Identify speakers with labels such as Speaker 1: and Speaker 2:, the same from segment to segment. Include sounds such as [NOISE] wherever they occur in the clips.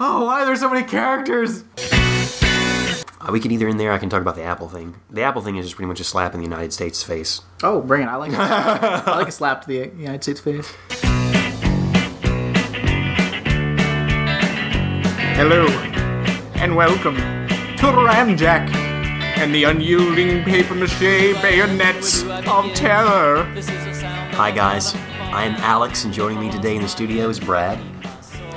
Speaker 1: Oh, why are there so many characters? Uh, we could either in there. I can talk about the Apple thing. The Apple thing is just pretty much a slap in the United States face.
Speaker 2: Oh, bring it! I like it. I [LAUGHS] like a slap to the United States face.
Speaker 3: Hello, and welcome to Ramjack and the unyielding paper mache bayonets of terror.
Speaker 1: Hi guys, I am Alex, and joining me today in the studio is Brad.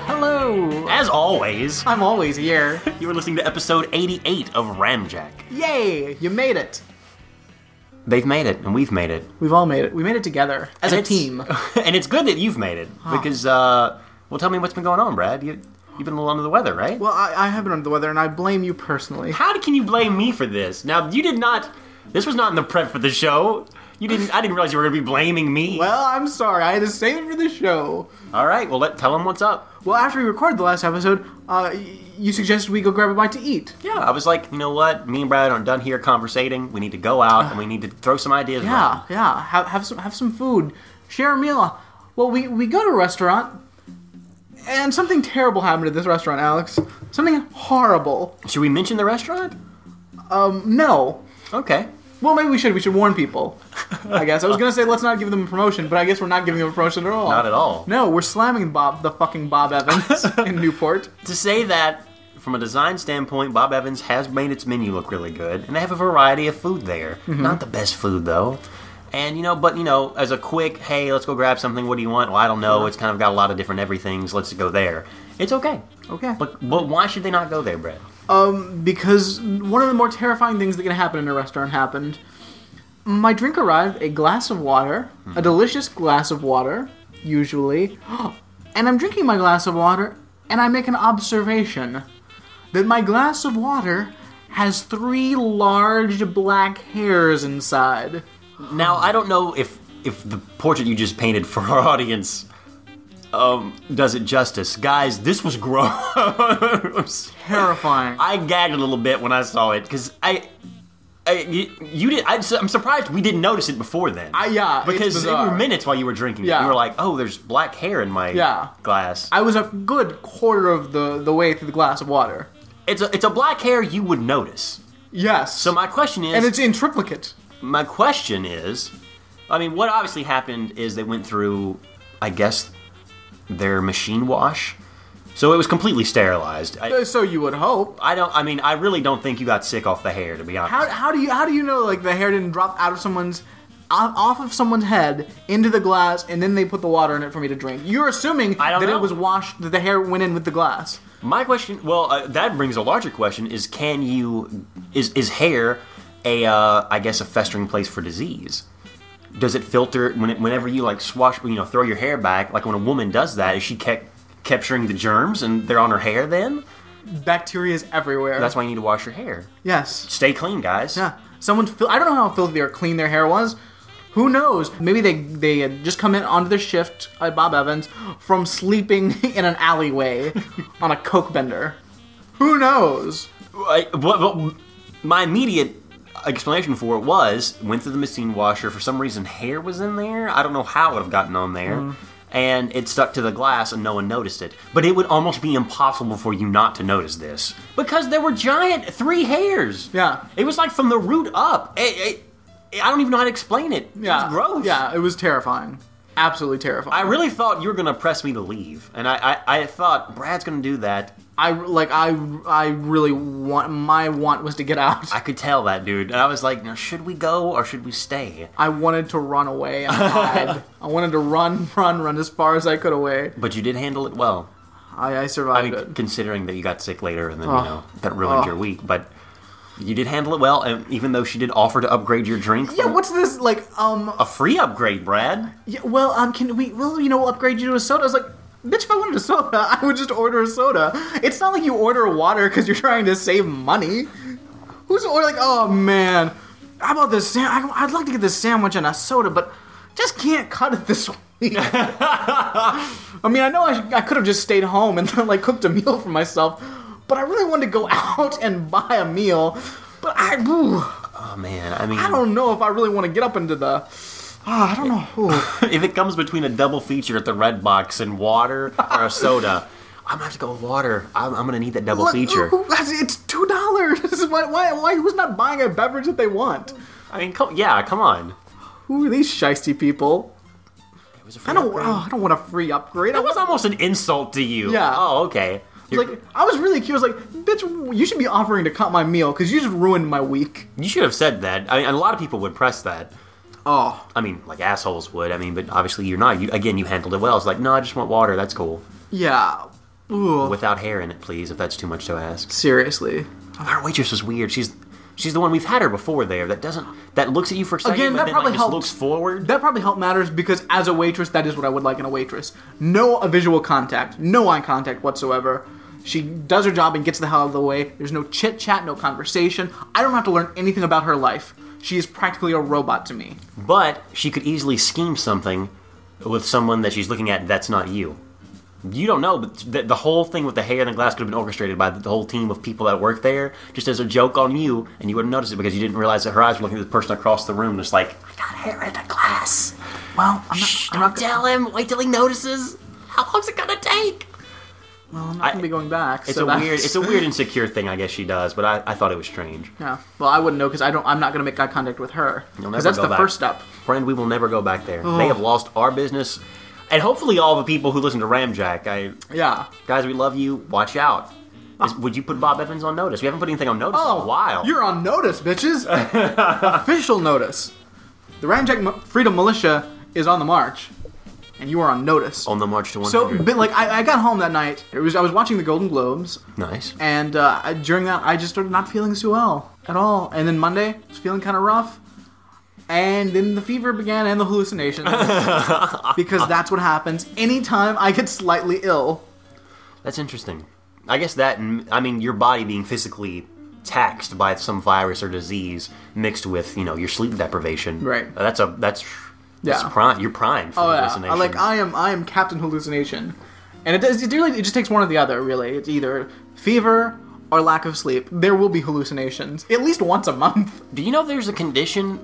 Speaker 2: Hello.
Speaker 1: As always,
Speaker 2: I'm always here.
Speaker 1: you are listening to episode 88 of Ramjack.
Speaker 2: Yay! You made it.
Speaker 1: They've made it, and we've made it
Speaker 2: We've all made it. We made it together as
Speaker 1: And
Speaker 2: a
Speaker 1: it's-
Speaker 2: team.
Speaker 1: [LAUGHS] and it's good that you've made it because, uh, well, tell me what's been going on, Brad. You, you've been a little under the weather, right?
Speaker 2: Well, I, I have been under the weather, and I blame you personally.
Speaker 1: How can you blame me for this? Now you did not. This was not in the prep for the show. You didn't. I didn't realize you were going to be blaming me.
Speaker 2: Well, I'm sorry. I had to save it for the show.
Speaker 1: All right. Well, let tell him what's up.
Speaker 2: Well, after we recorded the last episode, uh, y- you suggested we go grab a bite to eat.
Speaker 1: Yeah, I was like, you know what? Me and Brad are done here conversating. We need to go out and we need to throw some ideas.
Speaker 2: Yeah, yeah. Have, have some have some food. Share a meal. Well, we we go to a restaurant, and something terrible happened at this restaurant, Alex. Something horrible.
Speaker 1: around. Should we mention the restaurant?
Speaker 2: No.
Speaker 1: Okay.
Speaker 2: Well, maybe we should. We should warn people. I guess I was gonna say let's not give them a promotion, but I guess we're not giving them a promotion at all.
Speaker 1: Not at all.
Speaker 2: No, we're slamming Bob, the fucking Bob [LAUGHS] Evans in Newport.
Speaker 1: To say that. From a design standpoint, Bob Evans has made its menu look really good, and they have a variety of food there.
Speaker 2: Mm-hmm.
Speaker 1: Not the best food though, and you know, but you know, as a quick, hey, let's go grab something. What do you want? Well, I don't know. It's kind of got a lot of different everything's. Let's go there. It's okay.
Speaker 2: Okay.
Speaker 1: But but why should they not go there, Brad?
Speaker 2: because one of the more terrifying things that can happen in a restaurant happened. My drink arrived, a glass of water, a delicious glass of water, usually, [GASPS] and I'm drinking my glass of water, and I make an observation that my glass of water has three large black hairs inside.
Speaker 1: Now I don't know if if the portrait you just painted for our [LAUGHS] audience um does it justice, guys. This was gross. [LAUGHS]
Speaker 2: Terrifying.
Speaker 1: I gagged a little bit when I saw it because I. I, you, you did. I'm, su- I'm surprised we didn't notice it before then.
Speaker 2: I- yeah, it's
Speaker 1: because there were
Speaker 2: bizarre.
Speaker 1: minutes while you were drinking. it.
Speaker 2: Yeah.
Speaker 1: you were like, "Oh, there's black hair in my
Speaker 2: Yeah.
Speaker 1: glass."
Speaker 2: I was a good quarter of the, the way through the glass of water.
Speaker 1: it's a it's a black hair you would notice.
Speaker 2: Yes.
Speaker 1: So my question is,
Speaker 2: and it's in triplicate.
Speaker 1: my question is I mean, what obviously happened is they went through, I guess, their machine wash. So it was completely sterilized. I,
Speaker 2: Uh, So you would hope.
Speaker 1: I don't, I mean, I really don't think you got sick off the hair, to be honest.
Speaker 2: How, how do you how do you know like the hair didn't drop out of someone's o- off of someone's head into the glass and then they put the water in it for me to drink? You're assuming
Speaker 1: I don't
Speaker 2: that
Speaker 1: know.
Speaker 2: it was washed that the hair went in with the glass.
Speaker 1: My question, well, uh, that brings a larger question is can you, is, is hair a, uh, I guess, a festering place for disease? Does it filter when it, whenever you like swash, you know, throw your hair back? Like when a woman does that, is she kept capturing the germs and they're on her hair then?
Speaker 2: Bacteria is everywhere.
Speaker 1: That's why you need to wash your hair.
Speaker 2: yes.
Speaker 1: Stay clean, guys.
Speaker 2: Yeah. Someone's fil- I don't know how filthy or clean their hair was. Who knows? Maybe they they had just come in onto their shift at Bob Evans from sleeping [LAUGHS] in an
Speaker 1: [LAUGHS]
Speaker 2: alleyway on a coke bender. Who knows?
Speaker 1: I, what, what, my immediate explanation for it was went through the machine washer. For some reason, hair was in there. I don't know how it would have gotten on there.
Speaker 2: Mm-hmm.
Speaker 1: And it stuck to the glass and no one noticed it. But it would almost be impossible for you not to notice this. Because there were giant three hairs.
Speaker 2: Yeah.
Speaker 1: It was like from the root up. It, it, I don't even know how to explain it.
Speaker 2: Yeah.
Speaker 1: It's gross.
Speaker 2: Yeah, it was terrifying. Absolutely terrifying.
Speaker 1: I really thought you were going to press me to leave. And I, I, I thought Brad's going to do that.
Speaker 2: I like I I really want my want was to get out.
Speaker 1: I could tell that, dude. And I was like, now, should we go or should we stay?
Speaker 2: [LAUGHS] I wanted to run away
Speaker 1: [LAUGHS]
Speaker 2: and hide. I wanted to run, run, run as far as I could away.
Speaker 1: But you did handle it well.
Speaker 2: I, I
Speaker 1: I
Speaker 2: survived
Speaker 1: mean,
Speaker 2: it.
Speaker 1: considering that you got sick later and then,
Speaker 2: Oh.
Speaker 1: you know, that ruined
Speaker 2: Oh.
Speaker 1: your week. But you did handle it well, and even though she did offer to upgrade your drink.
Speaker 2: Yeah,
Speaker 1: from-
Speaker 2: what's this like? Um,
Speaker 1: A free upgrade, Brad.
Speaker 2: yeah, well, um, can we? Well, you know, we'll upgrade you to a soda. I was like, bitch, if I wanted a soda, [LAUGHS] I would just order a soda. It's not like you order water because you're trying to save money. Who's or like, oh man, how about this? Sam- I, I'd like to get this sandwich and a soda, but just can't cut it this [LAUGHS] week. I mean, I know I, should- I could have just stayed home and [LAUGHS] like cooked a meal for myself, but I really wanted to go [LAUGHS] out and buy a meal. But I, ooh,
Speaker 1: Oh, man. I mean,
Speaker 2: I
Speaker 1: [LAUGHS]
Speaker 2: don't know if I really want to get up into the. Ah, I don't know. Ooh. [LAUGHS]
Speaker 1: if it comes between a double feature at the Red Box and water or a soda, I'm gonna have to go with water. I'm, I'm gonna need that double
Speaker 2: Look,
Speaker 1: feature.
Speaker 2: who- it's two dollars. [LAUGHS] Why, why? Why? Who's not buying a beverage that they want?
Speaker 1: I mean, come, yeah, come on.
Speaker 2: Who are these shisty people?
Speaker 1: It was a
Speaker 2: I
Speaker 1: free
Speaker 2: don't.
Speaker 1: upgrade.
Speaker 2: Oh, I don't want a free upgrade. I
Speaker 1: That was
Speaker 2: was
Speaker 1: almost an insult to you.
Speaker 2: Yeah.
Speaker 1: Oh, okay. You're-
Speaker 2: like, I was really curious. Like, bitch, you should be offering to cut my meal because you just ruined my week.
Speaker 1: you should have said that. I mean, a lot of people would press that.
Speaker 2: Oh,
Speaker 1: I mean, like assholes would. I mean, but obviously you're not. You, again, you handled it well. It's like, no, I just want water. That's cool.
Speaker 2: yeah. Ooh.
Speaker 1: Without hair in it, please, if that's too much to ask.
Speaker 2: Seriously.
Speaker 1: Our waitress was weird. She's she's the one we've had her before there. That doesn't that looks at you for a second,
Speaker 2: Again,
Speaker 1: but
Speaker 2: that
Speaker 1: then,
Speaker 2: probably
Speaker 1: like, just
Speaker 2: helped.
Speaker 1: looks forward.
Speaker 2: That probably helped matters because as a waitress, that is what I would like in a waitress. No visual contact, no eye contact whatsoever. She does her job and gets the hell out of the way. There's no chit chat, no conversation. I don't have to learn anything about her life. She is practically a robot to me.
Speaker 1: But she could easily scheme something with someone that she's looking at that's not you. You don't know, but the, the whole thing with the hair and the glass could have been orchestrated by the whole team of people that work there, just as a joke on you, and you wouldn't notice it because you didn't realize that her eyes were looking at the person across the room, just like, I got hair in the glass.
Speaker 2: Well, I'm not,
Speaker 1: Shh,
Speaker 2: I'm
Speaker 1: don't
Speaker 2: not,
Speaker 1: tell him. Wait till he notices. How long's it gonna take?
Speaker 2: well, I'm not gonna
Speaker 1: I-
Speaker 2: be going back.
Speaker 1: It's a
Speaker 2: so that's-
Speaker 1: weird,
Speaker 2: [LAUGHS]
Speaker 1: it's a weird insecure thing, I guess she does, but I, I thought it was strange.
Speaker 2: Yeah. Well, I wouldn't know because I don't. I'm not gonna make eye contact with her
Speaker 1: You'll
Speaker 2: because
Speaker 1: never
Speaker 2: that's
Speaker 1: go
Speaker 2: the
Speaker 1: back.
Speaker 2: first step.
Speaker 1: Friend, we will never go back there.
Speaker 2: Oh.
Speaker 1: They have lost our business, and hopefully all the people who listen to Ramjack. I
Speaker 2: Yeah.
Speaker 1: guys, we love you. Watch out. Is- would you put Bob Evans on notice? We haven't put anything on notice in a while.
Speaker 2: Oh, You're on notice,
Speaker 1: [LAUGHS]
Speaker 2: bitches. Official notice. The Ramjack Mo- Freedom Militia is on the march, and you are on notice.
Speaker 1: on the march to one
Speaker 2: so,
Speaker 1: hundred.
Speaker 2: but like, I, I got home that night. It was I was watching the Golden Globes,
Speaker 1: nice.
Speaker 2: and uh, I- during that, I just started not feeling so well at all. And then Monday, I was feeling kind of rough. And then the fever began and the
Speaker 1: [LAUGHS]
Speaker 2: hallucinations. because that's what happens anytime I get slightly ill.
Speaker 1: That's interesting. I guess that and- I mean your body being physically taxed by some virus or disease mixed with you know your sleep deprivation.
Speaker 2: Right.
Speaker 1: Uh, That's a that's that's
Speaker 2: Yeah.
Speaker 1: prime. You're prime for
Speaker 2: Oh yeah,
Speaker 1: hallucination.
Speaker 2: I, like I am. I am Captain Hallucination, and it does. It really. It just takes one or the other. Really, it's either fever or lack of sleep. There will be hallucinations at least once a month. [LAUGHS]
Speaker 1: Do you know there's a condition?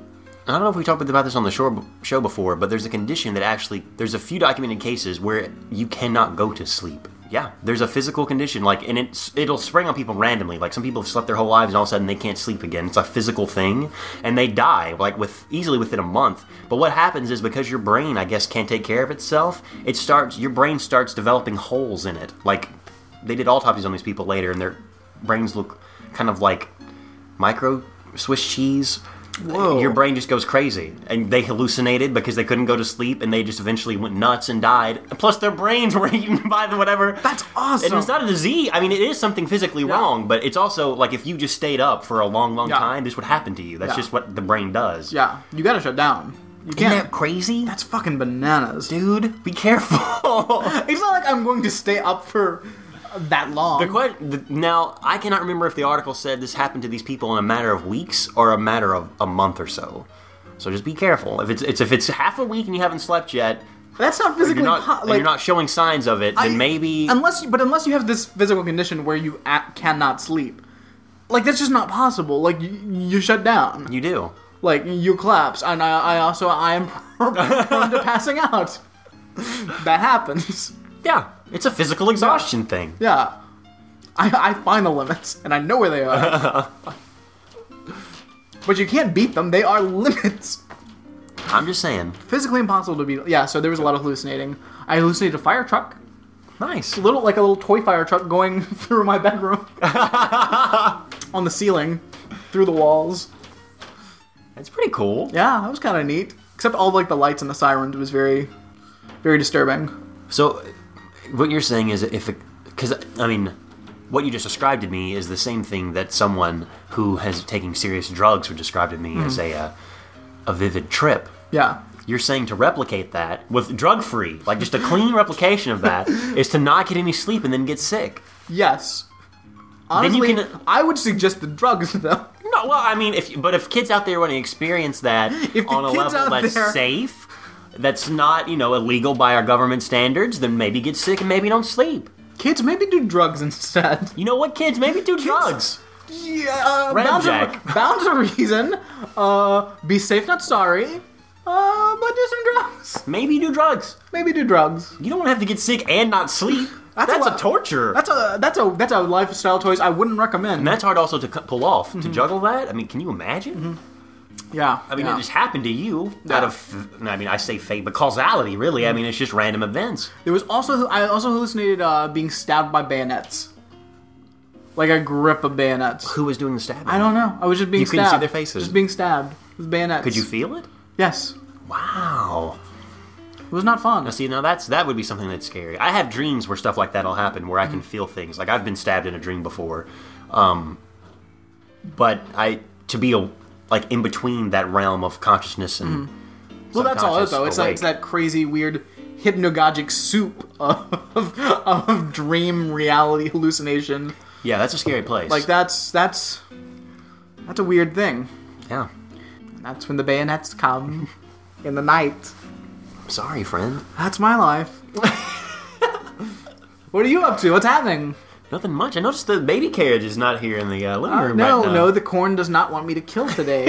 Speaker 1: I don't know if we talked about this on the shore, show before, but there's a condition that actually there's a few documented cases where you cannot go to sleep. Yeah, there's a physical condition like, and it's it'll spring on people randomly. Like some people have slept their whole lives, and all of a sudden they can't sleep again. It's a physical thing, and they die like with easily within a month. But what happens is because your brain, I guess, can't take care of itself, it starts your brain starts developing holes in it. Like they did autopsies on these people later, and their brains look kind of like micro Swiss cheese.
Speaker 2: Whoa.
Speaker 1: Your brain just goes crazy, and they hallucinated because they couldn't go to sleep, and they just eventually went nuts and died. And plus, their brains [LAUGHS] were eaten by the whatever.
Speaker 2: That's awesome.
Speaker 1: And it's not a disease. I mean, it is something physically wrong, but it's also like if you just stayed up for a long, long
Speaker 2: Yeah.
Speaker 1: time, this would happen to you. That's
Speaker 2: Yeah.
Speaker 1: just what the brain does.
Speaker 2: Yeah, you gotta shut down. You
Speaker 1: Isn't
Speaker 2: can't.
Speaker 1: that crazy?
Speaker 2: That's fucking bananas.
Speaker 1: Dude, be
Speaker 2: [LAUGHS]
Speaker 1: careful.
Speaker 2: It's not like I'm going to stay up for that long.
Speaker 1: The que- the, now, I cannot remember if the article said this happened to these people in a matter of weeks or a matter of a month or so. So just be careful. If it's, it's if it's half a week and you haven't slept yet,
Speaker 2: That's not
Speaker 1: and
Speaker 2: physically
Speaker 1: you're not
Speaker 2: po-
Speaker 1: and
Speaker 2: like
Speaker 1: you're not showing signs of it, then
Speaker 2: I-
Speaker 1: maybe
Speaker 2: unless you, but unless you have this physical condition where you a cannot sleep, like that's just not possible. Like you, you shut down.
Speaker 1: you do.
Speaker 2: like you collapse and i, I also i am [LAUGHS] prone to passing out [LAUGHS] that happens [LAUGHS]
Speaker 1: Yeah, it's a physical exhaustion thing.
Speaker 2: yeah I, I find the limits and i know where they are but you can't beat them they are limits
Speaker 1: I'm just saying.
Speaker 2: physically impossible to beat yeah so there was a lot of hallucinating i hallucinated a fire truck
Speaker 1: Nice.
Speaker 2: a little like a little toy fire truck going [LAUGHS] through my bedroom on the ceiling through the walls
Speaker 1: That's pretty cool.
Speaker 2: yeah that was kind of neat except all like the lights and the sirens was very very disturbing
Speaker 1: So, what you're saying is if, because I mean, what you just described to me is the same thing that someone who has taken serious drugs would describe to me
Speaker 2: Hmm.
Speaker 1: as a, uh, a vivid trip.
Speaker 2: yeah
Speaker 1: You're saying to replicate that with drug free, like just a clean replication of
Speaker 2: [LAUGHS]
Speaker 1: that, is to not get any sleep and then get sick.
Speaker 2: Yes.
Speaker 1: Then you
Speaker 2: Honestly,
Speaker 1: can- uh,
Speaker 2: I would suggest the drugs [LAUGHS] though.
Speaker 1: No, well, I mean, if but if kids out there want to experience that
Speaker 2: [LAUGHS] If the
Speaker 1: on a
Speaker 2: kids
Speaker 1: level
Speaker 2: out
Speaker 1: that's
Speaker 2: there-
Speaker 1: safe, that's not you know illegal by our government standards, then maybe get sick and maybe don't sleep.
Speaker 2: Kids, maybe do drugs instead.
Speaker 1: You know what, kids? Maybe do drugs.
Speaker 2: [LAUGHS] Yeah, uh,
Speaker 1: Ram
Speaker 2: bound, to,
Speaker 1: Jack.
Speaker 2: bound to reason. Uh, be safe, not sorry. Uh, but do some drugs.
Speaker 1: Maybe do drugs.
Speaker 2: Maybe do drugs.
Speaker 1: You don't want to have to get sick and not sleep.
Speaker 2: That's,
Speaker 1: That's
Speaker 2: lot-
Speaker 1: a torture.
Speaker 2: That's a that's a that's a lifestyle choice I wouldn't recommend.
Speaker 1: and that's hard also to cut- pull off.
Speaker 2: Mm-hmm.
Speaker 1: To juggle that, I mean, can you imagine?
Speaker 2: yeah,
Speaker 1: I mean,
Speaker 2: yeah.
Speaker 1: it just happened to you
Speaker 2: Yeah.
Speaker 1: out of, I mean, I say fate, but causality, really. I mean, it's just random events.
Speaker 2: There was also I also hallucinated uh, being stabbed by bayonets, like a grip of bayonets.
Speaker 1: Who was doing the stabbing?
Speaker 2: I don't know. I was just being
Speaker 1: You couldn't see
Speaker 2: stabbed.
Speaker 1: their faces.
Speaker 2: Just being stabbed with bayonets.
Speaker 1: Could you feel it?
Speaker 2: yes.
Speaker 1: Wow.
Speaker 2: It was not fun.
Speaker 1: Now, see, now that's that would be something that's scary. I have dreams where stuff like that'll happen, where I can feel things. Like I've been stabbed in a dream before, um, but I to be a, like in between that realm of consciousness and
Speaker 2: Well, that's all it
Speaker 1: subconscious
Speaker 2: though. It's that,
Speaker 1: awake.
Speaker 2: it's that crazy, weird, hypnagogic soup of, of dream reality hallucination.
Speaker 1: yeah, that's a scary place.
Speaker 2: Like that's that's that's a weird thing.
Speaker 1: yeah.
Speaker 2: And that's when the bayonets [LAUGHS] come in the night.
Speaker 1: I'm sorry, friend.
Speaker 2: That's my life. [LAUGHS] what are you up to? What's happening?
Speaker 1: Nothing much. I noticed the baby carriage is not here in the uh, living room.
Speaker 2: no,
Speaker 1: right now.
Speaker 2: no, the corn does not want me to kill [LAUGHS] today.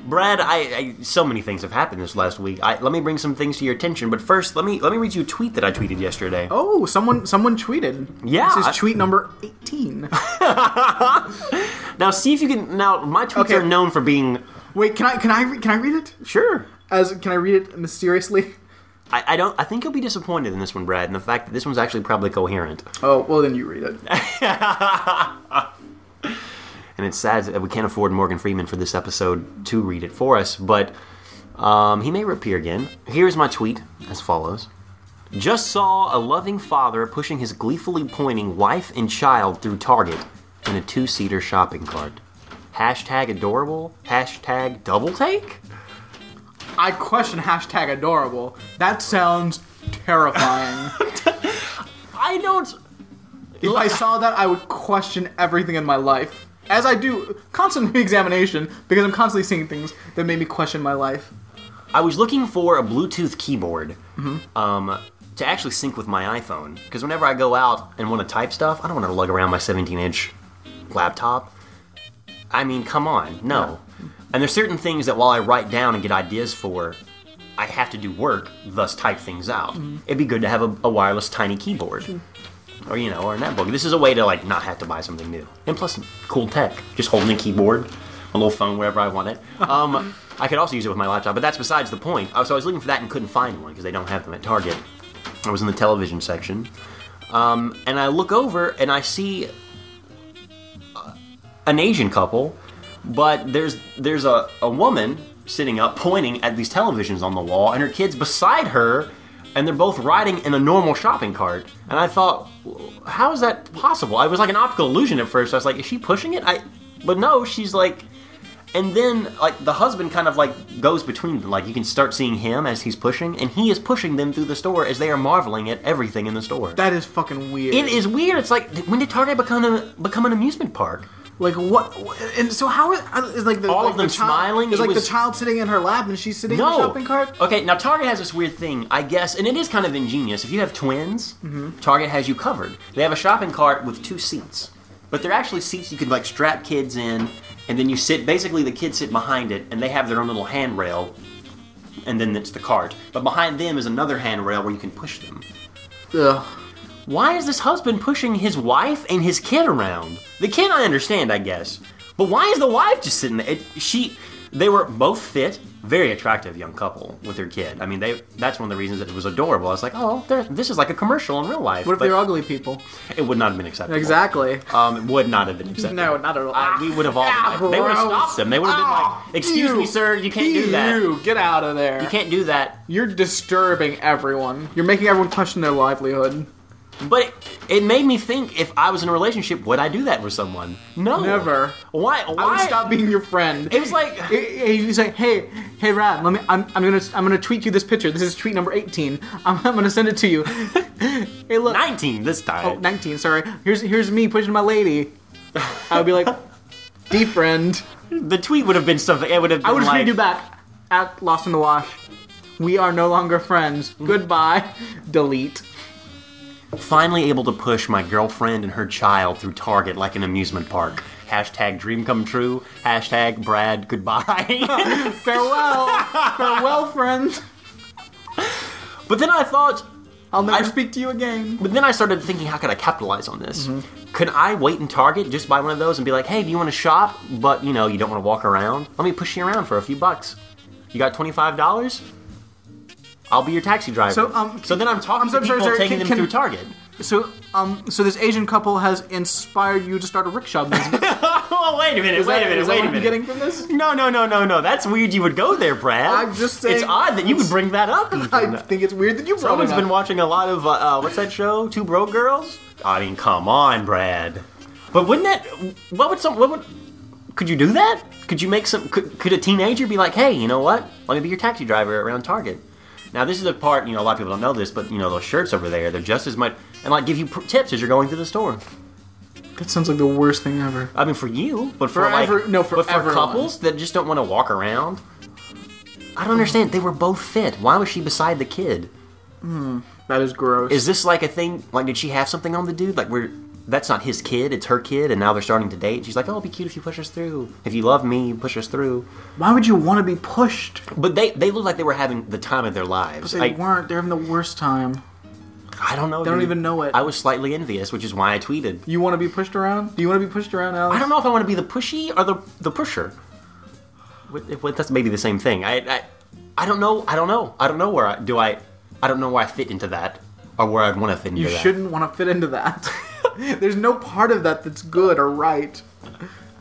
Speaker 1: Brad, I, I so many things have happened this last week. I, let me bring some things to your attention, but first, let me let me read you a tweet that I tweeted yesterday.
Speaker 2: oh, someone someone tweeted.
Speaker 1: Yeah,
Speaker 2: This
Speaker 1: I-
Speaker 2: is tweet number [LAUGHS] 18.
Speaker 1: Now, see if you can. Now, my tweets
Speaker 2: Okay.
Speaker 1: are known for being
Speaker 2: Wait, can I can I re- can I read it?
Speaker 1: sure.
Speaker 2: As can I read it mysteriously?
Speaker 1: I, I don't. I think you'll be disappointed in this one, Brad, in the fact that this one's actually probably coherent.
Speaker 2: Oh, well then you read it.
Speaker 1: And it's sad that we can't afford Morgan Freeman for this episode to read it for us, but um, he may reappear again. Here's my tweet as follows. Just saw a loving father pushing his gleefully pointing wife and child through Target in a two seater shopping cart. Hashtag adorable. Hashtag double take?
Speaker 2: I question hashtag adorable. That sounds
Speaker 1: [LAUGHS]
Speaker 2: terrifying.
Speaker 1: I don't.
Speaker 2: if I saw that, I would question everything in my life. As I do constant [LAUGHS] re-examination because I'm constantly seeing things that made me question my life.
Speaker 1: I was looking for a Bluetooth keyboard um, to actually sync with my iPhone. Because whenever I go out and want to type stuff, I don't want to lug around my 17 inch laptop. I mean, come on, no. And there's certain things that while I write down and get ideas for, I have to do work, thus type things out. It'd be good to have a, a wireless tiny keyboard. Or, you know, or a netbook. This is a way to, like, not have to buy something new. And plus, cool tech. Just holding a keyboard, a little phone wherever I want it. Um, I could also use it with my laptop, but that's besides the point. Uh, So I was looking for that and couldn't find one because they don't have them at Target. I was in the television section. Um, and I look over and I see uh, an Asian couple but there's there's a, a woman sitting up pointing at these televisions on the wall and her kids beside her and they're both riding in a normal shopping cart and i thought "W- how is that possible i was like an optical illusion at first i was like is she pushing it i but no she's like and then like the husband kind of like goes between them like you can start seeing him as he's pushing and he is pushing them through the store as they are marveling at everything in the store
Speaker 2: That is fucking weird.
Speaker 1: it is weird it's like when did target become a become an amusement park
Speaker 2: Like what? And so how is, uh, is like the
Speaker 1: All
Speaker 2: like
Speaker 1: of them
Speaker 2: the child-
Speaker 1: smiling,
Speaker 2: Is
Speaker 1: it
Speaker 2: like
Speaker 1: was-
Speaker 2: the child sitting in her lap and she's sitting in the shopping cart.
Speaker 1: Okay, now Target has this weird thing, I guess, and it is kind of ingenious. If you have twins,
Speaker 2: Mm-hmm.
Speaker 1: Target has you covered. They have a shopping cart with two seats, but they're actually seats you could like strap kids in, and then you sit. Basically, the kids sit behind it, and they have their own little handrail, and then it's the cart. But behind them is another handrail where you can push them.
Speaker 2: Ugh.
Speaker 1: Why is this husband pushing his wife and his kid around? The kid I understand, I guess. But why is the wife just sitting there? It, she, they were both fit, very attractive young couple with their kid. I mean, they. That's one of the reasons that it was adorable. I was like, oh, they're- this is like a commercial in real life.
Speaker 2: What if
Speaker 1: but
Speaker 2: they're ugly people?
Speaker 1: It would not have been acceptable.
Speaker 2: Exactly.
Speaker 1: Um, it would not have been acceptable.
Speaker 2: No, not at all.
Speaker 1: I- we would have all.
Speaker 2: Ah,
Speaker 1: they would have
Speaker 2: gross.
Speaker 1: stopped them. They would have been
Speaker 2: Ah,
Speaker 1: like, "Excuse me,
Speaker 2: you.
Speaker 1: sir, you can't do that. You
Speaker 2: You get out of there. You
Speaker 1: can't do that."
Speaker 2: You're disturbing everyone. You're making everyone question their livelihood.
Speaker 1: But it, it made me think if I was in a relationship, would I do that for someone? No.
Speaker 2: Never.
Speaker 1: Why?
Speaker 2: I
Speaker 1: Why?
Speaker 2: would stop being your friend.
Speaker 1: It was
Speaker 2: [LAUGHS]
Speaker 1: like-
Speaker 2: if you say, "Hey, hey, Rad, let me. I'm, I'm gonna, I'm gonna tweet you this picture. This is tweet number 18. [LAUGHS] I'm, I'm gonna send it to you. [LAUGHS] hey, look,
Speaker 1: 19 this time.
Speaker 2: Oh, 19, sorry. Here's here's me pushing my lady. I would be
Speaker 1: [LAUGHS]
Speaker 2: like, deep friend.
Speaker 1: the tweet would have been something. It would have been
Speaker 2: I would just
Speaker 1: like,
Speaker 2: read you back at Lost in the Wash. We are no longer friends.
Speaker 1: Mm.
Speaker 2: Goodbye.
Speaker 1: [LAUGHS]
Speaker 2: Delete.
Speaker 1: finally able to push my girlfriend and her child through Target like an amusement park. Hashtag dream come true. Hashtag Brad goodbye.
Speaker 2: [LAUGHS] Farewell. Farewell, friend.
Speaker 1: but then I thought,
Speaker 2: I'll never
Speaker 1: I-
Speaker 2: speak to you again.
Speaker 1: But then I started thinking, how could I capitalize on this?
Speaker 2: Mm-hmm.
Speaker 1: Could I wait in Target just buy one of those and be like, hey, do you want to shop? But you know, you don't want to walk around. Let me push you around for a few bucks. You got twenty five dollars? I'll be your taxi driver.
Speaker 2: So, um,
Speaker 1: so then I'm talking
Speaker 2: I'm sorry,
Speaker 1: to
Speaker 2: sorry,
Speaker 1: people
Speaker 2: sorry,
Speaker 1: taking
Speaker 2: can-
Speaker 1: them
Speaker 2: can-
Speaker 1: through Target.
Speaker 2: So, um, so this Asian couple has inspired you to start a rickshaw business.
Speaker 1: [LAUGHS] oh wait a minute!
Speaker 2: Is
Speaker 1: wait
Speaker 2: that-
Speaker 1: a minute!
Speaker 2: is that
Speaker 1: Wait
Speaker 2: what
Speaker 1: a
Speaker 2: I'm
Speaker 1: minute!
Speaker 2: Getting from this?
Speaker 1: No, no, no, no, no. That's weird. You would go there, Brad.
Speaker 2: I'm just saying-
Speaker 1: It's odd that you would bring that up.
Speaker 2: [LAUGHS] I
Speaker 1: even.
Speaker 2: think it's weird that you brought
Speaker 1: Someone's
Speaker 2: it up.
Speaker 1: been watching a lot of uh, uh, what's that show? Two Broke Girls. I mean, come on, Brad. But wouldn't that? What would some? What would? Could you do that? Could you make some? Could, could a teenager be like, hey, you know what? Let me be your taxi driver around Target. Now this is the part you know a lot of people don't know this, but you know those shirts over there, they're just as much and like give you pr- tips as you're going through the store.
Speaker 2: that sounds like the worst thing ever.
Speaker 1: I mean for you, but for,
Speaker 2: For
Speaker 1: like,
Speaker 2: ever- no, for
Speaker 1: but for
Speaker 2: everyone.
Speaker 1: couples that just don't want to walk around. I don't understand. They were both fit. Why was she beside the kid?
Speaker 2: That is gross.
Speaker 1: Is this like a thing? Like, did she have something on the dude? Like, we're that's not his kid; it's her kid, and now they're starting to date. She's like, "Oh, it'd be cute if you push us through. If you love me, push us through."
Speaker 2: Why would you want to be pushed?
Speaker 1: But they they look like they were having the time of their lives.
Speaker 2: They
Speaker 1: Like,
Speaker 2: weren't. They're having the worst time.
Speaker 1: I don't know.
Speaker 2: They don't
Speaker 1: dude.
Speaker 2: even know it.
Speaker 1: I was slightly envious, which is why I tweeted.
Speaker 2: You want to be pushed around? Do you want to be pushed around, Alex?
Speaker 1: I don't know if I want to be the pushy or the the pusher. What, what, that's maybe the same thing. I, I I don't know. I don't know. I don't know where I do I. I don't know where I fit into that or where I'd want to fit into
Speaker 2: You
Speaker 1: that.
Speaker 2: shouldn't want to fit into that. [LAUGHS] There's no part of that that's good or right.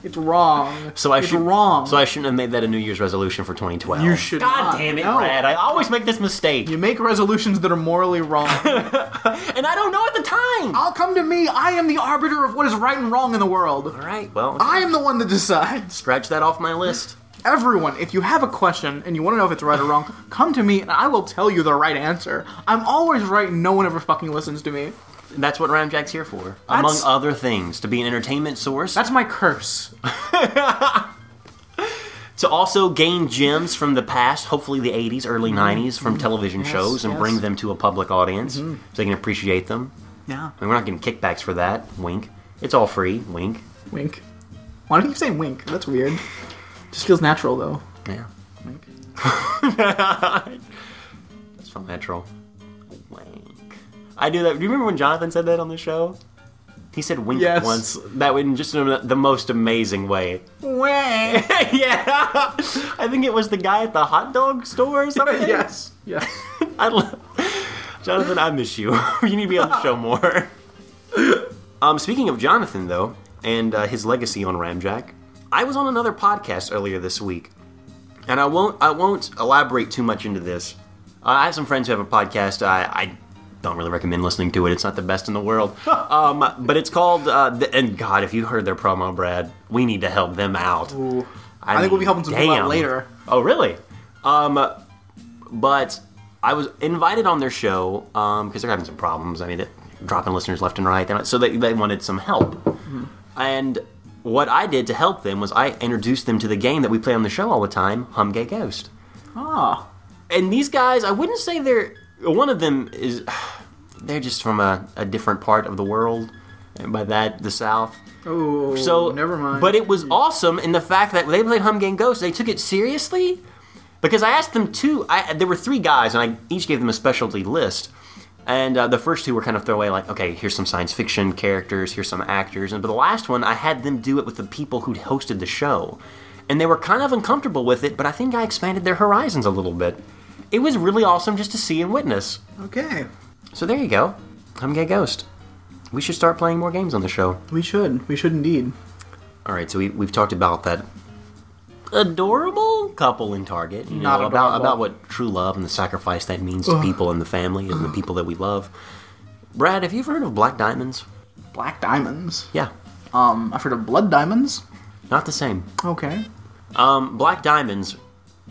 Speaker 2: It's wrong.
Speaker 1: So I
Speaker 2: it's
Speaker 1: should
Speaker 2: wrong.
Speaker 1: So I shouldn't have made that a New Year's resolution for 2012.
Speaker 2: You should
Speaker 1: God
Speaker 2: not.
Speaker 1: damn it,
Speaker 2: No.
Speaker 1: Brad! I always make this mistake,
Speaker 2: you make resolutions that are morally
Speaker 1: [LAUGHS]
Speaker 2: wrong.
Speaker 1: and I don't know at the time.
Speaker 2: I'll come to me. I am the arbiter of what is right and wrong in the world.
Speaker 1: All right, well,
Speaker 2: I am the one that decides.
Speaker 1: scratch that off my list.
Speaker 2: Everyone, if you have a question and you want to know if it's right or wrong, come to me and I will tell you the right answer. I'm always right and no one ever fucking listens to me.
Speaker 1: That's what Rhyme Jack's here for, among
Speaker 2: That's-
Speaker 1: other things, to be an entertainment source,
Speaker 2: That's my curse.
Speaker 1: to also gain gems from the past, hopefully the 80s, early 90s, from television shows, and
Speaker 2: Mm-hmm. yes. Mm-hmm.
Speaker 1: bring them to a public audience so they can appreciate them.
Speaker 2: Yeah.
Speaker 1: I mean, we're not getting kickbacks for that. Wink. It's all free. Wink.
Speaker 2: Wink. Why do you keep saying wink? That's weird. Just feels natural though.
Speaker 1: Yeah.
Speaker 2: Wink.
Speaker 1: [LAUGHS] That's from Metro. Wank. I do that. Do you remember when Jonathan said that on the show? He said wink
Speaker 2: Yes.
Speaker 1: once. That would in just in the most amazing way. [LAUGHS]
Speaker 2: Wink.
Speaker 1: yeah. I think it was the guy at the hot dog store or something.
Speaker 2: [LAUGHS] [LAUGHS] yes. Yes.
Speaker 1: [LAUGHS] I lo- Jonathan, I miss you. [LAUGHS] you need to be on the show more. [LAUGHS] um, speaking of Jonathan, though, and uh, his legacy on Ramjack, I was on another podcast earlier this week, and I won't I won't elaborate too much into this. Uh, I have some friends who have a podcast. I, I don't really recommend listening to it. It's not the best in the
Speaker 2: [LAUGHS]
Speaker 1: world. um, but it's called. Uh, the, and God, if you heard their promo, Brad, we need to help them out.
Speaker 2: I, think we'll be helping some people out
Speaker 1: damn.
Speaker 2: later.
Speaker 1: Oh, really? Um, but I was invited on their show because they're having some problems. I mean, they're dropping listeners left and right, They're not- so they, they wanted some help. And what I did to help them was I introduced them to the game that we play on the show all the time, Hum Gay Ghost.
Speaker 2: Ah.
Speaker 1: And these guys, I wouldn't say they're. One of them is. [SIGHS] They're just from a, a different part of the world, and by that, the South.
Speaker 2: Oh.
Speaker 1: So
Speaker 2: never mind. Hmm.
Speaker 1: But it was awesome in the fact that when they played Hum Gang Ghost, they took it seriously. Because I asked them two, I, there were three guys, and I each gave them a specialty list. And uh, the first two were kind of throwaway, like, okay, here's some science fiction characters, here's some actors. And but the last one, I had them do it with the people who'd hosted the show, and they were kind of uncomfortable with it. But I think I expanded their horizons a little bit. It was really awesome just to see and witness.
Speaker 2: okay.
Speaker 1: So there you go, Hum Gang Ghost. We should start playing more games on the show.
Speaker 2: We should. We should indeed.
Speaker 1: All right, so we, we've talked about that adorable couple in Target. You know,
Speaker 2: Not
Speaker 1: about
Speaker 2: adorable.
Speaker 1: about what true love and the sacrifice that means to people and the family and the people that we love. Brad, have you ever heard of black diamonds?
Speaker 2: Black diamonds.
Speaker 1: Yeah,
Speaker 2: Um, I've heard of blood diamonds.
Speaker 1: not the same.
Speaker 2: Okay.
Speaker 1: Um, black diamonds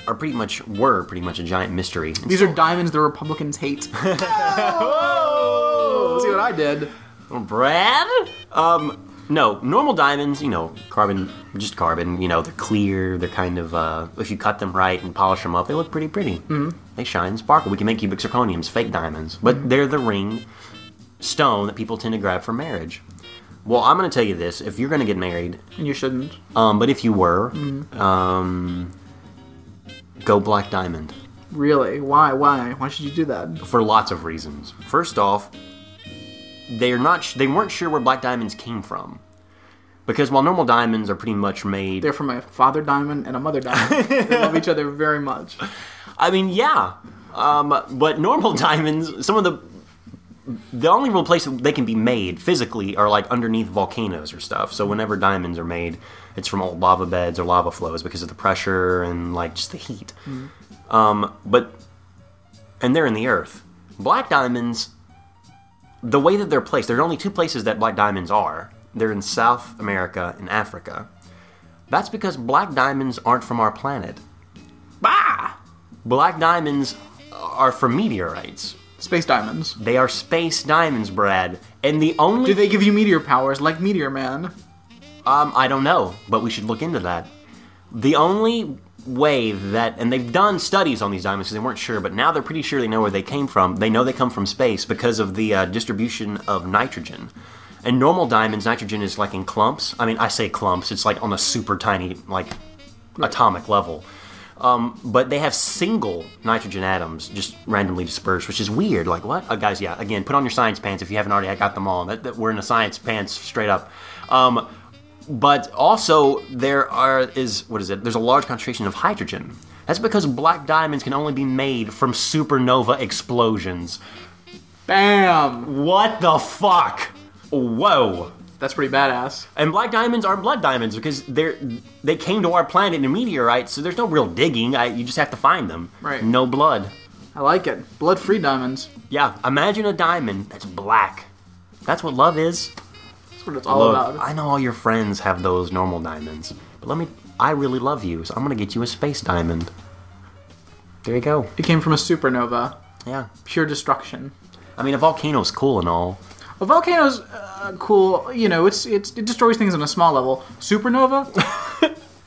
Speaker 1: are pretty much were pretty much a giant mystery.
Speaker 2: These are diamonds the Republicans hate.
Speaker 1: Whoa!
Speaker 2: See what I did?
Speaker 1: Brad? Um, no, normal diamonds, you know, carbon, just carbon, you know, they're clear, they're kind of, uh, if you cut them right and polish them up, they look pretty pretty. Mm-hmm. They shine and sparkle. We can make cubic zirconiums, fake diamonds, but they're the ring stone that people tend to grab for marriage. Well, I'm going to tell you this if you're going to get married,
Speaker 2: And you shouldn't.
Speaker 1: um, but if you were, um, go black diamond.
Speaker 2: Really? Why? Why? Why should you do that?
Speaker 1: for lots of reasons. First off, they're not sh- they weren't sure where black diamonds came from. Because while normal diamonds are pretty much made
Speaker 2: They're from a father diamond and a mother diamond. they love each other very much.
Speaker 1: I mean, yeah. Um, but normal [LAUGHS] diamonds, some of the the only real place they can be made physically are like underneath volcanoes or stuff. So whenever diamonds are made, it's from old lava beds or lava flows because of the pressure and like just the heat. Um, but and they're in the earth. Black diamonds, the way that they're placed, there are only two places that black diamonds are. They're in South America and Africa. That's because black diamonds aren't from our planet.
Speaker 2: Bah!
Speaker 1: Black diamonds are from meteorites.
Speaker 2: Space diamonds.
Speaker 1: They are space diamonds, Brad. And the only
Speaker 2: Do they give you meteor powers like Meteor Man?
Speaker 1: um, I don't know, but we should look into that. The only way that, and they've done studies on these diamonds because they weren't sure, but now they're pretty sure they know where they came from. They know they come from space because of the uh, distribution of nitrogen. And normal diamonds, nitrogen is like in clumps. I mean, I say clumps, it's like on a super tiny, like, atomic level. Um, but they have single nitrogen atoms just randomly dispersed, which is weird. Like, what? Uh, guys, yeah, again, put on your science pants if you haven't already. I got them on. That, that, we're in the science pants straight up. Um, but also there are is what is it? There's a large concentration of hydrogen. That's because black diamonds can only be made from supernova explosions.
Speaker 2: Bam!
Speaker 1: What the fuck? Whoa.
Speaker 2: That's pretty badass.
Speaker 1: And black diamonds are blood diamonds because they're they came to our planet in meteorites, so there's no real digging. I, you just have to find them.
Speaker 2: Right.
Speaker 1: No blood.
Speaker 2: I like it. Blood free diamonds.
Speaker 1: Yeah. Imagine a diamond that's black. That's what love is.
Speaker 2: That's what it's all
Speaker 1: Look,
Speaker 2: about.
Speaker 1: I know all your friends have those normal diamonds, but let me. I really love you, so I'm gonna get you a space diamond. There you go.
Speaker 2: It came from a supernova.
Speaker 1: Yeah.
Speaker 2: Pure destruction.
Speaker 1: I mean, a volcano's cool and all.
Speaker 2: A volcano's uh, cool. You know, it's, it's it destroys things on a small level. [LAUGHS] Supernova?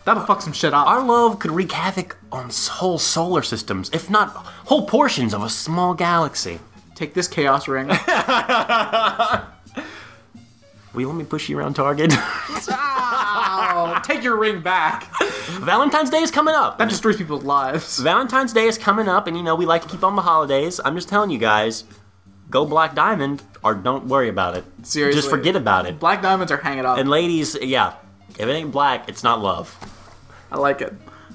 Speaker 2: That'll fuck some shit up.
Speaker 1: Our love could wreak havoc on whole solar systems, if not whole portions of a small galaxy.
Speaker 2: Take this chaos ring. [LAUGHS]
Speaker 1: Will you let me push you around Target? [LAUGHS]
Speaker 2: Ow, Oh, take your ring back.
Speaker 1: Valentine's Day is coming up.
Speaker 2: That destroys people's lives.
Speaker 1: Valentine's Day is coming up, and you know we like to keep on the holidays. I'm just telling you guys, go Black Diamond or don't worry about it.
Speaker 2: Seriously.
Speaker 1: Just forget about it.
Speaker 2: Black diamonds are hanging up.
Speaker 1: And ladies, yeah, if it ain't black, it's not love.
Speaker 2: I like it.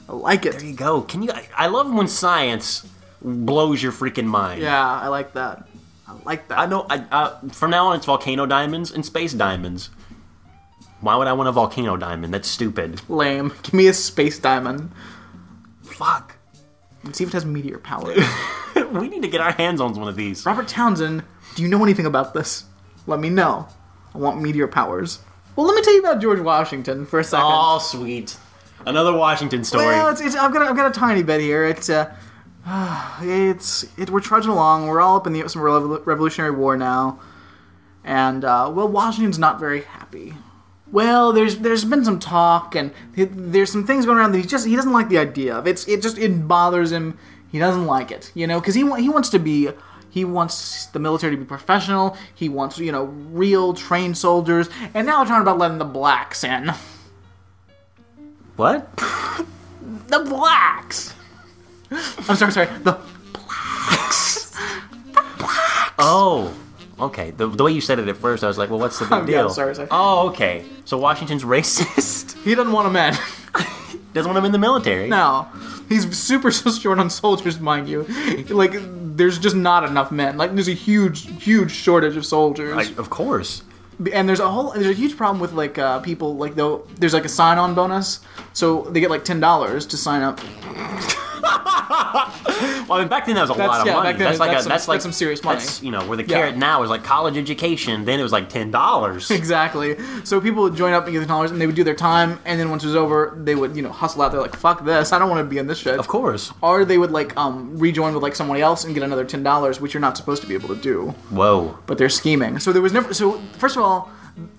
Speaker 2: I like it.
Speaker 1: There you go. Can you? I- I love when science blows your freaking mind.
Speaker 2: Yeah, I like that. I like that.
Speaker 1: I know. I, I from now on, it's volcano diamonds and space diamonds. Why would I want a volcano diamond? That's stupid.
Speaker 2: Lame. Give me a space diamond.
Speaker 1: Fuck.
Speaker 2: Let's see if it has meteor [LAUGHS] power.
Speaker 1: [LAUGHS] we need to get our hands on one of these.
Speaker 2: Robert Townsend, do you know anything about this? Let me know. I want meteor powers. Well, let me tell you about George Washington for a second.
Speaker 1: Oh, sweet. Another Washington story.
Speaker 2: Well, it's, it's, I've got a, I've got a tiny bit here. It's uh, [SIGHS] it's it, we're trudging along. We're all up in the some revol- Revolutionary War now, and uh, well, Washington's not very happy. Well, there's there's been some talk, and th- there's some things going around that he just he doesn't like the idea of. It's it just it bothers him. He doesn't like it, you know, because he wa- he wants to be. He wants the military to be professional. He wants, you know, real trained soldiers. And now they're talking about letting the blacks in.
Speaker 1: [LAUGHS]
Speaker 2: [LAUGHS]
Speaker 1: what?
Speaker 2: the blacks. I'm sorry, sorry. The
Speaker 1: Oh, okay. The, the way you said it at first, I was like, well, what's the [LAUGHS] big
Speaker 2: Yeah,
Speaker 1: deal?
Speaker 2: sorry, sorry.
Speaker 1: Oh, okay. So Washington's [LAUGHS] racist.
Speaker 2: he doesn't want a [LAUGHS] man.
Speaker 1: Doesn't want him in the military.
Speaker 2: no, he's super [LAUGHS] so short on soldiers, mind you. Like, there's just not enough men. Like, there's a huge, huge shortage of soldiers.
Speaker 1: Like, of course.
Speaker 2: and there's a whole there's a huge problem with like uh, people like though there's like a sign on bonus, so they get like ten dollars to sign up. [LAUGHS]
Speaker 1: Well, I mean, back then that was a lot of
Speaker 2: yeah,
Speaker 1: money.
Speaker 2: back then
Speaker 1: that's like
Speaker 2: that's
Speaker 1: a,
Speaker 2: some-
Speaker 1: that's like
Speaker 2: that's some serious money.
Speaker 1: that's, you know, where the
Speaker 2: Yeah.
Speaker 1: carrot now is like college education. Then it was like ten dollars.
Speaker 2: Exactly. So people would join up and get ten dollars, and they would do their time, and then once it was over, they would you know hustle out. They're like, "Fuck this! I don't want to be in this shit."
Speaker 1: of course.
Speaker 2: or they would like um, rejoin with like someone else and get another ten dollars, which you're not supposed to be able to do.
Speaker 1: Whoa.
Speaker 2: But they're scheming. So there was never. So first of all,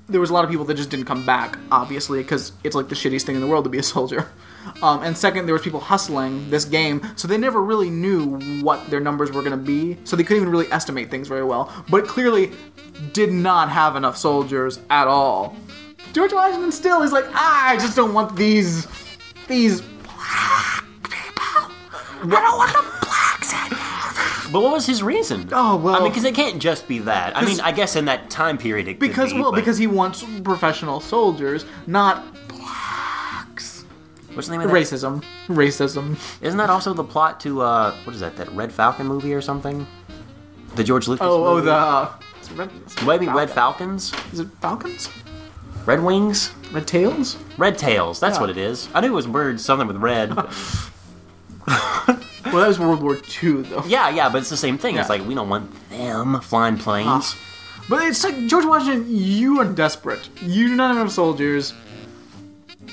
Speaker 2: there was a lot of people that just didn't come back, obviously, because it's like the shittiest thing in the world to be a soldier. [LAUGHS] Um, and second, there was people hustling this game, so they never really knew what their numbers were going to be, so they couldn't even really estimate things very well. But clearly, did not have enough soldiers at all. George Washington still is like, ah, I just don't want these, these black people. I don't want the black
Speaker 1: But what was his reason?
Speaker 2: Oh, well-
Speaker 1: I mean, because it can't just be that. I mean, I guess in that time period, it could
Speaker 2: Because
Speaker 1: be,
Speaker 2: well,
Speaker 1: but-
Speaker 2: because he wants professional soldiers, not blacks.
Speaker 1: what's the name of that?
Speaker 2: Racism, racism.
Speaker 1: Isn't that also the plot to uh, what is that? That Red Falcon movie or something? The George Lucas.
Speaker 2: Oh, oh,
Speaker 1: movie?
Speaker 2: the uh, is it red, is it
Speaker 1: Maybe Red Falcons,
Speaker 2: Is it Falcons?
Speaker 1: Red Wings,
Speaker 2: Red tails?
Speaker 1: Red Tails. That's
Speaker 2: Yeah.
Speaker 1: what it is. I knew it was weird, something with red.
Speaker 2: [LAUGHS] Well, that was World War II, though.
Speaker 1: yeah, yeah, but it's the same thing. It's
Speaker 2: Yeah.
Speaker 1: like we don't want them flying planes.
Speaker 2: But it's like George Washington, you are desperate. You do not have enough soldiers.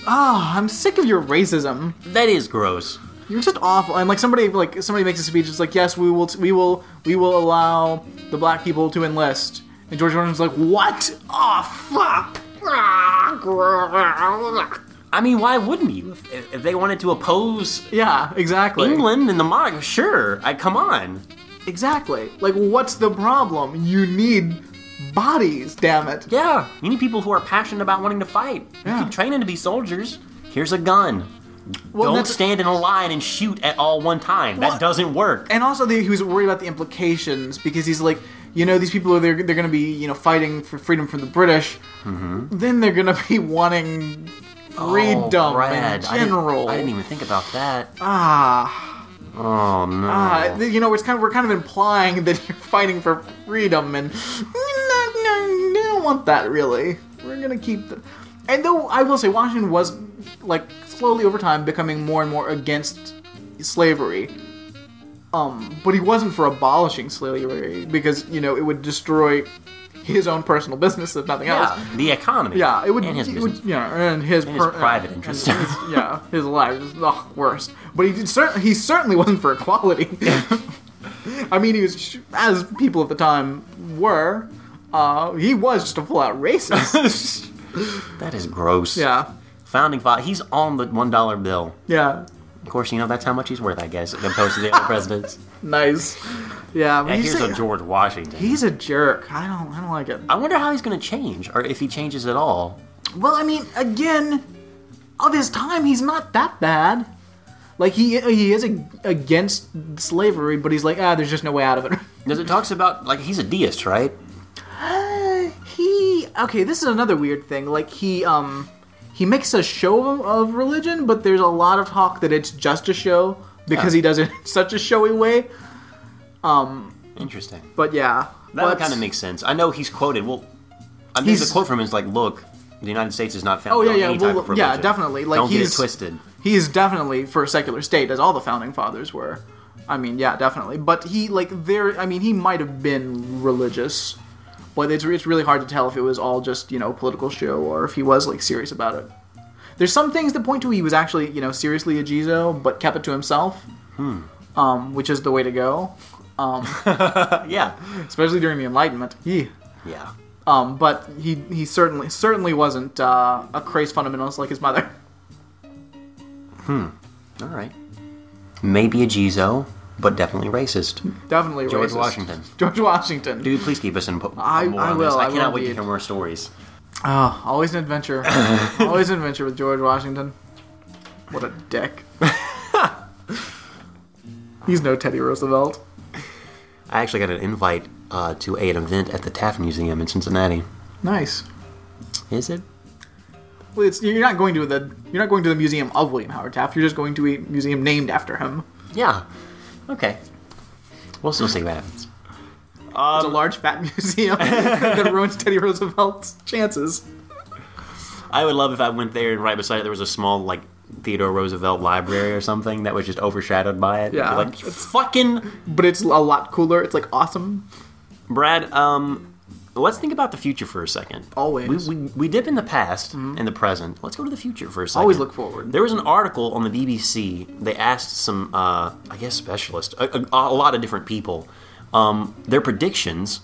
Speaker 2: Ah, I'm sick of your racism.
Speaker 1: That is gross.
Speaker 2: You're just awful. And like somebody, like somebody makes a speech. It's like, yes, we will, we will, we will allow the black people to enlist. And George Washington's like, what? Oh fuck!
Speaker 1: I mean, why wouldn't you? If, if they wanted to oppose
Speaker 2: Yeah, exactly.
Speaker 1: England and the monarch, sure. I come on.
Speaker 2: Exactly. Like, what's the problem? You need bodies. Damn it.
Speaker 1: Yeah, you need people who are passionate about wanting to fight.
Speaker 2: Yeah.
Speaker 1: You keep training to be soldiers. Here's a gun.
Speaker 2: Well,
Speaker 1: Don't
Speaker 2: that's-
Speaker 1: stand in a line and shoot at all one time.
Speaker 2: Well-
Speaker 1: That doesn't work.
Speaker 2: and also the, he was worried about the implications because he's like you know these people are they're, they're gonna be you know fighting for freedom from the british then they're gonna be [LAUGHS] wanting freedom
Speaker 1: Mm-hmm. Oh, Brad,
Speaker 2: in
Speaker 1: I didn't-
Speaker 2: general
Speaker 1: I didn't, even think about that.
Speaker 2: ah,
Speaker 1: Oh no.
Speaker 2: ah you know it's kind of we're kind of implying that [LAUGHS] you're fighting for freedom and no no you don't want that really we're gonna keep the and though i will say washington was like slowly over time becoming more and more against slavery Um, but he wasn't for abolishing slavery because you know it would destroy his own personal business if nothing else.
Speaker 1: yeah, the economy.
Speaker 2: Yeah, it would.
Speaker 1: And his
Speaker 2: it
Speaker 1: business.
Speaker 2: would- uh, yeah, and his,
Speaker 1: his private
Speaker 2: and [LAUGHS]
Speaker 1: interest. [LAUGHS]
Speaker 2: his- yeah, his life is the worst. But he did cer- he certainly wasn't for equality. [LAUGHS] I mean, he was sh- as people of the time were. Uh, he was just a flat [LAUGHS] racist.
Speaker 1: That is gross.
Speaker 2: yeah,
Speaker 1: Founding father. He's on the one dollar bill.
Speaker 2: yeah,
Speaker 1: Of course, you know that's how much he's worth. I guess opposed to the
Speaker 2: [LAUGHS]
Speaker 1: other presidents.
Speaker 2: nice. Yeah, but
Speaker 1: And
Speaker 2: he's,
Speaker 1: here's
Speaker 2: a,
Speaker 1: a George Washington.
Speaker 2: he's a jerk. I don't I don't like it.
Speaker 1: I wonder how he's going to change, or if he changes at all.
Speaker 2: Well, I mean, again, of his time, he's not that bad. Like he he is ag- against slavery, but he's like, ah, there's just no way out of it. [LAUGHS]
Speaker 1: Because it talks about like he's a deist, right?
Speaker 2: Uh, he okay, this is another weird thing. Like he um he makes a show of, of religion, but there's a lot of talk that it's just a show because
Speaker 1: Yeah.
Speaker 2: he does it in [LAUGHS] such a showy way.
Speaker 1: Interesting.
Speaker 2: But yeah,
Speaker 1: That
Speaker 2: but,
Speaker 1: kind of makes sense. I know he's quoted. Well, I mean,
Speaker 2: He's-
Speaker 1: the quote from him is like, "Look, the United States is not
Speaker 2: Oh
Speaker 1: founded
Speaker 2: yeah, yeah,
Speaker 1: on any
Speaker 2: well,
Speaker 1: type of religion.
Speaker 2: yeah, definitely. Like
Speaker 1: Don't
Speaker 2: he's
Speaker 1: get it twisted."
Speaker 2: He is definitely for a secular state, as all the founding fathers were. I mean, yeah, definitely. But he like there. I mean, he might have been religious, but it's it's really hard to tell if it was all just you know political show or if he was like serious about it. There's some things that point to he was actually you know seriously a Jizo, but kept it to himself.
Speaker 1: Hmm.
Speaker 2: Um, which is the way to go,
Speaker 1: Yeah,
Speaker 2: especially during the Enlightenment. Yeah.
Speaker 1: yeah.
Speaker 2: Um, but he he certainly certainly wasn't uh, a crazed fundamentalist like his mother. [LAUGHS]
Speaker 1: All right. Maybe a Jizo, but definitely racist.
Speaker 2: Definitely
Speaker 1: George
Speaker 2: racist.
Speaker 1: Washington.
Speaker 2: [LAUGHS] George Washington.
Speaker 1: Dude, please keep us in. Po-
Speaker 2: I-
Speaker 1: more
Speaker 2: I
Speaker 1: on this.
Speaker 2: will,
Speaker 1: I
Speaker 2: I
Speaker 1: cannot
Speaker 2: will
Speaker 1: wait to
Speaker 2: indeed.
Speaker 1: hear more stories.
Speaker 2: Ah, always an adventure.
Speaker 1: [LAUGHS]
Speaker 2: always an adventure with George Washington. What a dick. [LAUGHS] He's no Teddy Roosevelt.
Speaker 1: I actually got an invite uh, to a, an event at the Taft Museum in Cincinnati.
Speaker 2: Nice.
Speaker 1: Is it?
Speaker 2: Well, it's, you're not going to the you're not going to the museum of William Howard Taft. You're just going to a museum named after him.
Speaker 1: Yeah. Okay. We'll still see what happens.
Speaker 2: it's a large fat [LAUGHS] museum that ruins Teddy Roosevelt's chances.
Speaker 1: [LAUGHS] I would love if I went there and right beside it there was a small like Theodore Roosevelt library or something that was just overshadowed by it.
Speaker 2: Yeah.
Speaker 1: Be like fucking
Speaker 2: But it's a lot cooler. It's like awesome.
Speaker 1: Brad. Um, let's think about the future for a second.
Speaker 2: Always. Mm-hmm.
Speaker 1: we, we, we dip in the past and the present. Let's go to the future for a second.
Speaker 2: Always look forward.
Speaker 1: There was an article on the BBC. They asked some, uh, I guess, specialists, a, a, a lot of different people, um, their predictions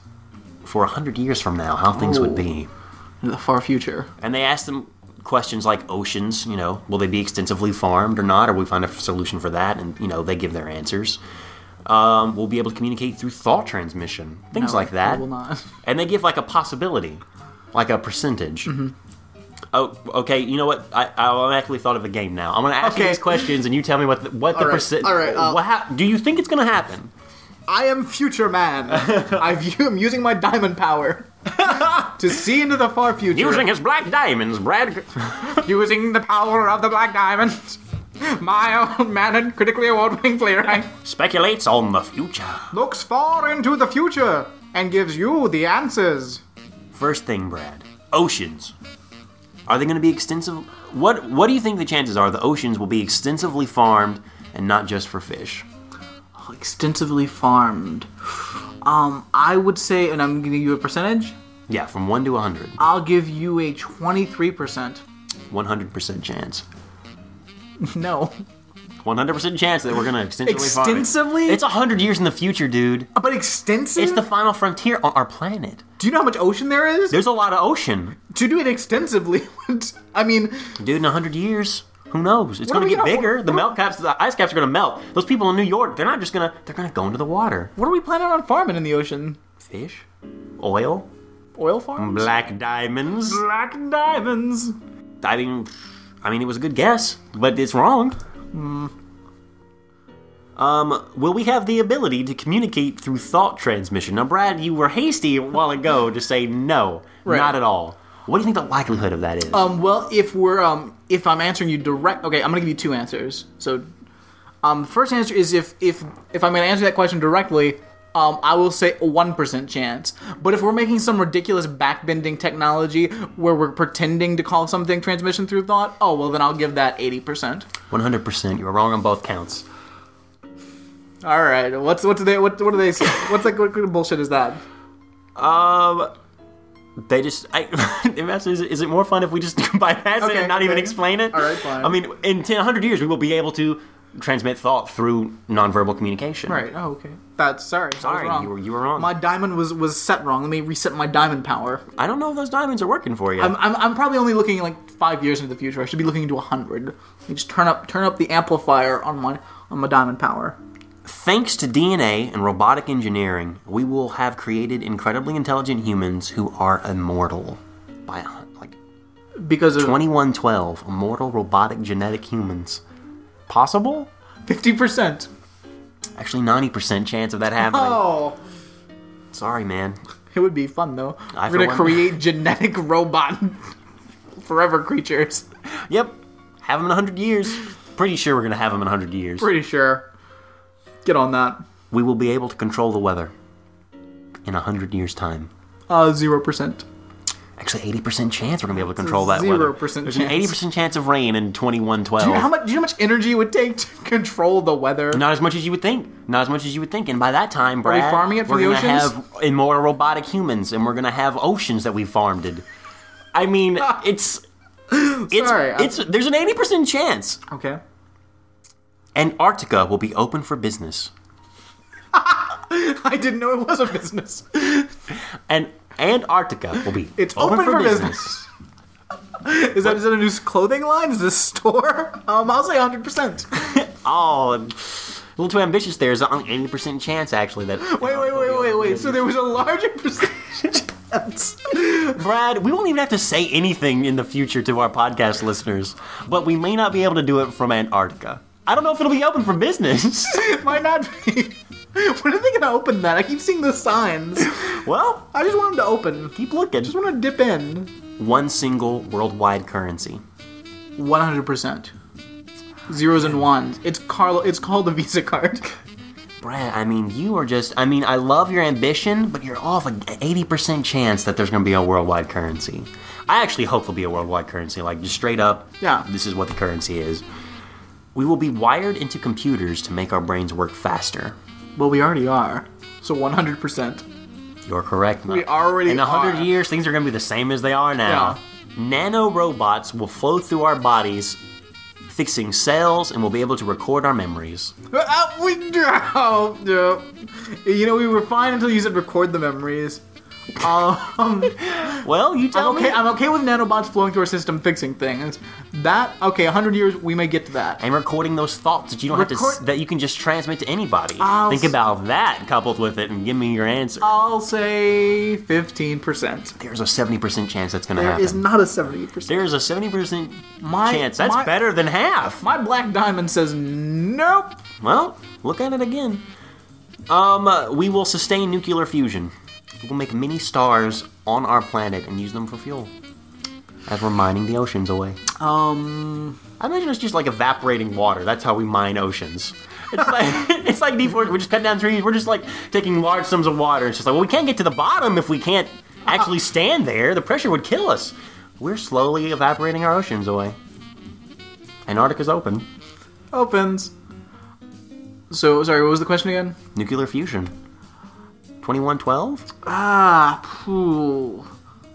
Speaker 1: for hundred years from now, how things
Speaker 2: Ooh.
Speaker 1: would be.
Speaker 2: In the far future.
Speaker 1: And they asked them questions like oceans, you know, will they be extensively farmed or not? Or we find a solution for that, and you know, they give their answers. Um, we'll be able to communicate through thought transmission, things
Speaker 2: No,
Speaker 1: like that.
Speaker 2: we will not. [LAUGHS]
Speaker 1: And they give like a possibility, like a percentage.
Speaker 2: Mm-hmm.
Speaker 1: Oh, okay. You know what? I, I automatically thought of a game now. I'm going to ask you
Speaker 2: Okay.
Speaker 1: these questions, and you tell me what the, what the
Speaker 2: All right,
Speaker 1: percent.
Speaker 2: all right, uh,
Speaker 1: what hap- do you think it's going to happen?
Speaker 2: I am future [LAUGHS] man. I've, I'm using my diamond power to see into the far future.
Speaker 1: Using his black diamonds, Brad.
Speaker 3: Using the power of the Black Diamond, my old man and critically award-winning playwright
Speaker 1: speculates on the future.
Speaker 3: looks far into the future and gives you the answers.
Speaker 1: First thing, Brad. Oceans. Are they going to be extensive? What What do you think the chances are the oceans will be extensively farmed and not just for fish?
Speaker 2: extensively farmed. Um, I would say, and I'm giving you a percentage.
Speaker 1: Yeah, from one to a hundred.
Speaker 2: I'll give you a 23%.
Speaker 1: One hundred percent chance.
Speaker 2: [LAUGHS] No,
Speaker 1: One hundred percent chance that we're going to extensively farm. it.
Speaker 2: Extensively?
Speaker 1: It's a hundred years in the future, dude.
Speaker 2: but extensive.
Speaker 1: It's the final frontier on our planet.
Speaker 2: do you know how much ocean there is?
Speaker 1: There's a lot of ocean,
Speaker 2: To do it extensively, [LAUGHS] would- I mean,
Speaker 1: dude. In a hundred years. Who knows? It's
Speaker 2: What
Speaker 1: going
Speaker 2: are
Speaker 1: to
Speaker 2: we
Speaker 1: get
Speaker 2: gonna-
Speaker 1: bigger. The
Speaker 2: what-
Speaker 1: melt caps, the ice caps are going to melt. Those people in New York, they're not just going to. They're going to go into the water.
Speaker 2: what are we planning on farming in the ocean?
Speaker 1: Fish, oil,
Speaker 2: Oil farms?
Speaker 1: black diamonds.
Speaker 2: Black diamonds.
Speaker 1: I mean, I mean, it was a good guess, but it's wrong. Hmm. Um, will we have the ability to communicate through thought transmission? Now, Brad, you were hasty a while ago to say no,
Speaker 2: Right.
Speaker 1: not at all. What do you think the likelihood of that is?
Speaker 2: Um, well, if we're um, if I'm answering you direct, okay, I'm gonna give you two answers. So, um, the first answer is if if if I'm gonna answer that question directly, um, I will say a one percent chance. But if we're making some ridiculous backbending technology where we're pretending to call something transmission through thought, oh well, then I'll give that eighty percent.
Speaker 1: One hundred percent. You were wrong on both counts.
Speaker 2: All right, what's what do they what what do they say? what's like what kind of bullshit is that?
Speaker 1: Um, they just. I, [LAUGHS] the message is, is it more fun if we just [LAUGHS] bypass it
Speaker 2: Okay,
Speaker 1: and not even
Speaker 2: okay.
Speaker 1: explain it?
Speaker 2: All right, fine.
Speaker 1: I mean, in 10, 100 years, we will be able to transmit thought through nonverbal communication.
Speaker 2: Right. Oh, okay. That's sorry. I
Speaker 1: Sorry,
Speaker 2: was wrong.
Speaker 1: you were you were wrong.
Speaker 2: my diamond was was set wrong. Let me reset my diamond power.
Speaker 1: I don't know if those diamonds are working for you.
Speaker 2: I'm, I'm, I'm probably only looking like five years into the future. I should be looking into a hundred. You just turn up turn up the amplifier on my on my diamond power.
Speaker 1: Thanks to DNA and robotic engineering, we will have created incredibly intelligent humans who are immortal. By a hun- like
Speaker 2: Because of
Speaker 1: 2112, immortal robotic genetic humans. Possible?
Speaker 2: fifty percent.
Speaker 1: Actually, 90% chance of that happening.
Speaker 2: Oh,
Speaker 1: Sorry, man.
Speaker 2: it would be fun though.
Speaker 1: I, for
Speaker 2: We're gonna
Speaker 1: one- [LAUGHS]
Speaker 2: create genetic robot [LAUGHS] forever creatures.
Speaker 1: Yep. Have them in 100 years. Pretty sure we're going to have them in 100 years.
Speaker 2: Pretty sure. Get on that.
Speaker 1: We will be able to control the weather in 100 years' time.
Speaker 2: Uh, zero percent.
Speaker 1: Actually, 80% chance we're going to be able to control that weather.
Speaker 2: 0%
Speaker 1: There's
Speaker 2: chance.
Speaker 1: an 80% chance of rain in
Speaker 2: Dude, how
Speaker 1: 2112.
Speaker 2: much? Do you know how much energy it would take to [LAUGHS] control the weather?
Speaker 1: Not as much as you would think. Not as much as you would think. And by that time, Brad,
Speaker 2: farming it for
Speaker 1: we're
Speaker 2: the
Speaker 1: gonna
Speaker 2: oceans?
Speaker 1: have immortal robotic humans, and we're going to have oceans that we farmed. it. I
Speaker 2: [LAUGHS]
Speaker 1: mean, it's it's
Speaker 2: Sorry, I'm-
Speaker 1: it's there's an 80% chance.
Speaker 2: Okay.
Speaker 1: Antarctica will be open for business,
Speaker 2: I didn't know it was a business.
Speaker 1: and Antarctica will be
Speaker 2: It's open for business. [LAUGHS] Is that, is that a new clothing line? Is this a store? Um, I'll say 100%.
Speaker 1: [LAUGHS] Oh, and a little too ambitious. There's an 80% chance actually that.
Speaker 2: Wait, wait, wait, wait, wait. So there was a larger percentage chance.
Speaker 1: Brad, we won't even have to say anything in the future to our podcast listeners, but we may not be able to do it from Antarctica. I don't know if it'll be open for business. [LAUGHS]
Speaker 2: It might not be. When are they going to open that? I keep seeing the signs.
Speaker 1: well,
Speaker 2: I just want them to open.
Speaker 1: keep looking.
Speaker 2: just want to dip in.
Speaker 1: One single worldwide currency.
Speaker 2: 100%. Zeros and ones. It's Carlo. It's called the Visa card.
Speaker 1: Brad, I mean, you are just, I mean, I love your ambition, but you're off an 80% chance that there's going to be a worldwide currency. I actually hope there'll be a worldwide currency, like just straight up.
Speaker 2: Yeah.
Speaker 1: This is what the currency is. We will be wired into computers to make our brains work faster.
Speaker 2: Well, we already are. So 100%.
Speaker 1: You're correct. We
Speaker 2: already
Speaker 1: in a
Speaker 2: are.
Speaker 1: hundred years, things are going to be the same as they are now. Nano robots will flow through our bodies, fixing cells, and we'll be able to record our memories.
Speaker 2: Uh, we, oh, yeah. You know, we were fine until you said record the memories. Um, [LAUGHS]
Speaker 1: Well, you tell
Speaker 2: I'm okay.
Speaker 1: me.
Speaker 2: I'm okay with nanobots flowing through our system, fixing things. That okay? 100 years, we may get to that.
Speaker 1: and recording those thoughts that you don't have to
Speaker 2: Record-
Speaker 1: s- that you can just transmit to anybody.
Speaker 2: I'll
Speaker 1: Think
Speaker 2: s-
Speaker 1: about that coupled with it and give me your answer.
Speaker 2: I'll say 15%.
Speaker 1: There's a 70% chance that's going to
Speaker 2: There
Speaker 1: happen.
Speaker 2: is not a 70%.
Speaker 1: There's a 70%
Speaker 2: My-
Speaker 1: chance. That's
Speaker 2: my-
Speaker 1: better than half.
Speaker 2: My black diamond says nope.
Speaker 1: Well, look at it again. Um, uh, we will sustain nuclear fusion. We'll make mini stars on our planet and use them for fuel. As we're mining the oceans away.
Speaker 2: Um,
Speaker 1: I imagine it's just like evaporating water. That's how we mine oceans. It's like [LAUGHS] it's like deforestation. We're just cutting down trees. We're just like taking large sums of water. It's just like well, we can't get to the bottom if we can't actually stand there. The pressure would kill us. We're slowly evaporating our oceans away. Antarctica's open.
Speaker 2: opens. So sorry, what was the question again?
Speaker 1: Nuclear fusion. Twenty-one twelve.
Speaker 2: Ah, phew.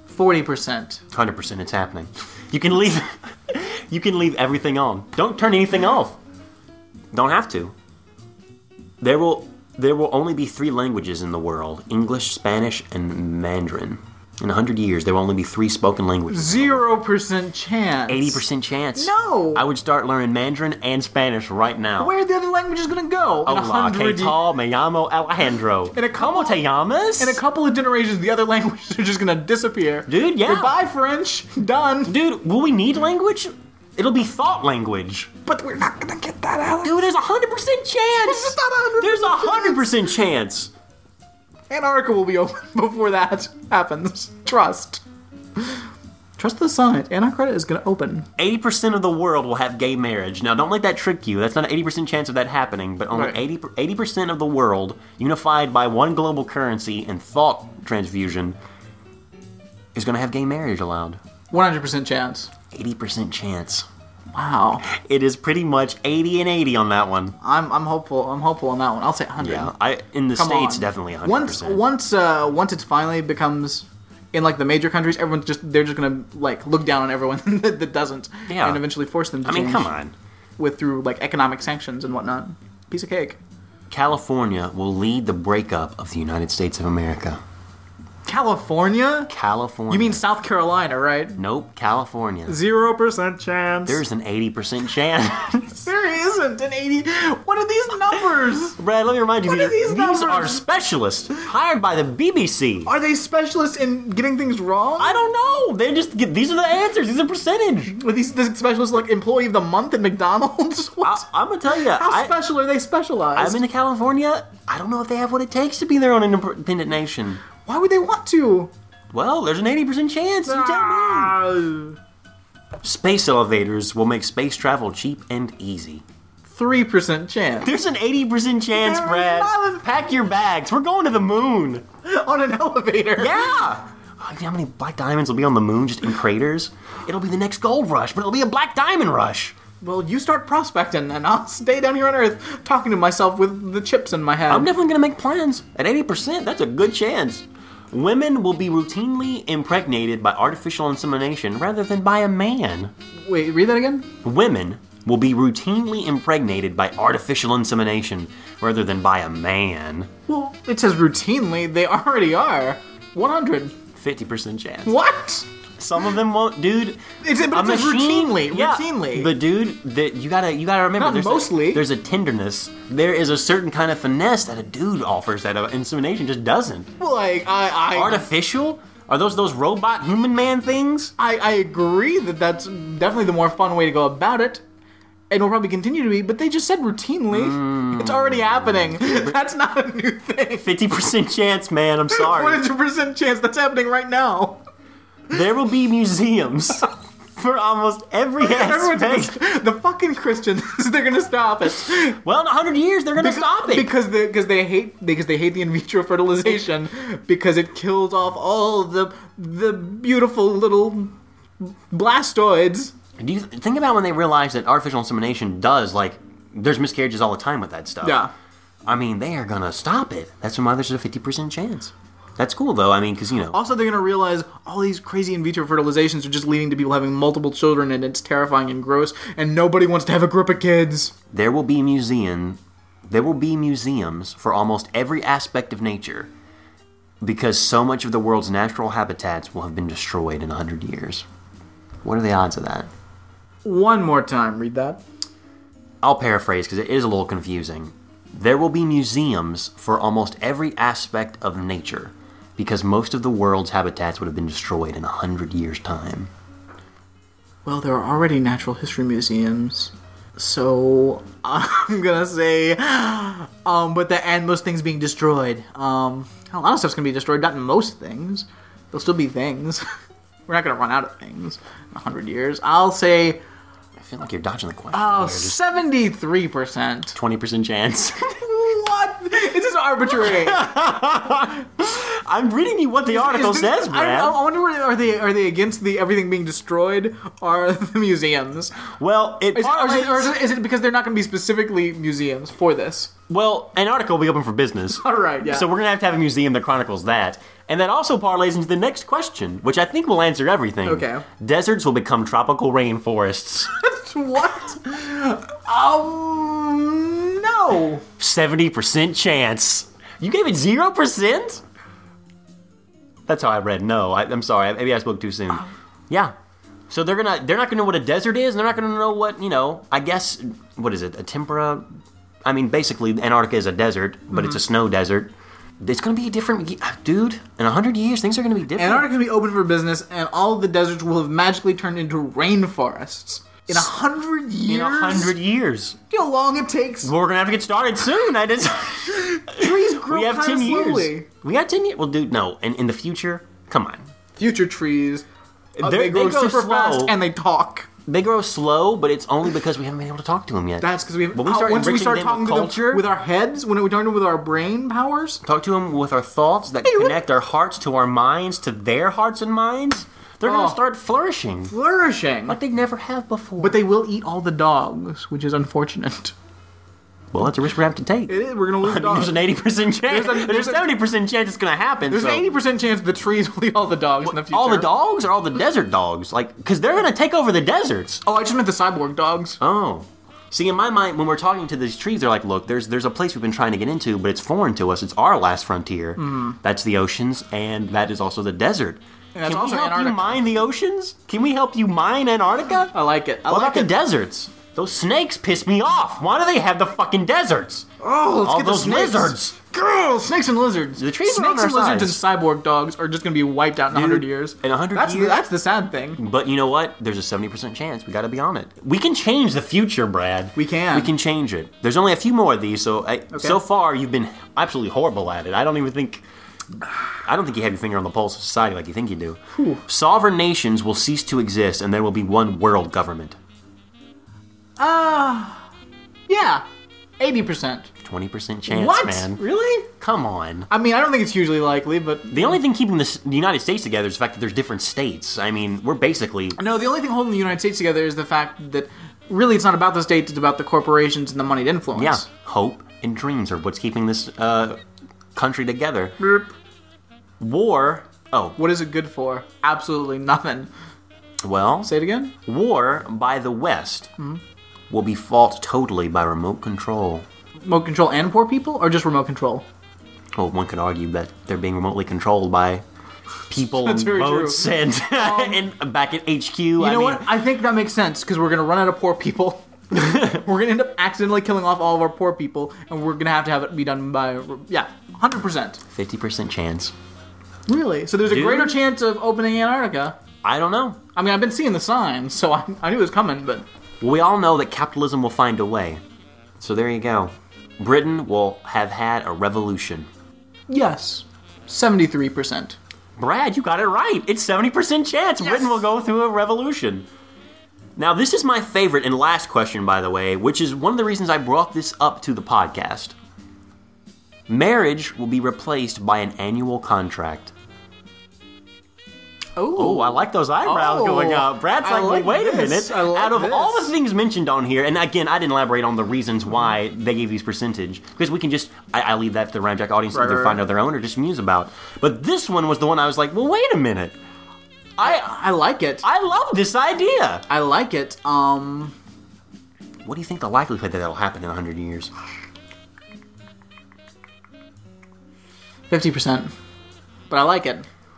Speaker 2: Forty percent.
Speaker 1: Hundred percent, it's happening. You can leave. [LAUGHS] you can leave everything on. Don't turn anything off. Don't have to. There will there will only be three languages in the world: English, Spanish, and Mandarin. In hundred years, there will only be three spoken languages.
Speaker 2: Zero percent chance.
Speaker 1: Eighty percent chance.
Speaker 2: No.
Speaker 1: I would start learning Mandarin and Spanish right now.
Speaker 2: Where are the other languages gonna go? In a
Speaker 1: Hola, que
Speaker 2: hundred
Speaker 1: tal? Me llamo Alejandro.
Speaker 2: In a
Speaker 1: ¿Cómo te llamas?
Speaker 2: In a couple of generations, the other [LAUGHS] languages are just gonna disappear.
Speaker 1: Dude, yeah.
Speaker 2: Goodbye, French. Done.
Speaker 1: Dude, will we need language? It'll be thought language.
Speaker 2: But we're not gonna get that out.
Speaker 1: Dude, there's a hundred percent chance. There's a hundred percent chance.
Speaker 2: Antarctica will be open [LAUGHS] before that happens. Trust. Trust the sign. Antarctica is gonna open.
Speaker 1: Eighty percent of the world will have gay marriage. Now, don't let that trick you. That's not an eighty percent chance of that happening, but only
Speaker 2: Right.
Speaker 1: 80 percent of the world, unified by one global currency and thought transfusion, is going to have gay marriage allowed.
Speaker 2: One hundred percent chance.
Speaker 1: Eighty percent chance.
Speaker 2: Wow.
Speaker 1: It is pretty much eighty and eighty on that one.
Speaker 2: I'm I'm hopeful. I'm hopeful on that one. I'll say hundred.
Speaker 1: Yeah, I in the
Speaker 2: Come
Speaker 1: states
Speaker 2: on.
Speaker 1: definitely hundred
Speaker 2: Once
Speaker 1: percent.
Speaker 2: once uh once it finally becomes in like the major countries, everyone's just they're just gonna like look down on everyone [LAUGHS] that, that doesn't,
Speaker 1: Yeah.
Speaker 2: and eventually force them. to
Speaker 1: I mean,
Speaker 2: change
Speaker 1: come on.
Speaker 2: with through like economic sanctions and whatnot. Piece of cake.
Speaker 1: California will lead the breakup of the United States of America.
Speaker 2: California?
Speaker 1: California.
Speaker 2: You mean South Carolina, right?
Speaker 1: Nope, California.
Speaker 2: Zero percent chance.
Speaker 1: There's an 80% chance. [LAUGHS]
Speaker 2: there isn't an eighty. What are these numbers?
Speaker 1: [LAUGHS] Brad, let me remind you,
Speaker 2: What are
Speaker 1: these,
Speaker 2: these
Speaker 1: these
Speaker 2: numbers?
Speaker 1: are specialists hired by the BBC.
Speaker 2: are they specialists in getting things wrong?
Speaker 1: I don't know. They just get these are the answers. These are percentage.
Speaker 2: Are these this specialists like employee of the month at McDonald's? [LAUGHS] What?
Speaker 1: I, I'm gonna tell you,
Speaker 2: How
Speaker 1: I,
Speaker 2: special are they specialized?
Speaker 1: I'm into California. I don't know if they have what it takes to be their own independent nation.
Speaker 2: why would they want to?
Speaker 1: Well, there's an 80% chance. You tell me.
Speaker 2: Ah,
Speaker 1: Space elevators will make space travel cheap and easy.
Speaker 2: Three
Speaker 1: [LAUGHS]
Speaker 2: percent chance
Speaker 1: There's an 80% chance,
Speaker 2: There is
Speaker 1: Brad.
Speaker 2: not a-
Speaker 1: Pack your bags. We're going to the moon.
Speaker 2: on an elevator.
Speaker 1: Yeah! Uh, You know how many black diamonds will be on the moon just in craters? It'll be the next gold rush, but it'll be a black diamond rush.
Speaker 2: Well, you start prospecting, and I'll stay down here on Earth talking to myself with the chips in my head.
Speaker 1: I'm definitely gonna make plans. At 80%, that's a good chance. Women will be routinely impregnated by artificial insemination rather than by a man.
Speaker 2: Wait, read that again.
Speaker 1: Women will be routinely impregnated by artificial insemination rather than by a man.
Speaker 2: Well, it says routinely. They already are. 100.
Speaker 1: 50% chance.
Speaker 2: What?
Speaker 1: Some of them won't, dude.
Speaker 2: It's, but it
Speaker 1: a
Speaker 2: says
Speaker 1: machine-
Speaker 2: routinely.
Speaker 1: yeah,
Speaker 2: Routinely.
Speaker 1: But dude, that you gotta you gotta remember.
Speaker 2: Not
Speaker 1: there's
Speaker 2: mostly.
Speaker 1: A, there's a tenderness. There is a certain kind of finesse that a dude offers that an insemination just doesn't.
Speaker 2: Well, like, I, I,
Speaker 1: Artificial? Are those those robot human man things?
Speaker 2: I, I agree that that's definitely the more fun way to go about it. And will probably continue to be, but they just said routinely.
Speaker 1: Hmm.
Speaker 2: It's
Speaker 1: [LAUGHS]
Speaker 2: already happening. That's not a new thing.
Speaker 1: Fifty percent chance, man.
Speaker 2: [LAUGHS]
Speaker 1: I'm sorry.
Speaker 2: 100% chance that's happening right now.
Speaker 1: there will be
Speaker 2: [LAUGHS]
Speaker 1: museums for almost every
Speaker 2: Everyone's gonna,
Speaker 1: aspect.
Speaker 2: [LAUGHS] the fucking Christians, they're gonna stop it.
Speaker 1: Well, in hundred years, they're gonna stop it.
Speaker 2: because they because they hate because they hate the in vitro fertilization because it kills off all the the beautiful little blastoids.
Speaker 1: Do you think about when they realize that artificial insemination does like? There's miscarriages all the time with that stuff.
Speaker 2: Yeah,
Speaker 1: I mean, they are gonna stop it. That's why there's a fifty percent chance. That's cool though. I mean, because you know,
Speaker 2: Also, they're going to realize all these crazy in vitro fertilizations are just leading to people having multiple children, and it's terrifying and gross, and nobody wants to have a group of kids.
Speaker 1: there will be museum, there will be museums for almost every aspect of nature, because so much of the world's natural habitats will have been destroyed in hundred years. What are the odds of that?
Speaker 2: One more time, read that.
Speaker 1: I'll paraphrase because it is a little confusing. There will be museums for almost every aspect of nature, because most of the world's habitats would have been destroyed in a hundred years' time.
Speaker 2: Well, there are already natural history museums So [LAUGHS] I'm gonna say, [GASPS] um, but the and most things being destroyed. Um, a lot of stuff's gonna be destroyed. Not most things. There'll still be things. [LAUGHS] We're not gonna run out of things. in hundred years. I'll say
Speaker 1: I feel like you're dodging the question.
Speaker 2: oh,
Speaker 1: there. Just [LAUGHS]
Speaker 2: 73 percent.
Speaker 1: 20% chance.
Speaker 2: What? It's
Speaker 1: [LAUGHS]
Speaker 2: just arbitrary.
Speaker 1: I'm reading you what the article
Speaker 2: Is this-
Speaker 1: says,
Speaker 2: I,
Speaker 1: Brad.
Speaker 2: I wonder where, are they are they against the everything being destroyed or [LAUGHS] the museums?
Speaker 1: well, it,
Speaker 2: Is, or is it, or is
Speaker 1: parlays-
Speaker 2: it- is it because they're not going to be specifically museums for this?
Speaker 1: well, an article will be open for business.
Speaker 2: [LAUGHS] All right, yeah.
Speaker 1: So we're gonna have to have a museum that chronicles that, and that also parlays into the next question, which I think will answer everything.
Speaker 2: Okay.
Speaker 1: Deserts will become tropical rainforests.
Speaker 2: what? Um, no.
Speaker 1: Seventy percent chance. You gave it zero percent. That's how I read. No, I, I'm sorry. Maybe I spoke too soon. Yeah. So they're gonna they're not gonna know what a desert is. And they're not gonna know what you know. I guess what is it? A tempera. I mean, basically, Antarctica is a desert, but it's a snow desert. It's gonna be a different, dude. In hundred years, things are gonna be different.
Speaker 2: Antarctica will be open for business, and all of the deserts will have magically turned into rainforests in a hundred years.
Speaker 1: in a hundred years.
Speaker 2: You know how long it takes?
Speaker 1: We're gonna have to get started soon. I just
Speaker 2: Trees grow
Speaker 1: we have
Speaker 2: kinda
Speaker 1: ten
Speaker 2: slowly.
Speaker 1: years. We got ten years. Well, dude, no. And in the future, come on.
Speaker 2: Future trees. uh,
Speaker 1: They're-
Speaker 2: they grow
Speaker 1: they go
Speaker 2: super fast
Speaker 1: slow.
Speaker 2: and they talk.
Speaker 1: They grow slow, but it's only because we haven't been able to talk to them yet.
Speaker 2: That's because we have.
Speaker 1: When we
Speaker 2: uh,
Speaker 1: start
Speaker 2: once we
Speaker 1: enriching
Speaker 2: start
Speaker 1: them
Speaker 2: talking
Speaker 1: with
Speaker 2: to
Speaker 1: culture,
Speaker 2: them with our heads, when we talk to them with our brain powers,
Speaker 1: talk to them with our thoughts that
Speaker 2: what-
Speaker 1: connect our hearts to our minds to their hearts and minds. They're
Speaker 2: Oh.
Speaker 1: gonna start flourishing
Speaker 2: flourishing.
Speaker 1: like they never have before.
Speaker 2: But they will eat all the dogs, which is unfortunate.
Speaker 1: well, that's a risk we have to take.
Speaker 2: It is, we're gonna lose the
Speaker 1: I mean, there's
Speaker 2: dogs.
Speaker 1: an eighty percent chance.
Speaker 2: There's a-
Speaker 1: There's
Speaker 2: there's
Speaker 1: a
Speaker 2: a-
Speaker 1: seventy percent chance it's gonna happen.
Speaker 2: There's
Speaker 1: so-
Speaker 2: an 80% chance the trees will eat all the dogs in the future.
Speaker 1: all the dogs or all the desert dogs, like because they're gonna take over the deserts.
Speaker 2: Oh, I just meant the cyborg dogs.
Speaker 1: Oh. See, in my mind, when we're talking to these trees, they're like, look, there's there's a place we've been trying to get into, but it's foreign to us. It's our last frontier.
Speaker 2: Hmm.
Speaker 1: That's the oceans, and that is also the desert.
Speaker 2: that's
Speaker 1: Can
Speaker 2: also
Speaker 1: we help
Speaker 2: Antarctica.
Speaker 1: you mine the oceans? Can we help you mine Antarctica?
Speaker 2: I like it. I
Speaker 1: what
Speaker 2: like
Speaker 1: about
Speaker 2: it.
Speaker 1: the deserts? Those snakes piss me off. Why do they have the fucking deserts?
Speaker 2: oh, let's
Speaker 1: all
Speaker 2: get the
Speaker 1: those
Speaker 2: snakes.
Speaker 1: lizards.
Speaker 2: Girl, snakes and lizards.
Speaker 1: The trees are
Speaker 2: snakes
Speaker 1: on
Speaker 2: and
Speaker 1: our
Speaker 2: lizards and cyborg dogs are just gonna be wiped out in a 100 years.
Speaker 1: in 100
Speaker 2: that's
Speaker 1: years-
Speaker 2: The, that's the sad thing.
Speaker 1: But you know what? There's a 70% chance. We got to be on it. We can change the future, Brad.
Speaker 2: We can.
Speaker 1: We can change it. There's only a few more of these, so I, so far you've been absolutely horrible at it. I don't even think I don't think you have your finger on the pulse of society like you think you do. Sovereign nations will cease to exist and there will be one world government.
Speaker 2: Yeah, 80%.
Speaker 1: 20% chance,
Speaker 2: what?
Speaker 1: man.
Speaker 2: Really?
Speaker 1: Come on.
Speaker 2: I mean, I don't think it's hugely likely, but
Speaker 1: The only thing keeping the, s- the United States together is the fact that there's different states. I mean, we're basically
Speaker 2: No, the only thing holding the United States together is the fact that really it's not about the states, it's about the corporations and the moneyed influence.
Speaker 1: yeah, hope and dreams are what's keeping this uh, country together. War. Oh,
Speaker 2: What is it good for? Absolutely nothing.
Speaker 1: Well,
Speaker 2: Say it again?
Speaker 1: war by the West
Speaker 2: Hmm?
Speaker 1: will be fought totally by remote control.
Speaker 2: Remote control and poor people, or just remote control?
Speaker 1: Well, one could argue that they're being remotely controlled by
Speaker 2: [LAUGHS]
Speaker 1: people and
Speaker 2: very true. Um,
Speaker 1: boats and, [LAUGHS] and back at HQ.
Speaker 2: You
Speaker 1: I
Speaker 2: know
Speaker 1: mean,
Speaker 2: what? I think that makes sense because we're gonna run out of poor people. [LAUGHS] we're gonna end up accidentally killing off all of our poor people, and we're gonna have to have it be done by yeah, hundred percent.
Speaker 1: 50% chance.
Speaker 2: Really? So there's a
Speaker 1: Dude.
Speaker 2: greater chance of opening Antarctica.
Speaker 1: I don't know.
Speaker 2: I mean, I've been seeing the signs, so I, I knew it was coming, but
Speaker 1: We all know that capitalism will find a way. So there you go. Britain will have had a revolution.
Speaker 2: yes, seventy-three percent.
Speaker 1: Brad, you got it right. It's 70% chance Britain will go through a revolution. Now, this is my favorite and last question, by the way, which is one of the reasons I brought this up to the podcast. Marriage will be replaced by an annual contract. Oh, I like those eyebrows
Speaker 2: Oh,
Speaker 1: going up. Brad's
Speaker 2: I
Speaker 1: like, well,
Speaker 2: like
Speaker 1: wait a
Speaker 2: this.
Speaker 1: minute.
Speaker 2: I like
Speaker 1: Out of
Speaker 2: this.
Speaker 1: all the things mentioned on here, and again, I didn't elaborate on the reasons why they gave these percentage because we can just I, I leave that to the Ramjack audience to
Speaker 2: Right,
Speaker 1: either
Speaker 2: right,
Speaker 1: find
Speaker 2: right.
Speaker 1: out their own or just muse about. But this one was the one I was like, well, wait a minute. I
Speaker 2: I like it.
Speaker 1: I love this idea.
Speaker 2: I like it. Um,
Speaker 1: What do you think the likelihood that that'll happen in 100 years?
Speaker 2: fifty percent. But I like it.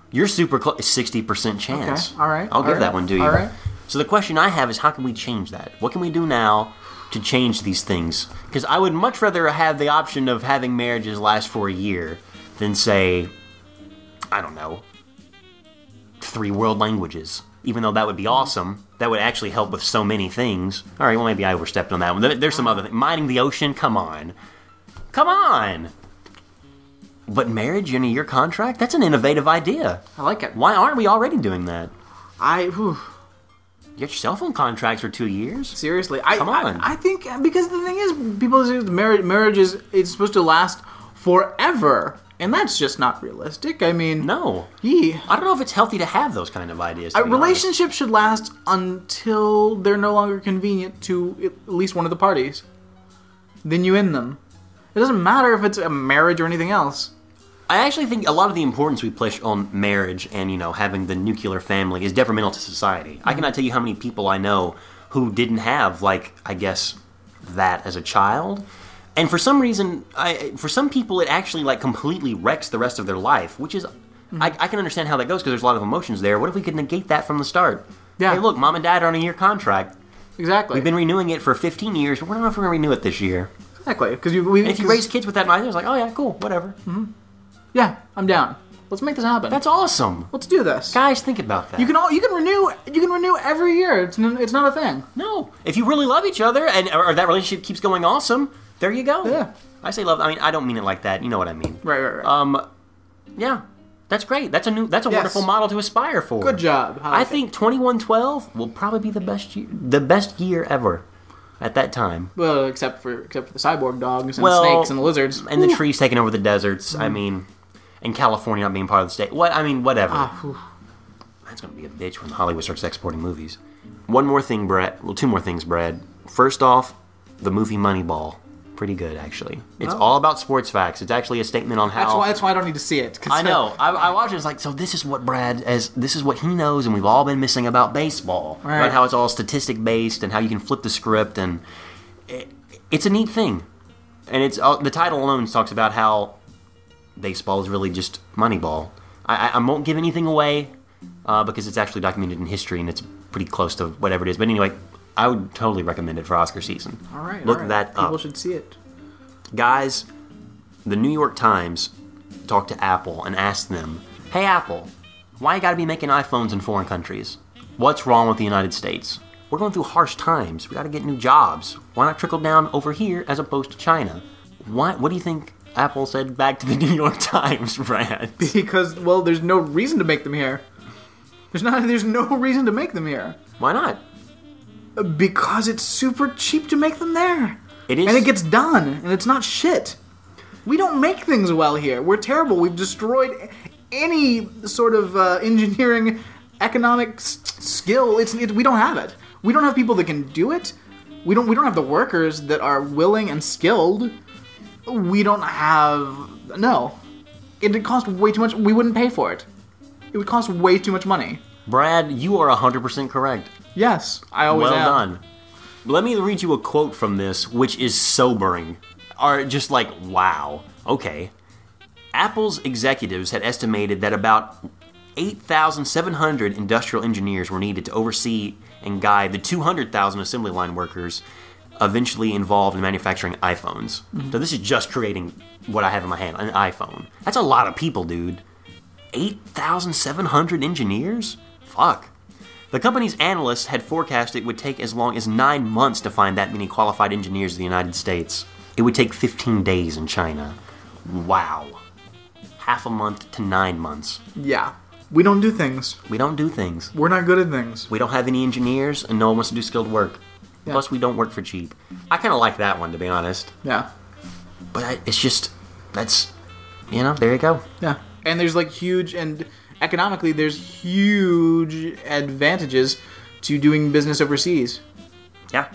Speaker 1: You're super close. 60% chance.
Speaker 2: Okay, all right,
Speaker 1: I'll
Speaker 2: all
Speaker 1: give
Speaker 2: right,
Speaker 1: that one to you.
Speaker 2: all right.
Speaker 1: So the question I have is how can we change that? What can we do now to change these things? Because I would much rather have the option of having marriages last for a year than, say, I don't know, three world languages. even though that would be awesome. That would actually help with so many things. All right, well, maybe I overstepped on that one. There- There's some other thing. Mining the ocean, come on. Come on! But marriage in a year contract? That's an innovative idea.
Speaker 2: I like it.
Speaker 1: Why aren't we already doing that?
Speaker 2: I whew,
Speaker 1: Get your cell phone contracts for two years.
Speaker 2: seriously. I,
Speaker 1: Come on.
Speaker 2: I, I think because the thing is, people say marriage marriage is it's supposed to last forever, and that's just not realistic. I mean,
Speaker 1: No.
Speaker 2: Yee.
Speaker 1: I don't know if it's healthy to have those kind of ideas. to
Speaker 2: A
Speaker 1: be honest.
Speaker 2: relationship should last until they're no longer convenient to at least one of the parties. Then you end them. It doesn't matter if it's a marriage or anything else.
Speaker 1: I actually think a lot of the importance we place on marriage and you know having the nuclear family is detrimental to society. I cannot tell you how many people I know who didn't have like I guess that as a child, and for some reason, I for some people it actually like completely wrecks the rest of their life, which is. I, I can understand how that goes because there's a lot of emotions there. What if we could negate that from the start?
Speaker 2: Yeah.
Speaker 1: Hey, look, mom and dad are on a year contract.
Speaker 2: Exactly.
Speaker 1: We've been renewing it for 15 years, but we don't know if we're going to renew it this year.
Speaker 2: exactly because Mm-hmm. you. We,
Speaker 1: And if you
Speaker 2: 'cause-
Speaker 1: raise kids with that mindset, it's like, oh yeah, cool, whatever.
Speaker 2: yeah, I'm down. Let's make this happen.
Speaker 1: That's awesome.
Speaker 2: Let's do this.
Speaker 1: Guys, think about that.
Speaker 2: You can all you can renew you can renew every year. It's n- it's not a thing.
Speaker 1: No, if you really love each other and or, or that relationship keeps going awesome, there you go.
Speaker 2: Yeah.
Speaker 1: I say love. I mean, I don't mean it like that. You know what I mean?
Speaker 2: Right, right, right.
Speaker 1: Um, yeah, that's great. That's a new. That's a
Speaker 2: Yes.
Speaker 1: wonderful model to aspire for.
Speaker 2: Good job.
Speaker 1: I
Speaker 2: Holiday.
Speaker 1: think twenty one twelve will probably be the best year, the best year ever, at that time.
Speaker 2: Well, except for except for the cyborg dogs and
Speaker 1: Well,
Speaker 2: snakes and lizards
Speaker 1: And the
Speaker 2: Ooh. Mm.
Speaker 1: trees taking over the deserts. I mean, and California not being part of the state. What I mean, whatever.
Speaker 2: Ah, whew.
Speaker 1: That's gonna be a bitch when Hollywood starts exporting movies. One more thing, Brad. Well, two more things, Brad. First off, the movie Moneyball, pretty good actually. It's all about sports facts. It's actually a statement on how.
Speaker 2: Oh. That's why that's why I don't need to see it. [LAUGHS] 'cause-
Speaker 1: Oh. I know. I, I watched it. It's like so. This is what Brad as this is what he knows, and we've all been missing about baseball.
Speaker 2: Right.
Speaker 1: About how it's all statistic based, and how you can flip the script, and it, it's a neat thing. And it's uh, the title alone talks about how baseball is really just Moneyball. I, I, I won't give anything away uh, because it's actually documented in history, and it's pretty close to whatever it is. But anyway, I would totally recommend it for Oscar season.
Speaker 2: All right,
Speaker 1: look
Speaker 2: all right.
Speaker 1: that up
Speaker 2: People should see it. [LAUGHS]
Speaker 1: guys, the New York Times talked to Apple and asked them, "Hey Apple, why you got to be making iPhones in foreign countries? What's wrong with the United States? We're going through harsh times. We got to get new jobs. Why not trickle down over here as opposed to China? Why, what do you think Apple said back to the [LAUGHS] New York Times, Brad?
Speaker 2: because well, there's no reason to make them here. There's not. There's no reason to make them here
Speaker 1: Why not?
Speaker 2: because it's super cheap to make them there,
Speaker 1: It is
Speaker 2: and it gets done, and it's not shit. We don't make things well here. We're terrible. We've destroyed any sort of uh, engineering, economic s- skill. It's it, we don't have it. We don't have people that can do it. We don't. We don't have the workers that are willing and skilled. We don't have no. It'd cost way too much. We wouldn't pay for it. It would cost way too much money.
Speaker 1: Brad, you are 100% correct.
Speaker 2: Yes, I always
Speaker 1: well
Speaker 2: am.
Speaker 1: done. Let me read you a quote from this, which is sobering. Or just like, wow. Okay. Apple's executives had estimated that about 8,700 industrial engineers were needed to oversee and guide the 200,000 assembly line workers eventually involved in manufacturing iPhones. So this is just creating what I have in my hand, an iPhone. That's a lot of people, dude. 8,700 engineers? Fuck. The company's analysts had forecast it would take as long as nine months to find that many qualified engineers in the United States. It would take 15 days in China. Wow. Half a month to nine months.
Speaker 2: Yeah, we don't do things.
Speaker 1: We don't do things.
Speaker 2: We're not good at things.
Speaker 1: We don't have any engineers, and no one wants to do skilled work.
Speaker 2: Yeah.
Speaker 1: Plus, we don't work for cheap. I kind of like that one, to be honest.
Speaker 2: Yeah,
Speaker 1: But I, it's just, that's, you know, there you go.
Speaker 2: yeah. And there's like huge and economically there's huge advantages to doing business overseas.
Speaker 1: Yeah.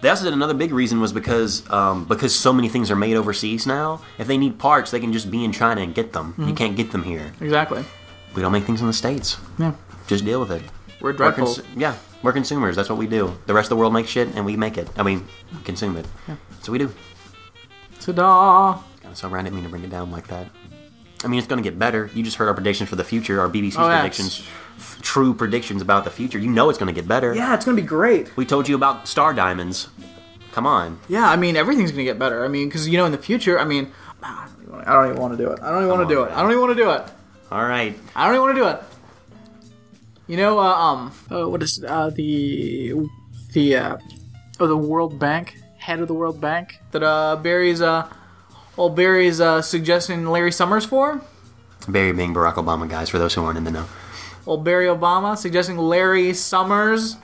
Speaker 1: They also said another big reason was because um, because so many things are made overseas now. If they need parts, they can just be in China and get them.
Speaker 2: Mhm.
Speaker 1: You can't get them here.
Speaker 2: Exactly.
Speaker 1: We don't make things in the states.
Speaker 2: Yeah,
Speaker 1: Just deal with it. We're
Speaker 2: we're dreadful.
Speaker 1: consu- yeah, we're consumers. That's what we do. The rest of the world makes shit, and we make it. I mean, consume it. So we do.
Speaker 2: Ta-da!
Speaker 1: Kinda So I didn't mean to bring it down like that. I mean, it's going to get better. You just heard our predictions for the future, our BBC's
Speaker 2: Oh, yeah.
Speaker 1: predictions, f- true predictions about the future. You know it's going to get better.
Speaker 2: Yeah, it's gonna be great.
Speaker 1: We told you about star diamonds. Come on.
Speaker 2: Yeah, I mean everything's gonna get better. I mean, because you know in the future, I mean, I don't even wanna- I don't even want to do it. I don't even want
Speaker 1: on,
Speaker 2: to do it.
Speaker 1: man.
Speaker 2: I don't even want to do it.
Speaker 1: All right.
Speaker 2: I don't even want to do it. You know, uh, um, uh, what is uh, the the uh, oh, the World Bank head of the World Bank that uh, Barry's uh, old Barry's uh, suggesting Larry Summers for?
Speaker 1: Barry being Barack Obama, guys, for those who aren't in the know.
Speaker 2: Old Barry Obama suggesting Larry Summers,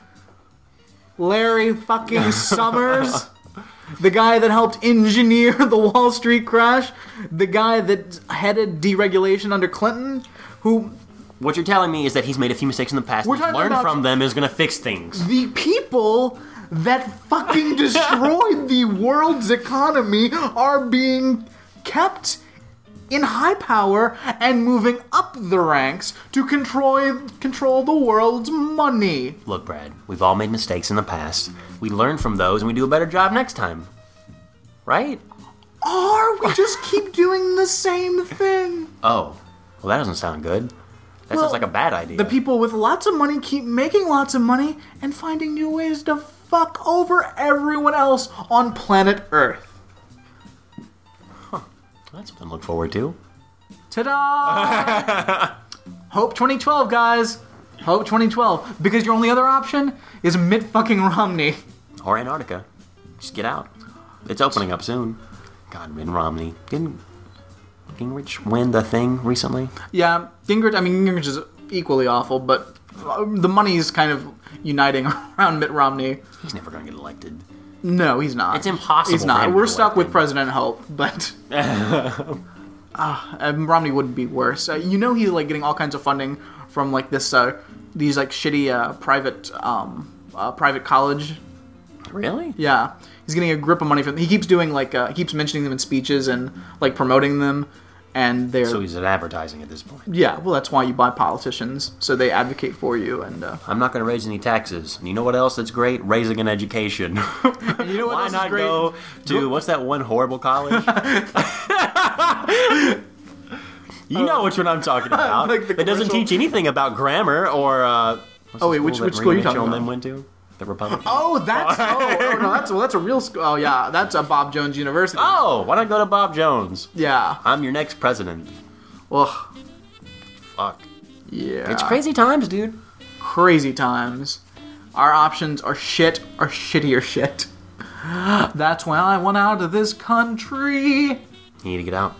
Speaker 2: Larry fucking Summers, the guy that helped engineer [LAUGHS] the Wall Street crash, the guy that headed deregulation under Clinton, who
Speaker 1: What you're telling me is that he's made a few mistakes in the past.
Speaker 2: We're
Speaker 1: and he's
Speaker 2: talking
Speaker 1: learned
Speaker 2: about-
Speaker 1: from them. Is going to fix things.
Speaker 2: the people that fucking destroyed the world's economy are being kept in high power and moving up the ranks to control control the world's money.
Speaker 1: Look, Brad, we've all made mistakes in the past. We learn from those and we do a better job next time. Right?
Speaker 2: Or we just keep doing the same thing.
Speaker 1: Oh, well, that doesn't sound good. That
Speaker 2: Well,
Speaker 1: sounds like a bad idea.
Speaker 2: The people with lots of money keep making lots of money and finding new ways to fuck over everyone else on planet Earth.
Speaker 1: That's something to look forward to.
Speaker 2: Ta-da! [LAUGHS] Hope 2012, guys. Hope 2012, because your only other option is Mitt fucking Romney. [LAUGHS]
Speaker 1: Or Antarctica. Just get out. It's opening up soon. God, Mitt Romney. Didn't Gingrich win the thing recently?
Speaker 2: Yeah, Gingrich. I mean, Gingrich is equally awful, but uh, the money's kind of uniting [LAUGHS] around Mitt Romney.
Speaker 1: He's never going to get elected.
Speaker 2: No, he's not.
Speaker 1: It's impossible
Speaker 2: He's
Speaker 1: for
Speaker 2: not.
Speaker 1: him to
Speaker 2: We're
Speaker 1: be
Speaker 2: stuck with
Speaker 1: elected.
Speaker 2: President Hope,
Speaker 1: [LAUGHS]
Speaker 2: but. Ah, um, Romney would be worse. Uh, you know he's like getting all kinds of funding from like this, uh, these like shitty uh, private, um, uh, private college
Speaker 1: Really?
Speaker 2: Yeah, he's getting a grip of money from. He keeps doing like uh, he keeps mentioning them in speeches and like promoting them, and they're
Speaker 1: So he's at advertising at this point.
Speaker 2: yeah. Well, that's why you buy politicians, so they advocate for you. And uh,
Speaker 1: I'm not going to raise any taxes. And you know what else that's great? Raising an education.
Speaker 2: [LAUGHS] you know what
Speaker 1: Why
Speaker 2: else is
Speaker 1: not
Speaker 2: great?
Speaker 1: go to what's that one horrible
Speaker 2: [LAUGHS]
Speaker 1: college? you know which one I'm
Speaker 2: [LAUGHS]
Speaker 1: talking about.
Speaker 2: like the
Speaker 1: that doesn't
Speaker 2: commercial-
Speaker 1: teach anything about grammar or. Uh, what's
Speaker 2: Oh,
Speaker 1: the
Speaker 2: wait, which-
Speaker 1: that
Speaker 2: which school are you
Speaker 1: Maria
Speaker 2: talking
Speaker 1: Mitchell and
Speaker 2: about?
Speaker 1: them went to the Republican.
Speaker 2: Oh, that's oh, oh, no, that's well, that's a real school. Oh yeah, that's a Bob Jones University.
Speaker 1: Oh, why not go to Bob Jones?
Speaker 2: Yeah.
Speaker 1: I'm your next president.
Speaker 2: Ugh.
Speaker 1: Fuck.
Speaker 2: Yeah.
Speaker 1: It's crazy times, dude.
Speaker 2: crazy times. Our options are shit or shittier shit. [GASPS] That's why I went out of this country.
Speaker 1: You need to get out.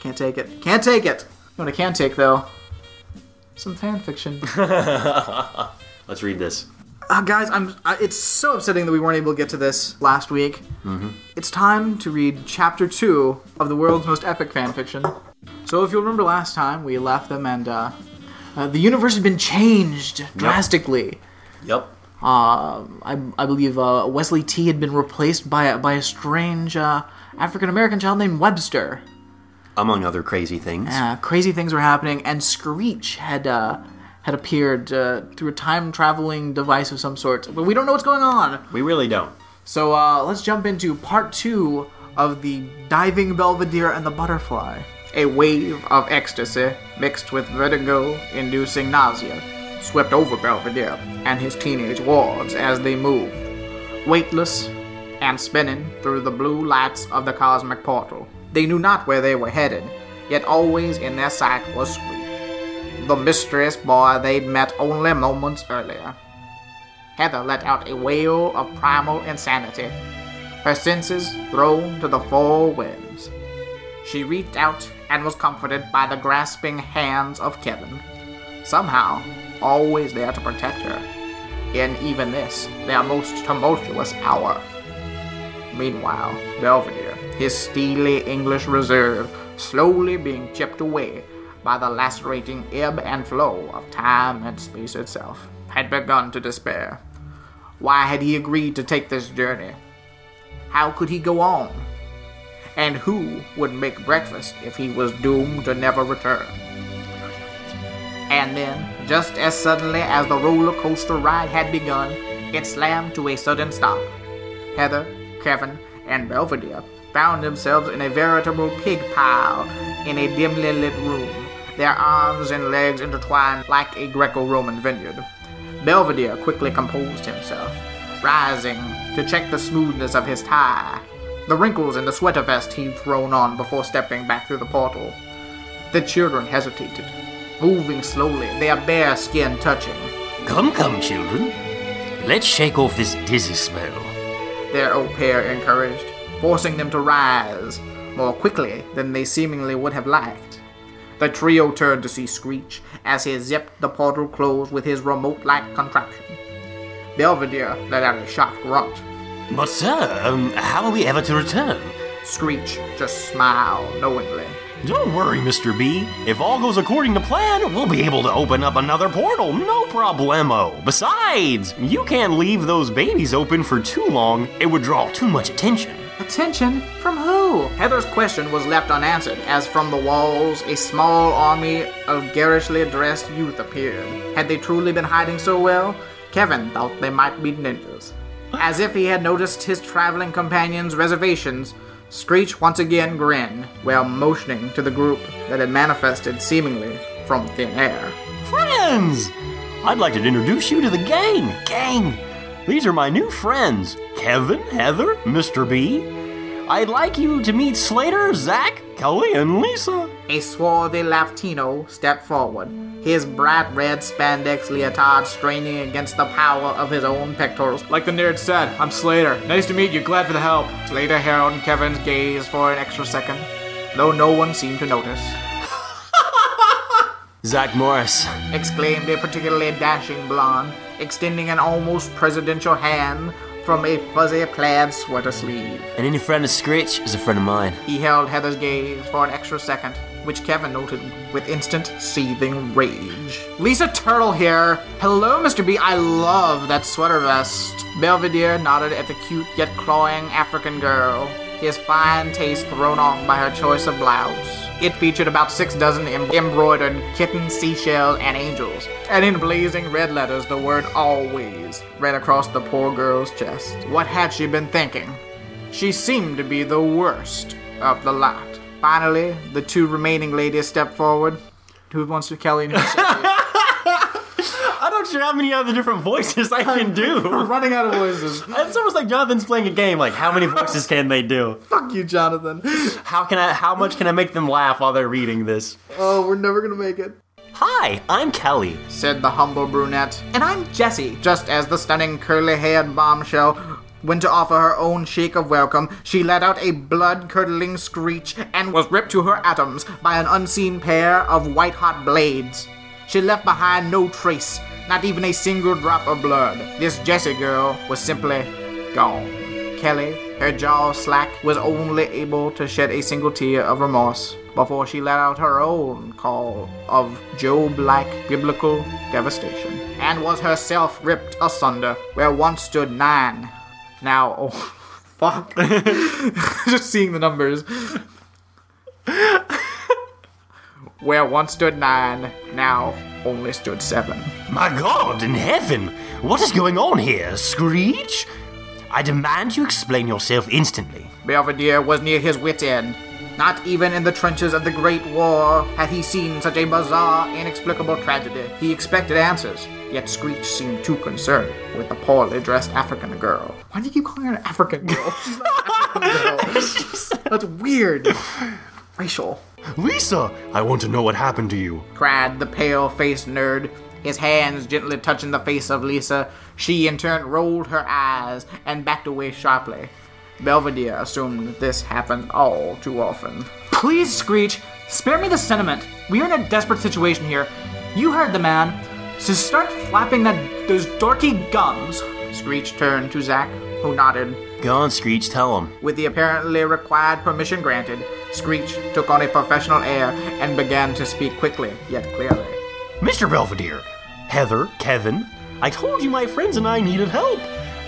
Speaker 2: Can't take it. Can't take it. You know what I can take though? Some fan fiction.
Speaker 1: Let's read this.
Speaker 2: Uh, guys, I'm. I, it's so upsetting that we weren't able to get to this last week. It's time to read chapter two of the world's most epic fan fiction. So, if you remember last time, we left them, and uh, uh, the universe has been changed drastically.
Speaker 1: Yep.
Speaker 2: I, I believe uh, Wesley T had been replaced by a, by a strange uh, African American child named Webster.
Speaker 1: Among other crazy things.
Speaker 2: Uh, crazy things were happening, and Screech had uh, had appeared uh, through a time traveling device of some sort, but we don't know what's going on.
Speaker 1: We really don't.
Speaker 2: So uh, let's jump into part two of the diving Belvedere and the butterfly. A wave of ecstasy mixed with vertigo inducing nausea swept over Belvedere and his teenage wards as they moved, weightless and spinning through the blue lights of the cosmic portal. They knew not where they were headed, yet always in their sight was Screech, the mysterious boy they'd met only moments earlier. Heather let out a wail of primal insanity, her senses thrown to the four winds. She reached out and was comforted by the grasping hands of Kevin, somehow always there to protect her, in even this, their most tumultuous hour. Meanwhile, Belvedere, his steely English reserve, slowly being chipped away by the lacerating ebb and flow of time and space itself, had begun to despair. Why had he agreed to take this journey? How could he go on? And who would make breakfast if he was doomed to never return? And then, just as suddenly as the roller coaster ride had begun, it slammed to a sudden stop. Heather, Kevin, and Belvedere found themselves in a veritable pig pile in a dimly lit room, their arms and legs intertwined like a Greco Roman vineyard. Belvedere quickly composed himself, rising to check the smoothness of his tie, the wrinkles in the sweater vest he'd thrown on before stepping back through the portal. The children hesitated, moving slowly, their bare skin touching.
Speaker 1: Come, come, children. Let's shake off this dizzy smell.
Speaker 2: Their au pair encouraged, forcing them to rise more quickly than they seemingly would have liked. The trio turned to see Screech as he zipped the portal closed with his remote like contraption. Belvedere let out a shocked grunt.
Speaker 1: But, sir, um, how are we ever to return?
Speaker 2: Screech just smiled knowingly.
Speaker 1: Don't worry, Mr. B. If all goes according to plan, we'll be able to open up another portal, no problemo. Besides, you can't leave those babies open for too long, it would draw too much attention.
Speaker 2: Attention? From who? Heather's question was left unanswered as from the walls a small army of garishly dressed youth appeared. Had they truly been hiding so well? Kevin thought they might be ninjas. As if he had noticed his traveling companion's reservations, Screech once again grinned while motioning to the group that had manifested seemingly from thin air.
Speaker 1: Friends! I'd like to introduce you to the gang. Gang! These are my new friends Kevin, Heather, Mr. B. I'd like you to meet Slater, Zach, Kelly, and Lisa.
Speaker 2: A swarthy Latino stepped forward, his bright red spandex leotard straining against the power of his own pectorals.
Speaker 4: Like the nerd said, I'm Slater. Nice to meet you. Glad for the help.
Speaker 2: Slater held Kevin's gaze for an extra second, though no one seemed to notice.
Speaker 1: Zach Morris.
Speaker 2: exclaimed a particularly dashing blonde, extending an almost presidential hand from a fuzzy plaid sweater sleeve.
Speaker 1: And any friend of Screech is a friend of mine.
Speaker 2: He held Heather's gaze for an extra second, which Kevin noted with instant seething rage. Lisa Turtle here. Hello, Mr. B. I love that sweater vest. Belvedere nodded at the cute yet clawing African girl, his fine taste thrown off by her choice of blouse. It featured about six dozen em- embroidered kitten, seashell, and angels, and in blazing red letters, the word always ran across the poor girl's chest. What had she been thinking? She seemed to be the worst of the lot. Finally, the two remaining ladies stepped forward. Who wants to Kelly? and who's-
Speaker 5: I'm not sure how many other different voices I can
Speaker 2: We're
Speaker 1: [LAUGHS]
Speaker 5: do.
Speaker 2: [LAUGHS] running out of voices.
Speaker 5: It's almost like Jonathan's playing a game. Like, how many voices can they do?
Speaker 2: Fuck you, Jonathan.
Speaker 5: How can I? How much can I make them laugh while they're reading this?
Speaker 2: Oh, we're never gonna make it.
Speaker 1: Hi, I'm Kelly.
Speaker 2: Said the humble brunette. And I'm Jessie. Just as the stunning curly haired bombshell went to offer her own shake of welcome, she let out a blood curdling screech and was ripped to her atoms by an unseen pair of white hot blades. She left behind no trace, not even a single drop of blood. This Jessie girl was simply gone. Kelly, her jaw slack, was only able to shed a single tear of remorse before she let out her own call of Job like biblical devastation and was herself ripped asunder where once stood nine. Now, oh, [LAUGHS] fuck. Just seeing the numbers. where once stood nine, now only stood seven.
Speaker 1: My God in heaven! What is going on here, Screech? I demand you explain yourself instantly.
Speaker 2: Belvedere was near his wit's end. Not even in the trenches of the Great War had he seen such a bizarre, inexplicable tragedy. He expected answers, yet Screech seemed too concerned with the poorly dressed African girl. Why do you keep calling her an African girl? [LAUGHS] She's not an African girl. That's weird. Racial.
Speaker 1: Lisa, I want to know what happened to you.
Speaker 2: Cried the pale faced nerd, his hands gently touching the face of Lisa. She in turn rolled her eyes and backed away sharply. Belvedere assumed that this happened all too often.
Speaker 4: Please, Screech, spare me the sentiment. We are in a desperate situation here. You heard the man. So start flapping that those dorky gums.
Speaker 2: Screech turned to Zack, who nodded.
Speaker 1: Go on, Screech, tell him.
Speaker 2: With the apparently required permission granted, Screech took on a professional air and began to speak quickly, yet clearly.
Speaker 1: Mr. Belvedere, Heather, Kevin, I told you my friends and I needed help.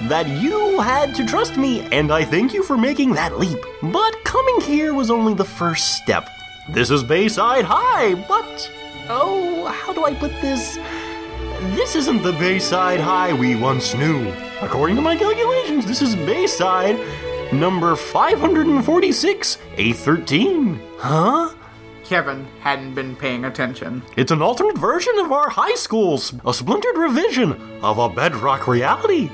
Speaker 1: That you had to trust me, and I thank you for making that leap. But coming here was only the first step. This is Bayside High, but. Oh, how do I put this? This isn't the Bayside High we once knew. According to my calculations, this is Bayside number 546, A13. Huh?
Speaker 2: Kevin hadn't been paying attention.
Speaker 1: It's an alternate version of our high school's, a splintered revision of a bedrock reality.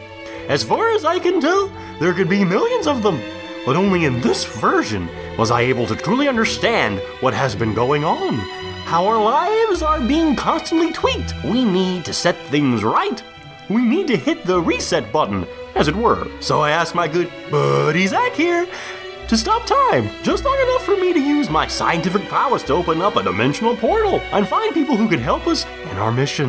Speaker 1: As far as I can tell, there could be millions of them, but only in this version was I able to truly understand what has been going on. Our lives are being constantly tweaked. We need to set things right. We need to hit the reset button, as it were. So I asked my good buddy Zach here to stop time, just long enough for me to use my scientific powers to open up a dimensional portal and find people who could help us in our mission.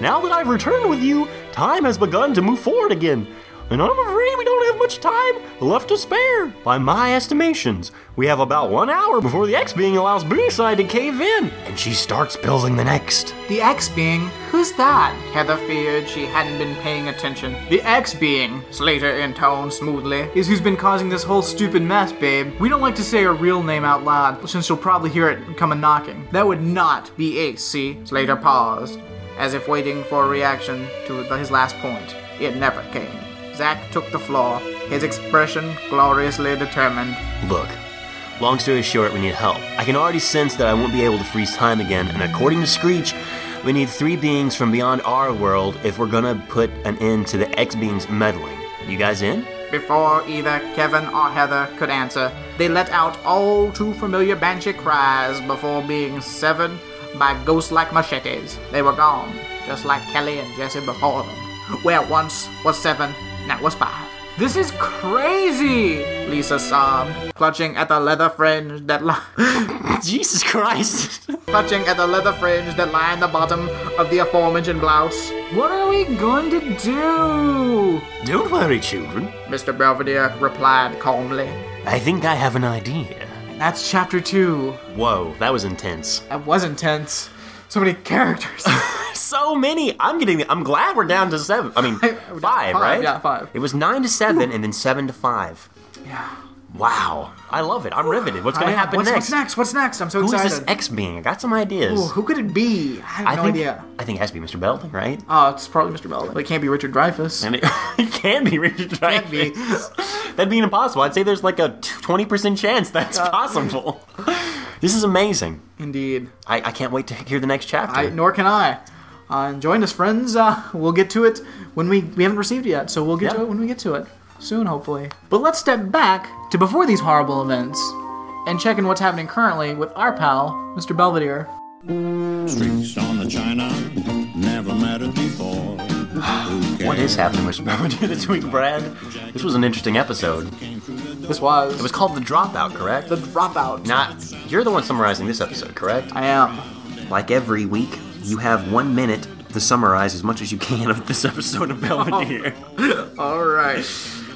Speaker 1: Now that I've returned with you, time has begun to move forward again. And I'm afraid we don't have much time left to spare. By my estimations, we have about one hour before the X being allows Boonside to cave in, and she starts building the next.
Speaker 6: The X being, who's that? Heather feared she hadn't been paying attention. The X being, Slater intoned smoothly, is who's been causing this whole stupid mess, babe. We don't like to say her real name out loud, since she'll probably hear it come a knocking. That would not be Ace, see? Slater paused, as if waiting for a reaction to his last point. It never came. Zack took the floor, his expression gloriously determined.
Speaker 1: Look, long story short, we need help. I can already sense that I won't be able to freeze time again, and according to Screech, we need three beings from beyond our world if we're gonna put an end to the X beings meddling. You guys in?
Speaker 6: Before either Kevin or Heather could answer, they let out all too familiar banshee cries before being severed by ghost like machetes. They were gone, just like Kelly and Jesse before them. Where once was seven, now was five. This is crazy! Lisa sobbed, clutching at the leather fringe that li-
Speaker 1: [LAUGHS]
Speaker 6: [LAUGHS]
Speaker 1: Jesus Christ!
Speaker 6: clutching at the leather fringe that lined the bottom of the aforementioned blouse. What are we going to do?
Speaker 1: [LAUGHS] Don't worry, children.
Speaker 6: Mr. Belvedere replied calmly.
Speaker 1: I think I have an idea.
Speaker 6: That's chapter two.
Speaker 1: Whoa, that was intense.
Speaker 6: That was intense. So many
Speaker 1: [LAUGHS]
Speaker 6: characters.
Speaker 1: So many. I'm getting. I'm glad [LAUGHS] we're down to seven. I mean, five, right?
Speaker 2: yeah, five.
Speaker 1: It was nine to seven, and then seven to five.
Speaker 6: yeah.
Speaker 1: Wow, I love it. I'm riveted. What's going to happen
Speaker 6: what's,
Speaker 1: next?
Speaker 6: what's next? What's next? I'm so
Speaker 1: Who is
Speaker 6: excited.
Speaker 1: this X being? I got some ideas.
Speaker 2: Who could it be? I have
Speaker 1: I
Speaker 2: no
Speaker 1: think.
Speaker 2: idea.
Speaker 1: I think it has to be Mr. Belding, right?
Speaker 2: Oh, it's probably Mr. Belding. But it can't be Richard Dreyfus.
Speaker 1: And it, [LAUGHS] it can be Richard Dreyfuss.
Speaker 2: be.
Speaker 1: [LAUGHS] That'd be impossible. I'd say there's like a twenty percent chance that's
Speaker 2: Uh,
Speaker 1: possible. [LAUGHS] this is amazing.
Speaker 2: Indeed.
Speaker 1: I, I can't wait to hear the next chapter.
Speaker 2: I, nor can I. Uh, and join us, friends. Uh, we'll get to it when we we haven't received it yet, so we'll get to
Speaker 1: Yeah.
Speaker 2: it when we get to it soon, hopefully. But let's step back to before these horrible events and check in what's happening currently with our pal, Mr. Belvedere.
Speaker 7: Streaks on the china, never met it before.
Speaker 1: What is happening with [LAUGHS] Belvedere this week, Brad? This was an interesting episode.
Speaker 2: This was
Speaker 1: It was called The Dropout, correct?
Speaker 2: the dropout.
Speaker 1: Not you're the one summarizing this episode, correct?
Speaker 2: I am.
Speaker 1: Like every week, you have one minute to summarize as much as you can of this episode of Belvedere.
Speaker 2: Oh. All right.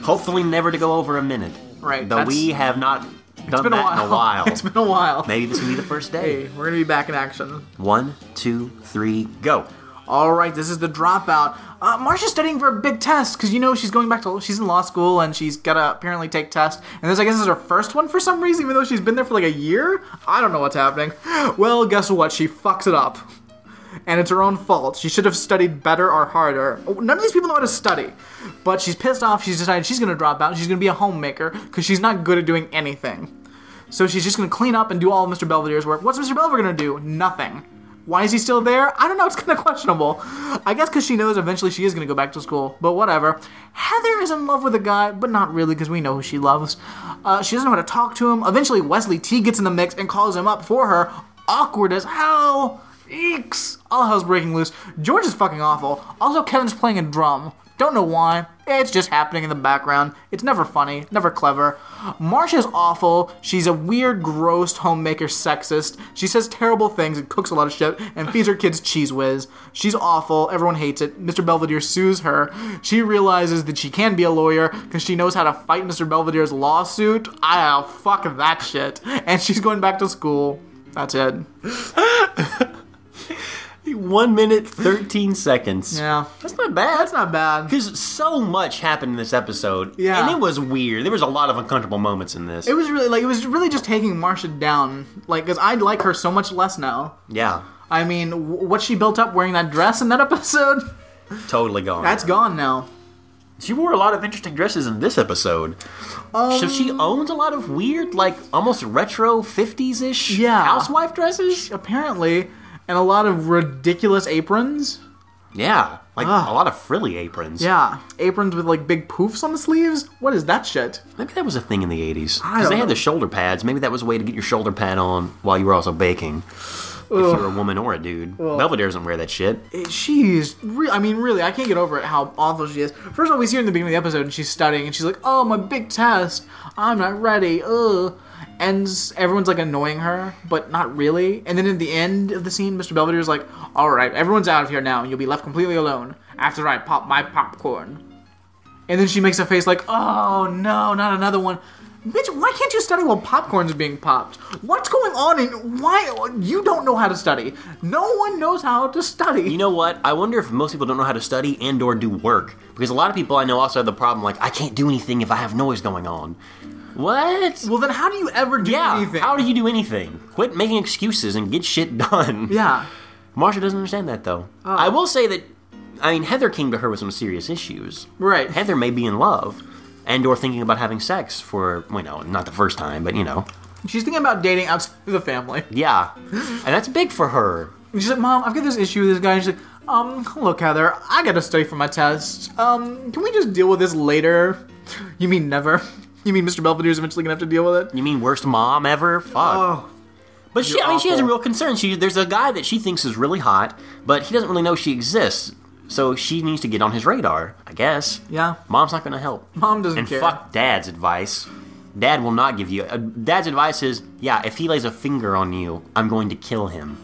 Speaker 1: Hopefully, never to go over a minute.
Speaker 2: Right,
Speaker 1: Though we have not done
Speaker 2: Been a
Speaker 1: that
Speaker 2: while.
Speaker 1: in a while.
Speaker 2: [LAUGHS] It's been a while.
Speaker 1: Maybe this will be the first
Speaker 2: Hey,
Speaker 1: day.
Speaker 2: we're gonna be back in action.
Speaker 1: One, two, three, go.
Speaker 2: All right, this is the dropout. Uh, Marsha's studying for a big test because you know she's going back to she's in law school and she's gotta apparently take tests. And this I guess is her first one for some reason, even though she's been there for like a year. I don't know what's happening. Well, guess what? She fucks it up, and it's her own fault. She should have studied better or harder. Oh, None of these people know how to study, but she's pissed off. She's decided she's gonna drop out. and She's gonna be a homemaker because she's not good at doing anything. So she's just gonna clean up and do all of Mr. Belvedere's work. What's Mr. Belvedere gonna do? Nothing. Why is he still there? I don't know. It's kind of questionable. I guess because she knows eventually she is gonna go back to school. But whatever. Heather is in love with a guy, but not really because we know who she loves. Uh, she doesn't know how to talk to him. Eventually, Wesley T gets in the mix and calls him up for her. Awkward as hell. Eeks! All hell's breaking loose. George is fucking awful. Also, Kevin's playing a drum. Don't know why. Eh, It's just happening in the background. It's never funny, never clever. Marsha's awful. She's a weird, gross homemaker sexist. She says terrible things and cooks a lot of shit and feeds her kids cheese whiz. She's awful. Everyone hates it. Mr. Belvedere sues her. She realizes that she can be a lawyer because she knows how to fight Mr. Belvedere's lawsuit. Ah, fuck that shit. And she's going back to school. That's it.
Speaker 1: One minute, 13 seconds.
Speaker 2: Yeah.
Speaker 1: That's not bad.
Speaker 2: That's not bad.
Speaker 1: Because so much happened in this episode.
Speaker 2: Yeah.
Speaker 1: And it was weird. There was a lot of uncomfortable moments in this.
Speaker 2: It was really like it was really just taking Marsha down, like because I like her so much less now.
Speaker 1: yeah.
Speaker 2: I mean, w- what she built up wearing that dress in that [LAUGHS] episode,
Speaker 1: Totally gone.
Speaker 2: that's gone now.
Speaker 1: She wore a lot of interesting dresses in this episode. so she
Speaker 2: Um,
Speaker 1: owns a lot of weird, like almost retro 50s ish
Speaker 2: Yeah.
Speaker 1: housewife dresses.
Speaker 2: Apparently, and a lot of ridiculous aprons.
Speaker 1: Yeah. Like
Speaker 2: Ah.
Speaker 1: a lot of frilly aprons.
Speaker 2: Yeah, aprons with like big poofs on the sleeves. What is that shit?
Speaker 1: Maybe that was a thing in the 80s.
Speaker 2: don't
Speaker 1: Because they
Speaker 2: know.
Speaker 1: had the shoulder pads. Maybe that was a way to get your shoulder pad on while you were also baking. if you're a woman or a dude. Belvedere doesn't wear that shit.
Speaker 2: She's, re- I mean, really, I can't get over it how awful she is. First of all, we see her in the beginning of the episode, and she's studying, and she's like, "Oh, my big test. I'm not ready." Ugh. And s- everyone's like annoying her, but not really. And then at the end of the scene, Mr. Belvedere's like, "All right, everyone's out of here now, and you'll be left completely alone after I pop my popcorn." And then she makes a face like, "Oh no, not another one." Bitch, why can't you study while popcorn's being popped? What's going on? And why you don't know how to study? No one knows how to study.
Speaker 1: You know what? I wonder if most people don't know how to study and or do work because a lot of people I know also have the problem like I can't do anything if I have noise going on. What?
Speaker 2: Well, then how do you ever do
Speaker 1: yeah.
Speaker 2: anything?
Speaker 1: How do you do anything? Quit making excuses and get shit done.
Speaker 2: yeah.
Speaker 1: Marsha doesn't understand that though.
Speaker 2: Oh.
Speaker 1: I will say that I mean Heather came to her with some serious issues.
Speaker 2: Right.
Speaker 1: Heather may be in love and or thinking about having sex for you know not the first time but you know
Speaker 2: She's thinking about dating outside of the family. [GASPS]
Speaker 1: yeah and that's big for her
Speaker 2: And she's like, Mom, I've got this issue with this guy. And she's like, um, look, Heather, I gotta study for my test. Um, can we just deal with this later? You mean never? [LAUGHS] You mean Mr. Belvedere's eventually gonna have to deal with it?
Speaker 1: you mean worst mom ever fuck
Speaker 2: Oh,
Speaker 1: But she, I mean, she has a real concern. She there's a guy that she thinks is really hot, but he doesn't really know she exists. So she needs to get on his radar, I guess.
Speaker 2: Yeah.
Speaker 1: Mom's not going to help.
Speaker 2: Mom doesn't
Speaker 1: and
Speaker 2: care.
Speaker 1: fuck dad's advice. Dad will not give you. Uh, dad's advice is, yeah, if he lays a finger on you, I'm going to kill him.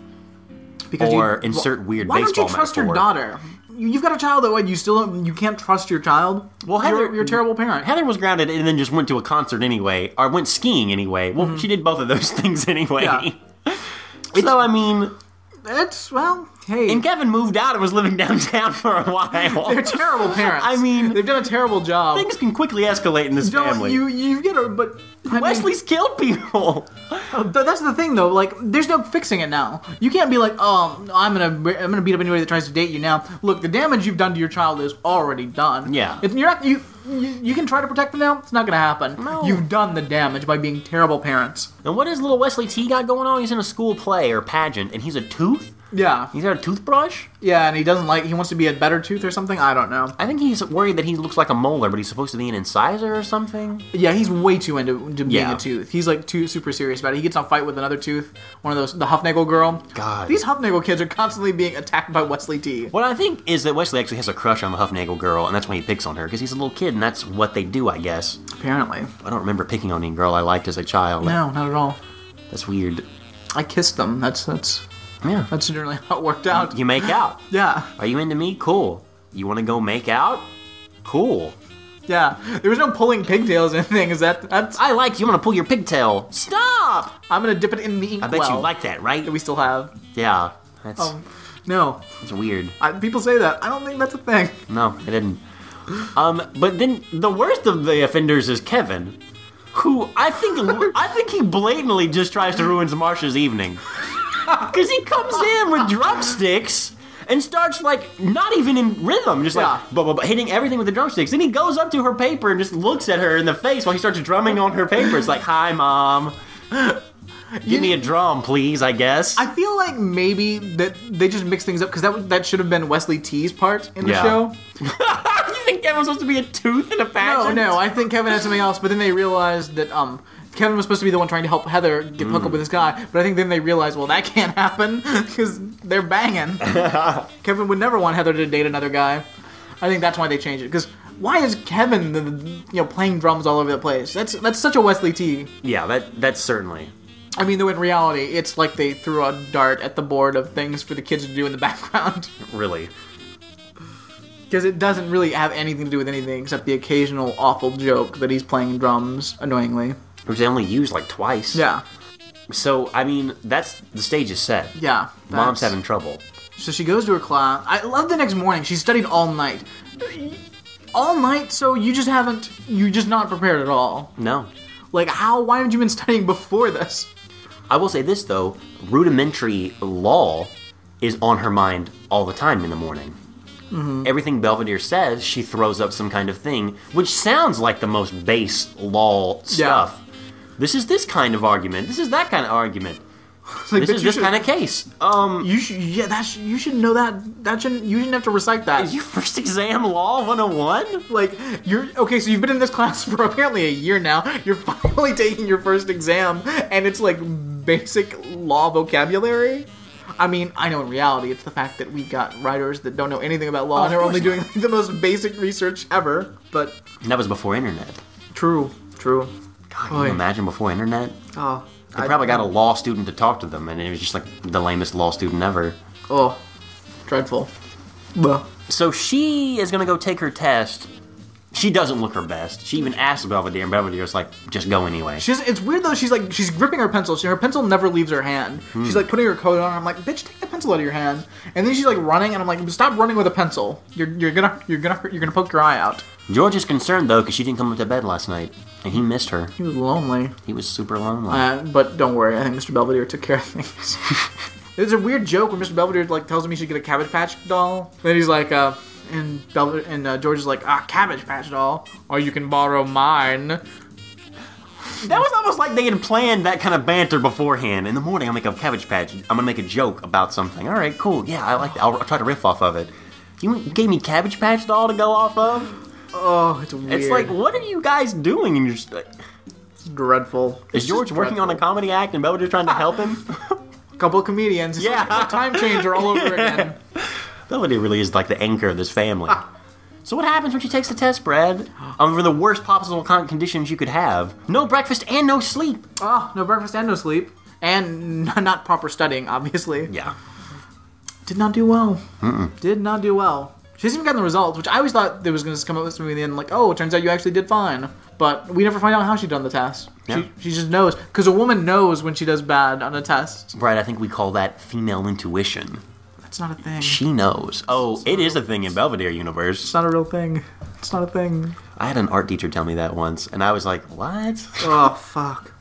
Speaker 2: because
Speaker 1: or insert weird
Speaker 2: Why
Speaker 1: baseball
Speaker 2: don't you trust your
Speaker 1: metaphor.
Speaker 2: daughter? You- You've got a child that what you still don't- you can't trust your child.
Speaker 1: Well, Heather-
Speaker 2: you're, you're a terrible parent.
Speaker 1: Heather was grounded and then just went to a concert anyway, or went skiing anyway.
Speaker 2: Mm-hmm.
Speaker 1: Well, she did both of those [LAUGHS] things anyway.
Speaker 2: Yeah.
Speaker 1: [LAUGHS] so I mean,
Speaker 2: It's well, hey,
Speaker 1: and Kevin moved out and was living [LAUGHS] downtown for a while.
Speaker 2: they're terrible parents.
Speaker 1: [LAUGHS] I mean-
Speaker 2: they've done a terrible job.
Speaker 1: Things can quickly escalate in this
Speaker 2: don't
Speaker 1: family.
Speaker 2: you you get a but I mean-
Speaker 1: Wesley's killed people.
Speaker 2: But that's the thing, though. Like, there's no fixing it now. You can't be like, oh, I'm gonna, I'm gonna beat up anybody that tries to date you now. Look, the damage you've done to your child is already done.
Speaker 1: Yeah.
Speaker 2: If you're not, you, you, you can try to protect them now. It's not gonna happen.
Speaker 1: No.
Speaker 2: You've done the damage by being terrible parents.
Speaker 1: [LAUGHS] And what is little Wesley T got going on? He's in a school play or pageant, and he's a tooth.
Speaker 2: Yeah.
Speaker 1: He's got a toothbrush.
Speaker 2: Yeah, and he doesn't like. He wants to be a better tooth or something. I don't know.
Speaker 1: I think he's worried that he looks like a molar, but he's supposed to be an incisor or something.
Speaker 2: Yeah, he's way too into, into being
Speaker 1: Yeah.
Speaker 2: a tooth. He's like too super serious about it. He gets in a fight with another tooth, one of those the Huffnagel girl.
Speaker 1: God.
Speaker 2: These Huffnagel kids are constantly being attacked by Wesley T.
Speaker 1: What I think is that Wesley actually has a crush on the Huffnagel girl, and that's why he picks on her because he's a little kid, and that's what they do, I guess.
Speaker 2: Apparently.
Speaker 1: I don't remember picking on any girl I liked as a child.
Speaker 2: No, not at all.
Speaker 1: That's weird.
Speaker 2: I kissed them. That's that's
Speaker 1: Yeah.
Speaker 2: that's generally [LAUGHS] how it worked out.
Speaker 1: You make out.
Speaker 2: Yeah,
Speaker 1: Are you into me? Cool. You want to go make out? Cool.
Speaker 2: yeah. There was no pulling pigtails or anything. Is that that's?
Speaker 1: I like you. I'm gonna pull your pigtail. Stop.
Speaker 2: I'm gonna dip it in the ink.
Speaker 1: I bet you like that, right?
Speaker 2: that we still have.
Speaker 1: Yeah, that's
Speaker 2: Um, no,
Speaker 1: that's weird.
Speaker 2: I, people say that. I don't think that's a thing.
Speaker 1: No, I didn't. Um, but then the worst of the offenders is Kevin, who I think I think he blatantly just tries to ruin Marsha's evening, because he comes in with drumsticks. And starts like not even in rhythm, just
Speaker 2: Yeah.
Speaker 1: like but, but, hitting everything with the drumsticks. Then he goes up to her paper and just looks at her in the face while he starts drumming on her paper. It's like, "Hi, mom, give me a drum, please." I [LAUGHS] guess.
Speaker 2: I feel like maybe that they just mixed things up because that was- that should have been Wesley T's part in the
Speaker 1: Yeah.
Speaker 2: show.
Speaker 1: you think Kevin's supposed to be a tooth in a
Speaker 2: No,
Speaker 1: pageant?
Speaker 2: no. I think Kevin had something else, but then they realized that um. Kevin was supposed to be the one trying to help Heather get hooked up with this guy, but I think then they realized, well, that can't happen [LAUGHS] because they're banging. Kevin would never want Heather to date another guy. I think that's why they changed it. Because why is Kevin, the, you know, playing drums all over the place? That's that's such a Wesley T.
Speaker 1: Yeah, that that's certainly.
Speaker 2: I mean, though in reality, it's like they threw a dart at the board of things for the kids to do in the [LAUGHS] background.
Speaker 1: Really.
Speaker 2: Because it doesn't really have anything to do with anything except the occasional awful joke that he's playing drums annoyingly.
Speaker 1: Which they only used like twice.
Speaker 2: Yeah,
Speaker 1: So I mean, that's the stage is set.
Speaker 2: yeah.
Speaker 1: Mom's
Speaker 2: that's-
Speaker 1: having trouble.
Speaker 2: So she goes to her class. I love the next morning. She studied all night. All night, so you just haven't, you're just not prepared at all.
Speaker 1: No.
Speaker 2: Like, how? Why haven't you been [LAUGHS] studying before this? [LAUGHS]
Speaker 1: I will say this though, rudimentary law is on her mind all the time in the morning.
Speaker 2: Mm-hmm.
Speaker 1: Everything Belvedere says, she throws up some kind of thing, which sounds like the most base law stuff. This is this kind of argument. This is that kind of argument.
Speaker 2: It's like,
Speaker 1: This
Speaker 2: bitch,
Speaker 1: is
Speaker 2: you
Speaker 1: this
Speaker 2: should,
Speaker 1: kind of case. Um, [LAUGHS]
Speaker 2: You should, yeah, that sh- you should know that. That shouldn't. You shouldn't have to recite that.
Speaker 1: you first exam law 101?
Speaker 2: like, you're okay. So you've been in this [LAUGHS] class for apparently a year now. You're [LAUGHS] finally taking your first exam, and it's like basic law vocabulary. I mean, I know in reality it's the fact that we got writers that don't know anything about law and
Speaker 1: of
Speaker 2: are only
Speaker 1: course
Speaker 2: doing the most basic research ever. But
Speaker 1: And that was before internet.
Speaker 2: true, true.
Speaker 1: God, can
Speaker 2: Oy.
Speaker 1: you imagine before internet?
Speaker 2: Oh,
Speaker 1: They probably got a law student to talk to them, and it was just like the lamest law student ever.
Speaker 2: oh, dreadful. Bah.
Speaker 1: So she is gonna go take her test. She doesn't look her best. She even asks Belvedere, and Belvedere's like, just go anyway.
Speaker 2: She's, it's weird though. She's like she's gripping her pencil. She, her pencil never leaves her hand. She's
Speaker 1: Hmm.
Speaker 2: like putting her coat on. I'm like, bitch, take the pencil out of your hand. And then she's like running, and I'm like, stop running with a pencil. You're, you're gonna you're gonna hurt- you're gonna poke your eye out.
Speaker 1: George is concerned though, because she didn't come up to bed last night, and he missed her.
Speaker 2: He was lonely.
Speaker 1: He was super lonely.
Speaker 2: Uh, but don't worry, I think Mr. Belvedere took care of things.
Speaker 1: [LAUGHS]
Speaker 2: There's a weird joke where Mr. Belvedere like tells him he should get a Cabbage Patch doll. Then he's like, uh, and Belvedere, and uh, George is like, ah, Cabbage Patch doll, or you can borrow mine.
Speaker 1: That was almost like they had planned that kind of banter beforehand. In the morning, I'll make a cabbage patch. I'm gonna make a joke about something. All right, cool. Yeah, I like that. I'll, I'll try to riff off of it. You gave me cabbage patch doll to go off of.
Speaker 2: Oh, it's weird.
Speaker 1: It's like, what are you guys doing? And you're just like,
Speaker 2: It's dreadful.
Speaker 1: is George working on a comedy act and Belvedere trying to help him? [LAUGHS]
Speaker 2: a couple of comedians? It's
Speaker 1: Yeah.
Speaker 2: like a time changer all over again.
Speaker 1: Belvedere really is like the anchor of this family. So what happens when she takes the test, Brad? Under the worst possible con- conditions you could have. No breakfast and no sleep.
Speaker 2: Oh, no breakfast and no sleep, and n- not proper studying, obviously.
Speaker 1: Yeah.
Speaker 2: Did not do well. Did not do well. She hasn't even gotten the results, which I always thought there was going to come up with something in the end, like, oh, it turns out you actually did fine. But we never find out how she done the test.
Speaker 1: Yeah.
Speaker 2: She, she just knows. Because a woman knows when she does bad on a test.
Speaker 1: Brad, I think we call that female intuition.
Speaker 2: That's not a thing. It's
Speaker 1: She knows. Oh, it is a thing in Belvedere universe.
Speaker 2: not a real thing. It's not a thing.
Speaker 1: I had an art teacher tell me that once, and I was like, "What?"
Speaker 2: Oh, fuck.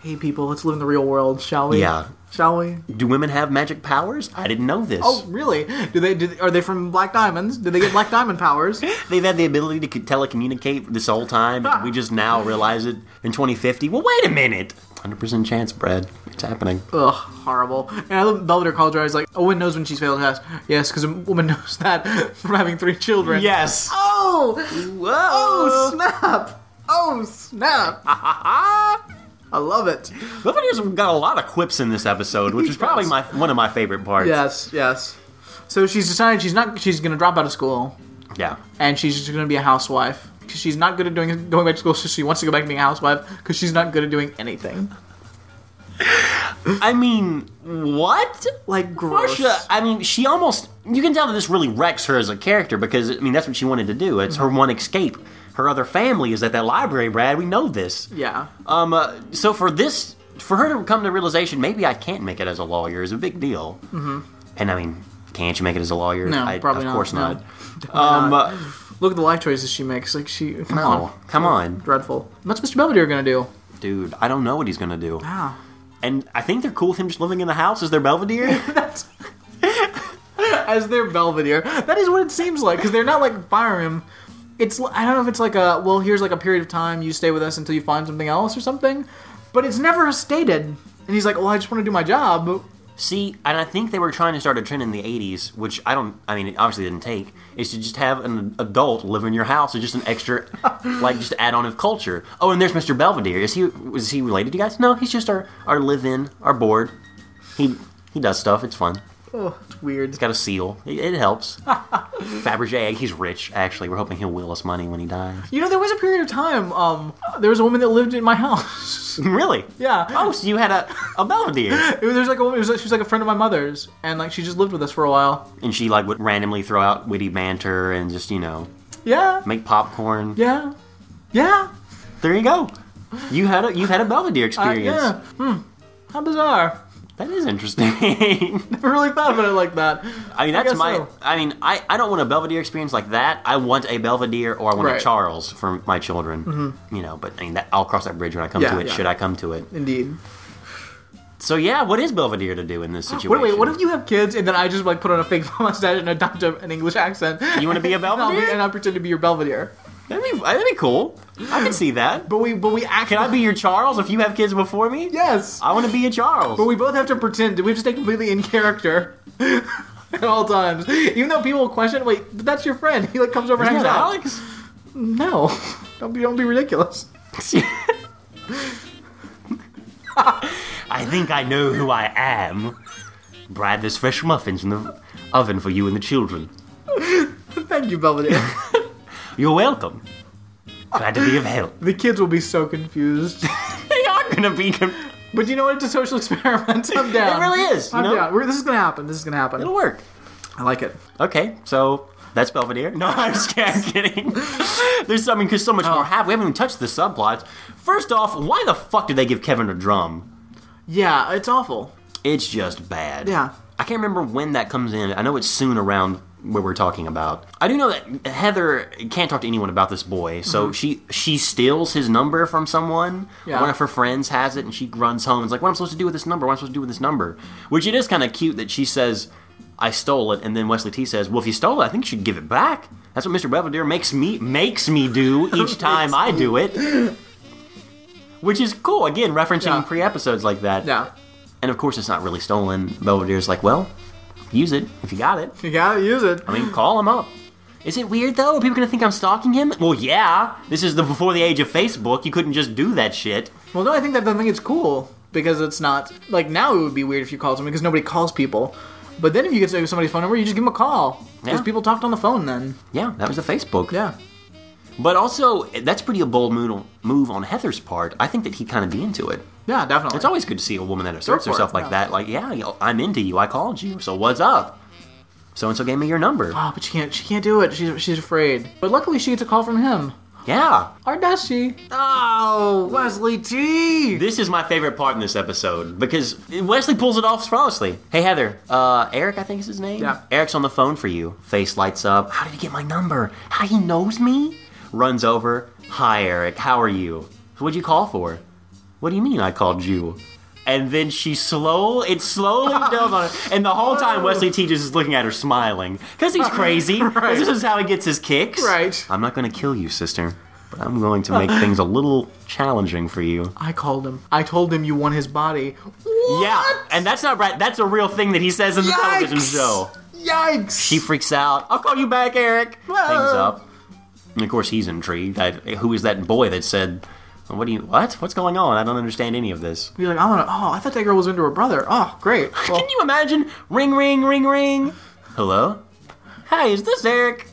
Speaker 2: Hey, people, let's live in the real world, shall we?
Speaker 1: Yeah.
Speaker 2: Shall we?
Speaker 1: Do women have magic powers? I didn't know this.
Speaker 2: Oh, really? Do they? Do, they- are they from Black Diamonds? Do they get Black Diamond [LAUGHS] powers?
Speaker 1: They've had the ability to c- telecommunicate this whole time. and we just now realize it in 2050. Well, wait a minute. 100% chance, Brad. It's happening.
Speaker 2: Ugh, horrible. And I love Belvedere College where I was like, a woman knows when she's failed a test. Yes, because a woman [LAUGHS] knows that from having three children.
Speaker 1: Yes.
Speaker 2: Oh!
Speaker 1: Whoa.
Speaker 2: Oh, snap! Oh, snap! [LAUGHS] I love it.
Speaker 1: Belvedere's got a lot of quips in this episode, which is probably my one of my favorite parts.
Speaker 2: Yes, yes. So she's decided she's not. She's gonna drop out of school,
Speaker 1: Yeah.
Speaker 2: and she's just gonna be a housewife. 'Cause She's not good at doing going back to school, so she wants to go back to being a housewife because she's not good at doing anything.
Speaker 1: I mean, what?
Speaker 2: Like gross.
Speaker 1: Portia, I mean, she almost. You can tell that this really wrecks her as a character because, I mean, that's what she wanted to do. It's her one escape. Her other family is at that library, Brad. We know this.
Speaker 2: Yeah.
Speaker 1: Um, uh, so for this, for her to come to the realization, maybe I can't make it as a lawyer is a big deal. Mm-hmm. And I mean, can't you make it as a lawyer?
Speaker 2: No,
Speaker 1: I,
Speaker 2: probably
Speaker 1: of
Speaker 2: not,
Speaker 1: course
Speaker 2: no. [LAUGHS]
Speaker 1: not. Um, uh,
Speaker 2: Look at the life choices she makes. Like she. Come
Speaker 1: no,
Speaker 2: on.
Speaker 1: come on,
Speaker 2: Dreadful. What's Mr. Belvedere gonna do?
Speaker 1: dude. I don't know what he's gonna do.
Speaker 2: Wow.
Speaker 1: And I think they're cool with him just living in the house as their Belvedere.
Speaker 2: That's as their Belvedere. That is what it seems like because they're not like fire him. It's li- I don't know if it's like a well, here's like a period of time you stay with us until you find something else or something, but it's never stated. And he's like, well, I just want to do my job.
Speaker 1: See, and I think they were trying to start a trend in the 80s, which I don't, I mean, it obviously didn't take, is to just have an adult live in your house. It's just an extra, like, just add on of culture. Oh, and there's Mr. Belvedere. Is he, was he related to you guys? No, he's just our, our live in, our board. He, he does stuff. It's fun.
Speaker 2: Oh, it's weird.
Speaker 1: Got a seal. It, it helps. Fabergé, he's rich, actually. We're hoping he'll will us money when he dies.
Speaker 2: [LAUGHS] You know, there was a period of time. Um, there was a woman that lived in my [LAUGHS] house.
Speaker 1: really?
Speaker 2: yeah.
Speaker 1: Oh, so you had a, a Belvedere.
Speaker 2: [LAUGHS] It was, there's like a woman. It was like, she was like a friend of my mother's, and like she just lived with us for a while.
Speaker 1: and she, like, would randomly throw out witty banter and just, you know,
Speaker 2: Yeah.
Speaker 1: make popcorn.
Speaker 2: Yeah. Yeah.
Speaker 1: There you go. You had a you had a Belvedere
Speaker 2: Uh,
Speaker 1: experience.
Speaker 2: yeah. Hmm. How bizarre. [LAUGHS]
Speaker 1: That is interesting. [LAUGHS]
Speaker 2: I really thought about it like that.
Speaker 1: I mean, that's
Speaker 2: guess
Speaker 1: my.
Speaker 2: so.
Speaker 1: I mean, I, I don't want a Belvedere experience like that. I want a Belvedere or I want
Speaker 2: Right.
Speaker 1: a
Speaker 2: Mm-hmm.
Speaker 1: Charles for my children. You know, but I mean, that, I'll cross that bridge when I come
Speaker 2: Yeah,
Speaker 1: to it.
Speaker 2: yeah.
Speaker 1: Should I come to it?
Speaker 2: Indeed.
Speaker 1: So yeah, what is Belvedere to do in this situation?
Speaker 2: [GASPS] Wait, wait. What if you have kids and then I just like put on a fake [LAUGHS] mustache and adopt a, an English accent?
Speaker 1: You wanna be a
Speaker 2: And [LAUGHS] I'll
Speaker 1: Belvedere?
Speaker 2: and I pretend to be your Belvedere.
Speaker 1: That'd be that'd be cool. I can see that.
Speaker 2: [LAUGHS] But we, but we
Speaker 1: Can
Speaker 2: actually.
Speaker 1: I be your Charles if you have kids before me?
Speaker 2: [LAUGHS] Yes.
Speaker 1: I want to be a Charles.
Speaker 2: But we both have to pretend. We have to stay completely in character [LAUGHS] at all times. Even though people will question, wait, but that's your friend. He like comes over and
Speaker 1: Isn't
Speaker 2: hangs
Speaker 1: that
Speaker 2: out.
Speaker 1: Alex.
Speaker 2: No, [LAUGHS] don't be, don't be ridiculous. [LAUGHS]
Speaker 1: [LAUGHS] I think I know who I am. Brad, there's fresh muffins in the oven for you and the children.
Speaker 2: Thank you,
Speaker 1: [LAUGHS]
Speaker 2: Belvedere.
Speaker 1: You're welcome. Glad to be of help.
Speaker 2: the kids will be so confused.
Speaker 1: They are [LAUGHS] gonna be. Con-
Speaker 2: But you know what? It's a social [LAUGHS] experiment. I'm down.
Speaker 1: It really is, you
Speaker 2: I'm
Speaker 1: know?
Speaker 2: down. We're, this is gonna happen. This is gonna happen.
Speaker 1: It'll work.
Speaker 2: I like it.
Speaker 1: Okay, so that's Belvedere. No, I'm just I'm kidding. [LAUGHS] There's, I mean, there's so much more happening. We haven't even touched the subplots. First off, why the fuck did they give Kevin a drum?
Speaker 2: Yeah, it's awful.
Speaker 1: It's just bad.
Speaker 2: Yeah.
Speaker 1: I can't remember when that comes in. I know it's soon around where we're talking about. I do know that Heather can't talk to anyone about this boy, so she she steals his number from someone.
Speaker 2: Mm-hmm. Yeah.
Speaker 1: One of her friends has it, and she runs home. and is like, "What am I supposed to do with this number? What am I supposed to do with this number?" Which it is kind of cute that she says, "I stole it," and then Wesley T says, "Well, if you stole it, I think you should give it back." That's what Mr. Belvedere makes me makes me
Speaker 2: [LAUGHS]
Speaker 1: do each time I do it. Which is cool. Again, referencing
Speaker 2: Yeah.
Speaker 1: pre episodes like that.
Speaker 2: Yeah.
Speaker 1: And of course, it's not really stolen. Belvedere's like, well, use it if you got it.
Speaker 2: You gotta use it.
Speaker 1: I
Speaker 2: [LAUGHS]
Speaker 1: mean, call him up. Is it weird though? Are people gonna think I'm stalking him? Well, yeah. This is the before the age of Facebook. You couldn't just do that shit.
Speaker 2: Well, no, I think that I think it's cool because it's not like now it would be weird if you called someone because nobody calls people. But then if you get somebody's phone number, you just give them a call because
Speaker 1: Yeah.
Speaker 2: people talked on the phone then.
Speaker 1: Yeah, that was the Facebook.
Speaker 2: Yeah.
Speaker 1: But also, that's pretty a bold mo- move on Heather's part. I think that he kind of be into it.
Speaker 2: Yeah, definitely.
Speaker 1: It's always good to see a woman that asserts
Speaker 2: for it,
Speaker 1: herself like
Speaker 2: yeah.
Speaker 1: that. Like, yeah, you know, I'm into you. I called you. So what's up? So and so gave me your number.
Speaker 2: [GASPS] Ah, but she can't. She can't do it. She's she's afraid. But luckily, she gets a call from him.
Speaker 1: Yeah.
Speaker 2: Or does she?
Speaker 1: Oh,
Speaker 2: Wesley T.
Speaker 1: This is my favorite part in this episode because Wesley pulls it off flawlessly. Hey Heather, uh, Eric, I think is his name.
Speaker 2: Yeah.
Speaker 1: Eric's on the phone for you. Face lights up. How did he get my number? How he knows me? Runs over. Hi Eric, how are you? What'd you call for? What do you mean I called you? And then she slow, it
Speaker 2: [LAUGHS]
Speaker 1: slowly dove on her. And the whole time Wesley T just is looking at her smiling. Because
Speaker 2: [LAUGHS]
Speaker 1: he's crazy. 'Cause This is how he gets his kicks.
Speaker 2: Right.
Speaker 1: I'm not going to kill you, sister. But I'm going to make things a little challenging for you.
Speaker 2: I called him. I told him you won his body.
Speaker 1: Yeah, and that's not right. That's a real thing that he says in the
Speaker 2: Yikes!
Speaker 1: television show.
Speaker 2: Yikes.
Speaker 1: He freaks out. I'll call you back, Eric. Hangs
Speaker 2: Whoa.
Speaker 1: up. And of course, he's intrigued. I, who is that boy that said, "What do you? What? What's going on? I don't understand any of this."
Speaker 2: Be like, I want to. Oh, I thought that girl was into her brother. Oh, great. Well,
Speaker 1: Can you imagine? Ring, ring, ring, ring. Hello. Hey, is this Eric?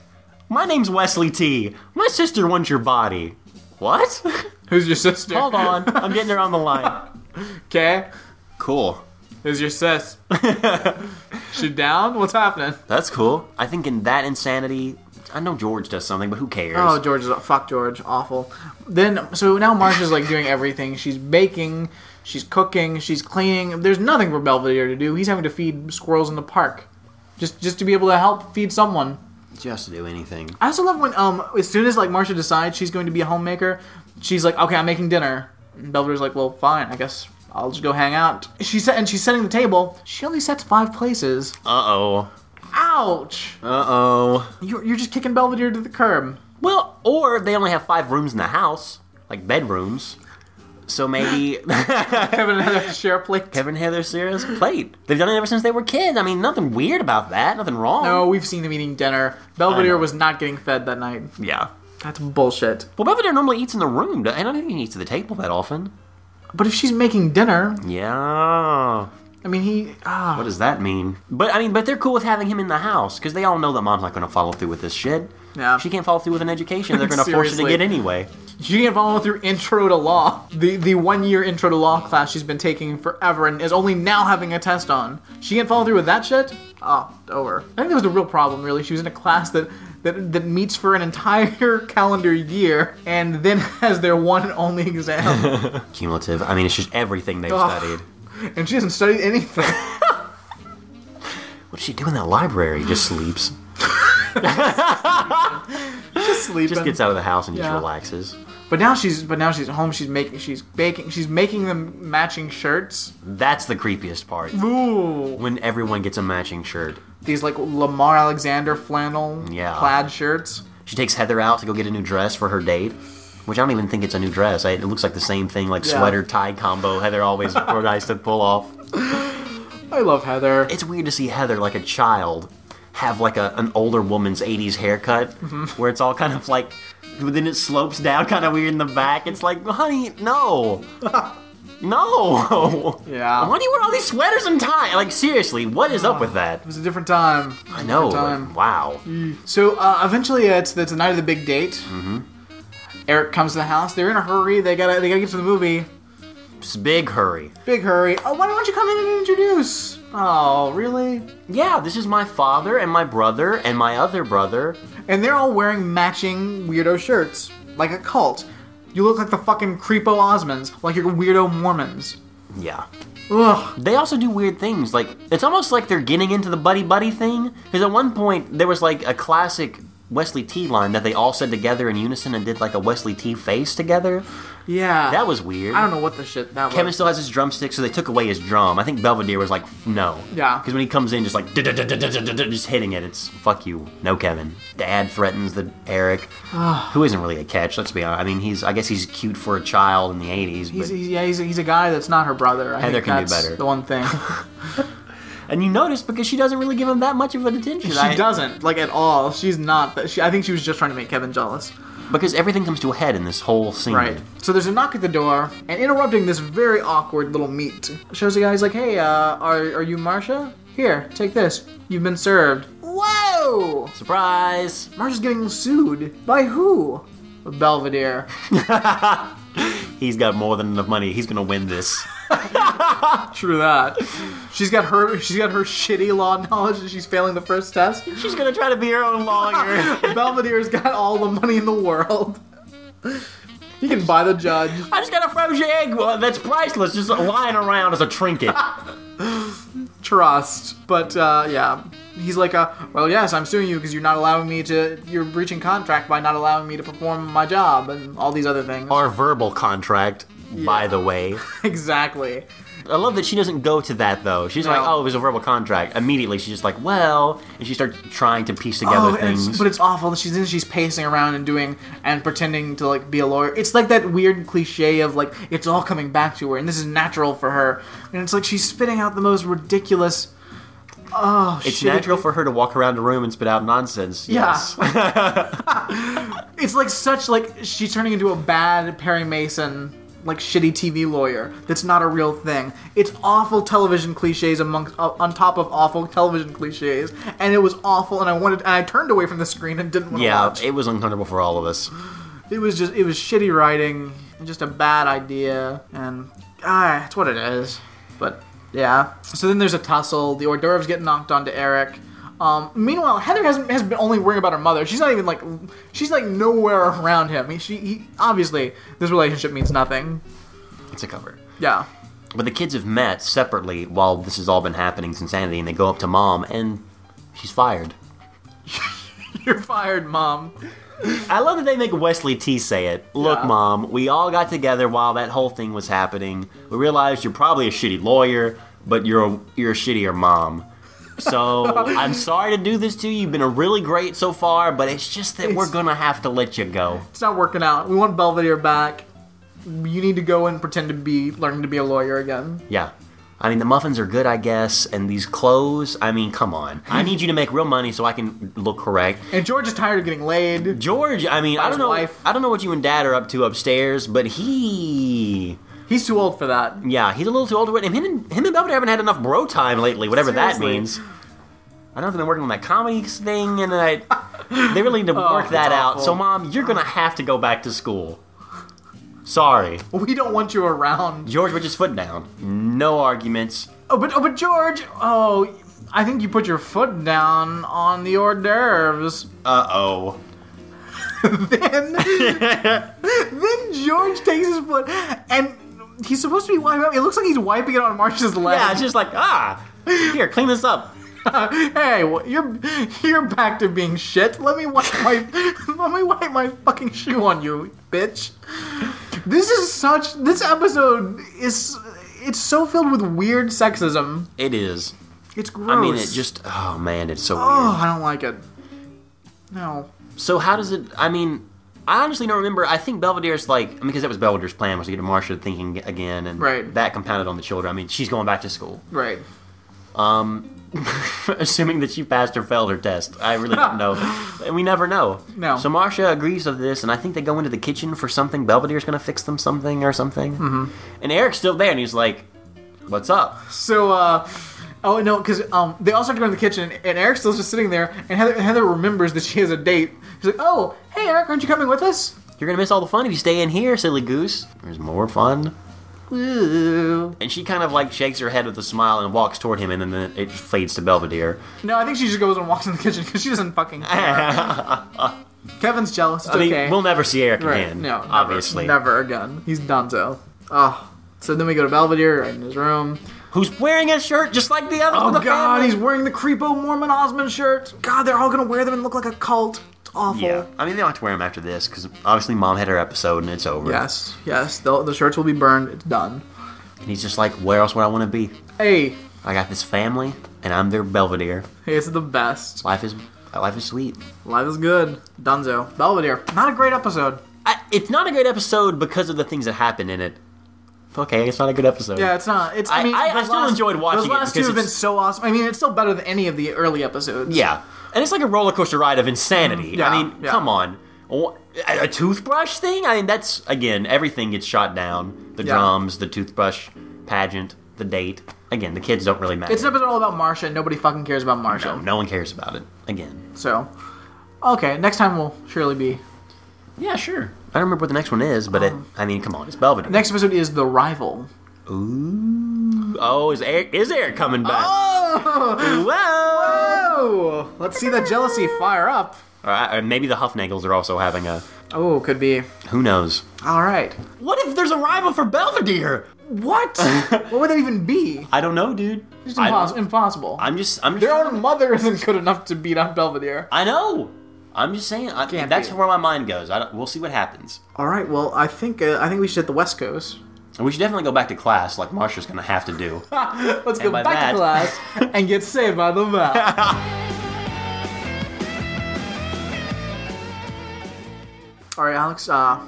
Speaker 1: My name's Wesley T. My sister wants your body. What?
Speaker 2: who's your
Speaker 1: [LAUGHS]
Speaker 2: sister?
Speaker 3: Oh.
Speaker 1: Hold on. I'm getting her on the line.
Speaker 2: Okay.
Speaker 1: Cool.
Speaker 2: Who's your sis? she down? What's happening?
Speaker 1: That's cool. I think in that insanity, I know George does something, but who cares?
Speaker 2: Oh, George is fuck George, awful. Then so now Marsha's like doing everything. She's baking, she's cooking, she's cleaning. There's nothing for Belvedere to do. He's having to feed squirrels in the park, just just to be able to help feed someone.
Speaker 1: just to do anything.
Speaker 2: I also love when um as soon as like Marsha decides she's going to be a homemaker, she's like, okay, I'm making dinner. And Belvedere's like, well, fine, I guess I'll just go hang out. She set and she's setting the table. She only sets five places.
Speaker 1: Uh oh.
Speaker 2: Ouch!
Speaker 1: Uh oh.
Speaker 2: You're, you're just kicking Belvedere to the curb.
Speaker 1: Well, or they only have five rooms in the house, like bedrooms. So
Speaker 2: [LAUGHS]
Speaker 1: maybe
Speaker 2: Kevin and Heather [LAUGHS] have to share a plate.
Speaker 1: Kevin and Heather Sarah's plate. They've done it ever since they were kids. I mean, nothing weird about that. Nothing wrong.
Speaker 2: No, we've seen them eating dinner.
Speaker 1: I
Speaker 2: Belvedere
Speaker 1: know.
Speaker 2: was not getting fed that night.
Speaker 1: Yeah.
Speaker 2: That's bullshit.
Speaker 1: Well, Belvedere normally eats in the room. I don't think he eats at the table that often.
Speaker 2: But if she's making dinner,
Speaker 1: Yeah.
Speaker 2: I mean, he. Ah,
Speaker 1: What does that mean? But I mean, but they're cool with having him in the house because they all know that mom's not going to follow through with this shit.
Speaker 2: Yeah.
Speaker 1: She can't follow through with an education. They're going to force her to
Speaker 2: Seriously.
Speaker 1: get anyway.
Speaker 2: she can't follow through intro to law. The the one year intro to law class she's been taking forever and is only now having a test on. She can't follow through with that shit. Oh, over. I think that was the real problem. Really, she was in a class that. That, that meets for an entire [LAUGHS] calendar year and then [LAUGHS] has their one and only [LAUGHS] exam.
Speaker 1: Cumulative. I mean, it's just everything they've
Speaker 2: Ugh.
Speaker 1: studied.
Speaker 2: and she hasn't studied anything.
Speaker 1: What does she do in that library? Just sleeps.
Speaker 2: [LAUGHS] Sleeping.
Speaker 1: just gets out of the house and just
Speaker 2: Yeah.
Speaker 1: relaxes.
Speaker 2: But now she's but now she's at home. She's making she's baking she's making them matching shirts.
Speaker 1: That's the creepiest part.
Speaker 2: Ooh,
Speaker 1: When everyone gets a matching shirt.
Speaker 2: these like Lamar Alexander flannel
Speaker 1: Yeah.
Speaker 2: plaid shirts.
Speaker 1: She takes Heather out to go get a new dress for her date, which I don't even think it's a new dress. I, it looks like the same thing, like
Speaker 2: Yeah.
Speaker 1: sweater tie combo Heather always [LAUGHS] tries to pull off.
Speaker 2: I love Heather.
Speaker 1: It's weird to see Heather like a child have like a, an older woman's 80s haircut
Speaker 2: Mm-hmm.
Speaker 1: where it's all kind of
Speaker 2: [LAUGHS]
Speaker 1: like, then it slopes down kind of weird in the back. It's like, honey, no. No.
Speaker 2: Yeah.
Speaker 1: Why do you wear all these sweaters and tie? Like seriously, what is up with that?
Speaker 2: It was a different time.
Speaker 1: I know.
Speaker 2: time.
Speaker 1: Wow.
Speaker 2: So uh, eventually, uh, it's it's the night of the big date. Mm-hmm. Eric comes to the house. They're in a hurry. They gotta they gotta get to the movie.
Speaker 1: It's a big hurry.
Speaker 2: Big hurry. Oh, why don't you come in and introduce? Oh, really?
Speaker 1: Yeah, this is my father and my brother and my other brother.
Speaker 2: And they're all wearing matching weirdo shirts, like a cult. You look like the fucking creepo Osmonds, like your weirdo Mormons.
Speaker 1: Yeah.
Speaker 2: Ugh.
Speaker 1: They also do weird things. Like it's almost like they're getting into the buddy buddy thing. Because at one point there was like a classic Wesley T line that they all said together in unison and did like a Wesley T face together.
Speaker 2: Yeah.
Speaker 1: That was weird.
Speaker 2: I don't know what the shit that
Speaker 1: Kevin
Speaker 2: was.
Speaker 1: still has his drumstick, so they took away his drum. I think Belvedere was like, no.
Speaker 2: Yeah.
Speaker 1: Because when he comes in, just like, just hitting it, it's fuck you. No, Kevin. Dad threatens the Eric, who isn't really a catch, let's be honest. I mean, he's, I guess he's cute for a child in the 80s.
Speaker 2: He's,
Speaker 1: but,
Speaker 2: he's, yeah, he's, he's a guy that's not her brother. I
Speaker 1: Heather
Speaker 2: think
Speaker 1: can do
Speaker 2: that's
Speaker 1: better.
Speaker 2: The
Speaker 1: [LAUGHS]
Speaker 2: one thing
Speaker 1: and you notice because she doesn't really give him that much of an attention.
Speaker 2: she
Speaker 1: I-
Speaker 2: doesn't like at all. She's not. That she. I think she was just trying to make Kevin jealous.
Speaker 1: Because everything comes to a head in this whole scene.
Speaker 2: Right. So there's a knock at the door, and interrupting this very awkward little meet shows the guy. He's like, "Hey, uh, are are you Marsha? Here, take this. You've been served." Whoa!
Speaker 1: Surprise!
Speaker 2: Marsha's getting sued by who? Belvedere. [LAUGHS]
Speaker 1: He's got more than enough money. He's gonna win this.
Speaker 2: True that. She's got her. She's got her shitty law [LAUGHS] knowledge, and she's failing the first test.
Speaker 1: [LAUGHS] She's gonna try to be her own [LAUGHS] lawyer.
Speaker 2: [LAUGHS] Belvedere's got all the money in the world. He can buy the judge.
Speaker 1: I just got a frozen egg uh, that's priceless, just lying around as a trinket.
Speaker 2: trust. But uh, yeah, he's like, uh, well, yes, I'm suing you because you're not allowing me to. You're breaching contract by not allowing me to perform my job and all these other things.
Speaker 1: [LAUGHS] our verbal contract, by the way.
Speaker 2: [LAUGHS] exactly.
Speaker 1: I love that she doesn't go to that though. She's like,
Speaker 2: No.
Speaker 1: oh, it was a verbal contract. Immediately, she's just like, well, and she starts trying to piece together
Speaker 2: Oh, and it's-
Speaker 1: things.
Speaker 2: but it's awful. She's in. She's pacing around and doing and pretending to like be a lawyer. It's like that weird cliche of like it's all coming back to her, and this is natural for her. And it's like she's spitting out the most ridiculous. Oh,
Speaker 1: It's
Speaker 2: shit.
Speaker 1: natural for her to walk around the room and spit out nonsense.
Speaker 2: Yeah.
Speaker 1: [LAUGHS] Yes.
Speaker 2: It's like such like she's turning into a bad Perry Mason like shitty TV lawyer. That's not a real thing. It's awful television cliches amongst uh, on top of awful television cliches, and it was awful. And I wanted and I turned away from the screen and didn't want to
Speaker 1: yeah,
Speaker 2: watch.
Speaker 1: it was uncomfortable for all of us.
Speaker 2: It was just it was shitty writing, and just a bad idea, and ah, it's what it is. But yeah. So then there's a tussle. The hors d'oeuvres get knocked onto Eric. Um, meanwhile, Heather hasn't has been only worrying about her mother. She's not even like she's like nowhere around him. He, she he, obviously this relationship means nothing.
Speaker 1: It's a cover.
Speaker 2: Yeah. [LAUGHS]
Speaker 1: But the kids have met separately while this has all been happening since Sanity, and they go up to mom, and she's fired.
Speaker 2: You're fired, mom.
Speaker 1: I love that they make Wesley T say it. Look,
Speaker 2: Yeah.
Speaker 1: mom, we all got together while that whole thing was happening. We realized you're probably a shitty lawyer, but you're a, you're a shittier mom. So
Speaker 2: [LAUGHS]
Speaker 1: I'm sorry to do this to you. You've been a really great so far, but it's just that we're
Speaker 2: It's-
Speaker 1: gonna have to let you go.
Speaker 2: It's not working out. We want Belvedere back. You need to go and pretend to be learning to be a lawyer again.
Speaker 1: Yeah. I mean, the muffins are good, I guess, and these clothes. I mean, come on. I need you to make real money so I can look correct.
Speaker 2: And George is tired of getting laid.
Speaker 1: George, I mean, I
Speaker 2: his
Speaker 1: don't know.
Speaker 2: wife.
Speaker 1: I don't know what you and Dad are up to upstairs, but he,
Speaker 2: He's too old for that.
Speaker 1: yeah, he's a little too old. to- And him and him and Belvedere haven't had enough bro time lately, whatever that
Speaker 2: Seriously.
Speaker 1: means. I know they've been working on that comedy thing, and
Speaker 2: [LAUGHS]
Speaker 1: I, they really need to work
Speaker 2: that's
Speaker 1: that out.
Speaker 2: Oh, awful.
Speaker 1: So, Mom, you're gonna have to go back to school. Sorry,
Speaker 2: We don't want you around.
Speaker 1: George put his foot down. No arguments.
Speaker 2: Oh, but oh, but George, oh, I think you put your foot down on the hors d'oeuvres. [LAUGHS]
Speaker 1: Uh oh. [LAUGHS]
Speaker 2: Then, then George takes his foot, and he's supposed to be wiping. It looks like he's wiping it on Marsh's leg.
Speaker 1: Yeah, it's just like ah, here, clean this up.
Speaker 2: [LAUGHS] hey, well, you're you're back to being shit. Let me wipe my [LAUGHS] let me wipe my fucking shoe on you, bitch. This is such. This episode is it's so filled with weird sexism.
Speaker 1: It is.
Speaker 2: It's gross.
Speaker 1: I mean, it just. Oh man, it's so weird.
Speaker 2: Oh, I don't like it. No.
Speaker 1: So how does it? I mean, I honestly don't remember. I think Belvedere's like because that was Belvedere's plan was to get Marcia thinking again, and
Speaker 2: Right.
Speaker 1: that compounded on the children. I mean, she's going back to school. [LAUGHS]
Speaker 2: Right.
Speaker 1: assuming that she passed or failed her test. I really don't
Speaker 2: [LAUGHS]
Speaker 1: know. And we never know.
Speaker 2: No.
Speaker 1: So Marsha agrees with this, and I think they go into the kitchen for something. Belvedere's going to fix them something or something. Mm-hmm. And Eric's still there, and he's like, What's up?
Speaker 2: So, uh, oh no, because um, they all start to go in the kitchen, and Eric's still just sitting there, and Heather, Heather remembers that she has a date. She's like, "Oh, hey, Eric, aren't you coming with us?"
Speaker 1: You're going to miss all the fun if you stay in here, silly goose. There's more fun.
Speaker 2: Ooh.
Speaker 1: And she kind of like shakes her head with a smile and walks toward him, and then it fades to
Speaker 2: [LAUGHS]
Speaker 1: Belvedere.
Speaker 2: No, I think she just goes and walks in the kitchen because she
Speaker 1: [LAUGHS]
Speaker 2: doesn't fucking. care. Kevin's jealous. It's
Speaker 1: I mean,
Speaker 2: okay.
Speaker 1: we'll never see Eric
Speaker 2: Right,
Speaker 1: again.
Speaker 2: No, never,
Speaker 1: obviously.
Speaker 2: never again. He's Donzo. Oh, so then we go to Belvedere right in his room.
Speaker 1: Who's wearing a shirt just like the other?
Speaker 2: Oh God, he's wearing the creepo Mormon Osmond shirt. God, they're all gonna wear them and look like a cult. It's awful.
Speaker 1: Yeah, I mean they don't have to wear them after this because obviously mom had her episode and it's over.
Speaker 2: Yes, yes. The, the shirts will be burned. It's done.
Speaker 1: And he's just like, where else would I want to be?
Speaker 2: Hey,
Speaker 1: I got this family, and I'm their Belvedere.
Speaker 2: it's the best.
Speaker 1: Life is life is sweet.
Speaker 2: Life is good. Dunzo. Belvedere. Not a great episode.
Speaker 1: I, it's not a great episode because of the things that happen in it. Okay, it's not a good episode.
Speaker 2: Yeah, it's not. It's. I
Speaker 1: I-
Speaker 2: mean,
Speaker 1: I-
Speaker 2: the
Speaker 1: I still enjoyed watching
Speaker 2: Those
Speaker 1: it
Speaker 2: last two
Speaker 1: because
Speaker 2: have been
Speaker 1: it's-
Speaker 2: so awesome. I mean, it's still better than any of the early episodes.
Speaker 1: Yeah, Mm-hmm. and it's like a roller coaster ride of insanity.
Speaker 2: yeah,
Speaker 1: I mean,
Speaker 2: yeah.
Speaker 1: come on, Wha- a a toothbrush thing. I mean, that's again, everything gets shot down. The
Speaker 2: Yeah.
Speaker 1: drums, the toothbrush pageant, the date. Again, the kids don't really matter.
Speaker 2: It's an episode all about Marsha. Nobody fucking cares about Marsha.
Speaker 1: no one cares about it. Again.
Speaker 2: So, okay, next time will surely be.
Speaker 1: Yeah, sure. Um, I don't remember what the next one is, but it, I mean, come on, it's Belvedere.
Speaker 2: Next episode is the rival.
Speaker 1: Oh, is Eric, is Eric coming back? Oh! Whoa!
Speaker 2: Oh, let's see that jealousy fire up.
Speaker 1: Or, I- or maybe the Huffnagels are also having a.
Speaker 2: Oh, could be.
Speaker 1: Who knows?
Speaker 2: All right.
Speaker 1: What if there's a rival for Belvedere?
Speaker 2: What? what would that even be?
Speaker 1: [LAUGHS] I don't know, dude.
Speaker 2: It's
Speaker 1: I-
Speaker 2: impos- impossible.
Speaker 1: I'm just. I'm
Speaker 2: Their
Speaker 1: just.
Speaker 2: own mother isn't good enough to beat up Belvedere.
Speaker 1: I know. I'm just saying. I,
Speaker 2: Can't
Speaker 1: that's
Speaker 2: be.
Speaker 1: where my mind goes. I don't, we'll see what happens.
Speaker 2: All right. Well, I think uh, I think we should hit the West Coast.
Speaker 1: And we should definitely go back to class, like Marsha's gonna have to do.
Speaker 2: Let's go
Speaker 1: by
Speaker 2: back
Speaker 1: that-
Speaker 2: to class
Speaker 1: [LAUGHS]
Speaker 2: and get saved by the bell. All right, Alex. Uh,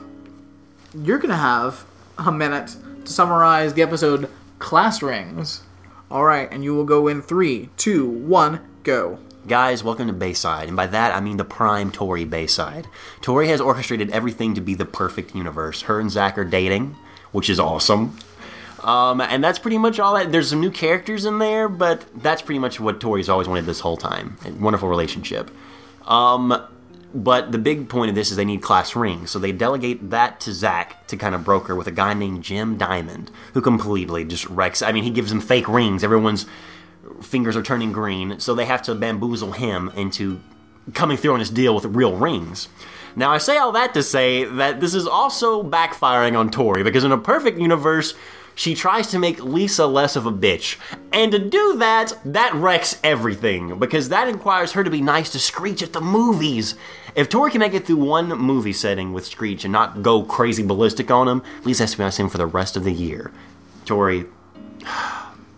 Speaker 2: you're gonna have a minute to summarize the episode "Class Rings." All right, and you will go in three, two, one, go.
Speaker 1: Guys, welcome to Bayside, and by that I mean the prime Tori Bayside. Tori has orchestrated everything to be the perfect universe. Her and Zach are dating, which is awesome. Um, and that's pretty much all that. There's some new characters in there, but that's pretty much what Tori's always wanted this whole time. A wonderful relationship. Um, but the big point of this is they need class rings, so they delegate that to Zach to kind of broker with a guy named Jim Diamond, who completely just wrecks. I mean, he gives them fake rings. Everyone's fingers are turning green, so they have to bamboozle him into coming through on his deal with real rings. Now, I say all that to say that this is also backfiring on Tori, because in a perfect universe, she tries to make Lisa less of a bitch. And to do that, that wrecks everything, because that requires her to be nice to Screech at the movies. If Tori can make it through one movie setting with Screech and not go crazy ballistic on him, Lisa has to be nice to him for the rest of the year. Tori, [SIGHS]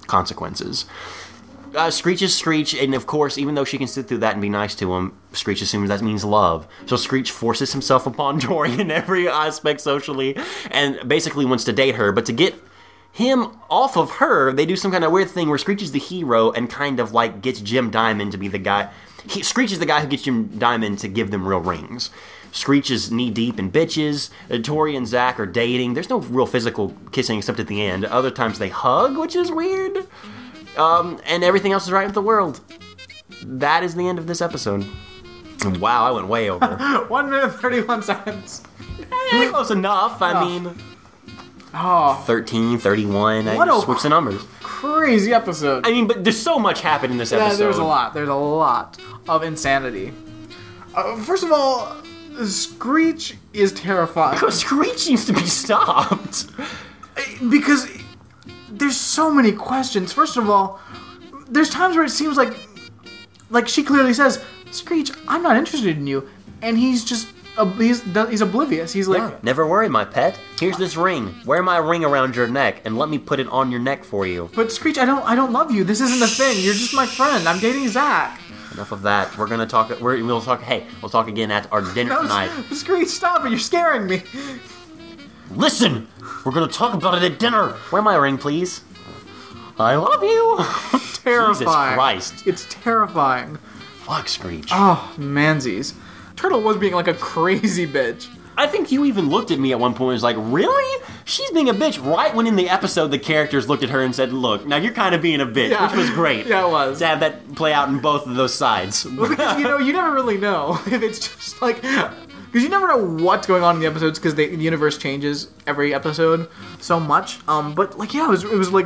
Speaker 1: consequences uh, Screech is Screech, and of course, even though she can sit through that and be nice to him, Screech assumes that means love. So Screech forces himself upon [LAUGHS] Tori in every aspect socially, and basically wants to date her. But to get him off of her, they do some kind of weird thing where Screech is the hero and kind of like gets Jim Diamond to be the guy. He, Screech is the guy who gets Jim Diamond to give them real rings. Screech is knee deep in bitches. Uh, Tori and Zach are dating. There's no real physical kissing except at the end. Other times they hug, which is weird and everything else is right with the world. That is the end of this episode. Wow, I went way
Speaker 2: [LAUGHS]
Speaker 1: over.
Speaker 2: [LAUGHS] One minute thirty-one seconds.
Speaker 1: Close enough. I
Speaker 2: Oh.
Speaker 1: mean,
Speaker 2: Oh,
Speaker 1: 13, 31.
Speaker 2: What
Speaker 1: I
Speaker 2: a-
Speaker 1: just switched the numbers.
Speaker 2: crazy episode.
Speaker 1: I mean, but there's so much happened in this
Speaker 2: Yeah,
Speaker 1: episode.
Speaker 2: there's a lot. There's a lot of insanity. Uh, first of all, Screech is terrifying
Speaker 1: Because [LAUGHS] Screech needs to be stopped.
Speaker 2: because there's so many questions. First of all, there's times where it seems like, like she clearly says, "Screech, I'm not interested in you," and he's just ob- he's he's oblivious. He's like,
Speaker 1: Never worry, my pet. Here's this ring. Wear my ring around your neck and let me put it on your neck for you.
Speaker 2: "But Screech, I don't I don't love you. This isn't a thing. You're just my friend. I'm dating Zach."
Speaker 1: Enough of that. We're gonna talk. We're, we'll talk. Hey, we'll talk again at our dinner
Speaker 2: No,
Speaker 1: tonight.
Speaker 2: [LAUGHS] Screech, stop it! You're scaring me.
Speaker 1: Listen, we're gonna talk about it at dinner. Wear my ring, please. I love you.
Speaker 2: terrifying.
Speaker 1: Christ.
Speaker 2: It's terrifying.
Speaker 1: Fuck Screech.
Speaker 2: Oh, manzies. Turtle was being like a crazy bitch.
Speaker 1: I think you even looked at me at one point and was like, Really? She's being a bitch. Right when in the episode the characters looked at her and said, Look, now you're kind of being a bitch,
Speaker 2: Yeah.
Speaker 1: which was great.
Speaker 2: [LAUGHS] Yeah, it was.
Speaker 1: To have that play out in both of those
Speaker 2: [LAUGHS]
Speaker 1: sides.
Speaker 2: Because, you know, you never really know [LAUGHS] if it's just like because you never know what's going on in the episodes because the universe changes every episode so much. Um, but like, yeah, it was, it was like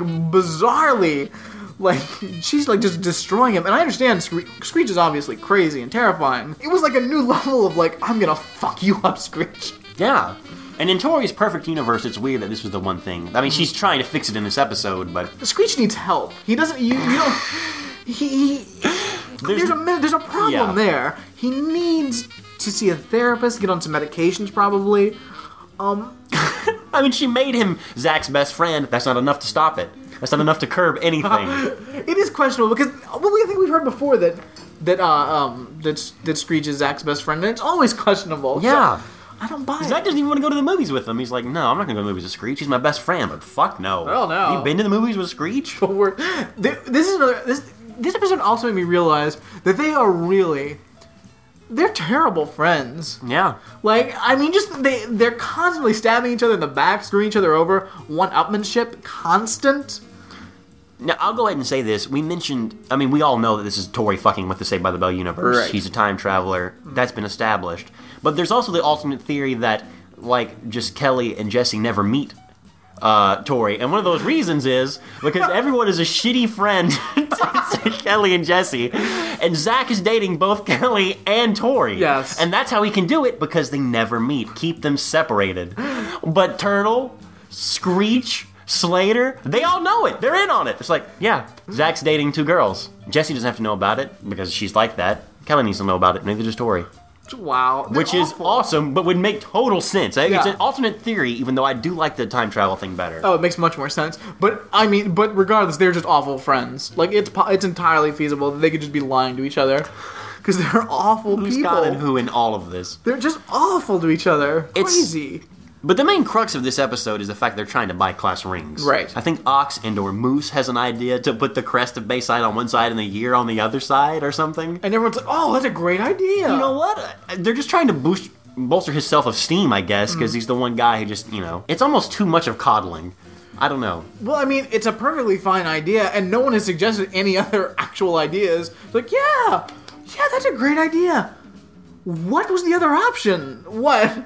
Speaker 2: bizarrely. Like she's like just destroying him, and I understand Scree- Screech is obviously crazy and terrifying. It was like a new [LAUGHS] level of like I'm gonna fuck you up, Screech.
Speaker 1: yeah. And in Tori's perfect universe, it's weird that this was the one thing. I mean, she's trying to fix it in this episode, but
Speaker 2: Screech needs help. He doesn't. You, you don't. [SIGHS] He, he
Speaker 1: there's,
Speaker 2: there's a mi- there's a problem
Speaker 1: Yeah.
Speaker 2: there. He needs to see a therapist, get on some medications probably.
Speaker 1: I mean, she made him Zach's best friend. That's not enough to stop it. That's not enough to curb
Speaker 2: [LAUGHS]
Speaker 1: anything.
Speaker 2: It is questionable because well, we- I think we've heard before that that uh, um that that Screech is Zach's best friend, and it's always [LAUGHS] questionable.
Speaker 1: Yeah.
Speaker 2: So I don't buy
Speaker 1: Zach
Speaker 2: it.
Speaker 1: doesn't even want to go to the movies with him. He's like, no, I'm not going to go to the movies with Screech. He's my best friend, but fuck no.
Speaker 2: Hell no.
Speaker 1: Have you been to the movies with Screech?
Speaker 2: But we're- th- this is another this this episode also made me realize that they are really they're terrible friends.
Speaker 1: Yeah.
Speaker 2: Like I mean, just they they're constantly stabbing each other in the back, screwing each other over, one-upmanship constant.
Speaker 1: Now, I'll go ahead and say this. We mentioned, I mean, we all know that this is Tori fucking with the Saved by the Bell universe.
Speaker 2: Right.
Speaker 1: He's a time traveler. That's been established. But there's also the alternate theory that, like, just Kelly and Jesse never meet uh, Tori. And one of those reasons is
Speaker 2: [LAUGHS]
Speaker 1: because everyone is a shitty friend [LAUGHS] to Kelly and Jesse. And Zach is dating both Kelly and Tori.
Speaker 2: Yes.
Speaker 1: And that's how he can do it because they never meet. Keep them
Speaker 2: [LAUGHS]
Speaker 1: separated. But Turtle, Screech, Slater, they all know it. They're in on it. It's like, yeah, Zach's dating two girls. Jesse doesn't have to know about it because she's like that. Kelly needs to know about it, neither does Tori.
Speaker 2: Wow,
Speaker 1: Which is awesome, but would make total sense. It's
Speaker 2: Yeah.
Speaker 1: an alternate theory, even though I do like the time travel thing better.
Speaker 2: Oh, it makes much more sense. But I mean, but regardless, they're just awful friends. Like it's po- it's entirely feasible that they could just be lying to each other because they're awful
Speaker 1: Who's
Speaker 2: people.
Speaker 1: God and who in all of this?
Speaker 2: They're just awful to each other.
Speaker 1: It's-
Speaker 2: Crazy.
Speaker 1: But the main crux of this episode is the fact they're trying to buy class rings.
Speaker 2: Right.
Speaker 1: I think Ox and or Moose has an idea to put the crest of Bayside on one side and the year on the other side or something.
Speaker 2: And everyone's like, "Oh, that's a great idea."
Speaker 1: You know what? They're just trying to boost bolster his self-esteem, I guess, because he's the one guy who just, you know, it's almost too much of coddling. I don't know.
Speaker 2: Well, I mean, it's a perfectly fine idea, and no one has suggested any [LAUGHS] other actual ideas. It's like, yeah, yeah, that's a great idea. What was the other option? What?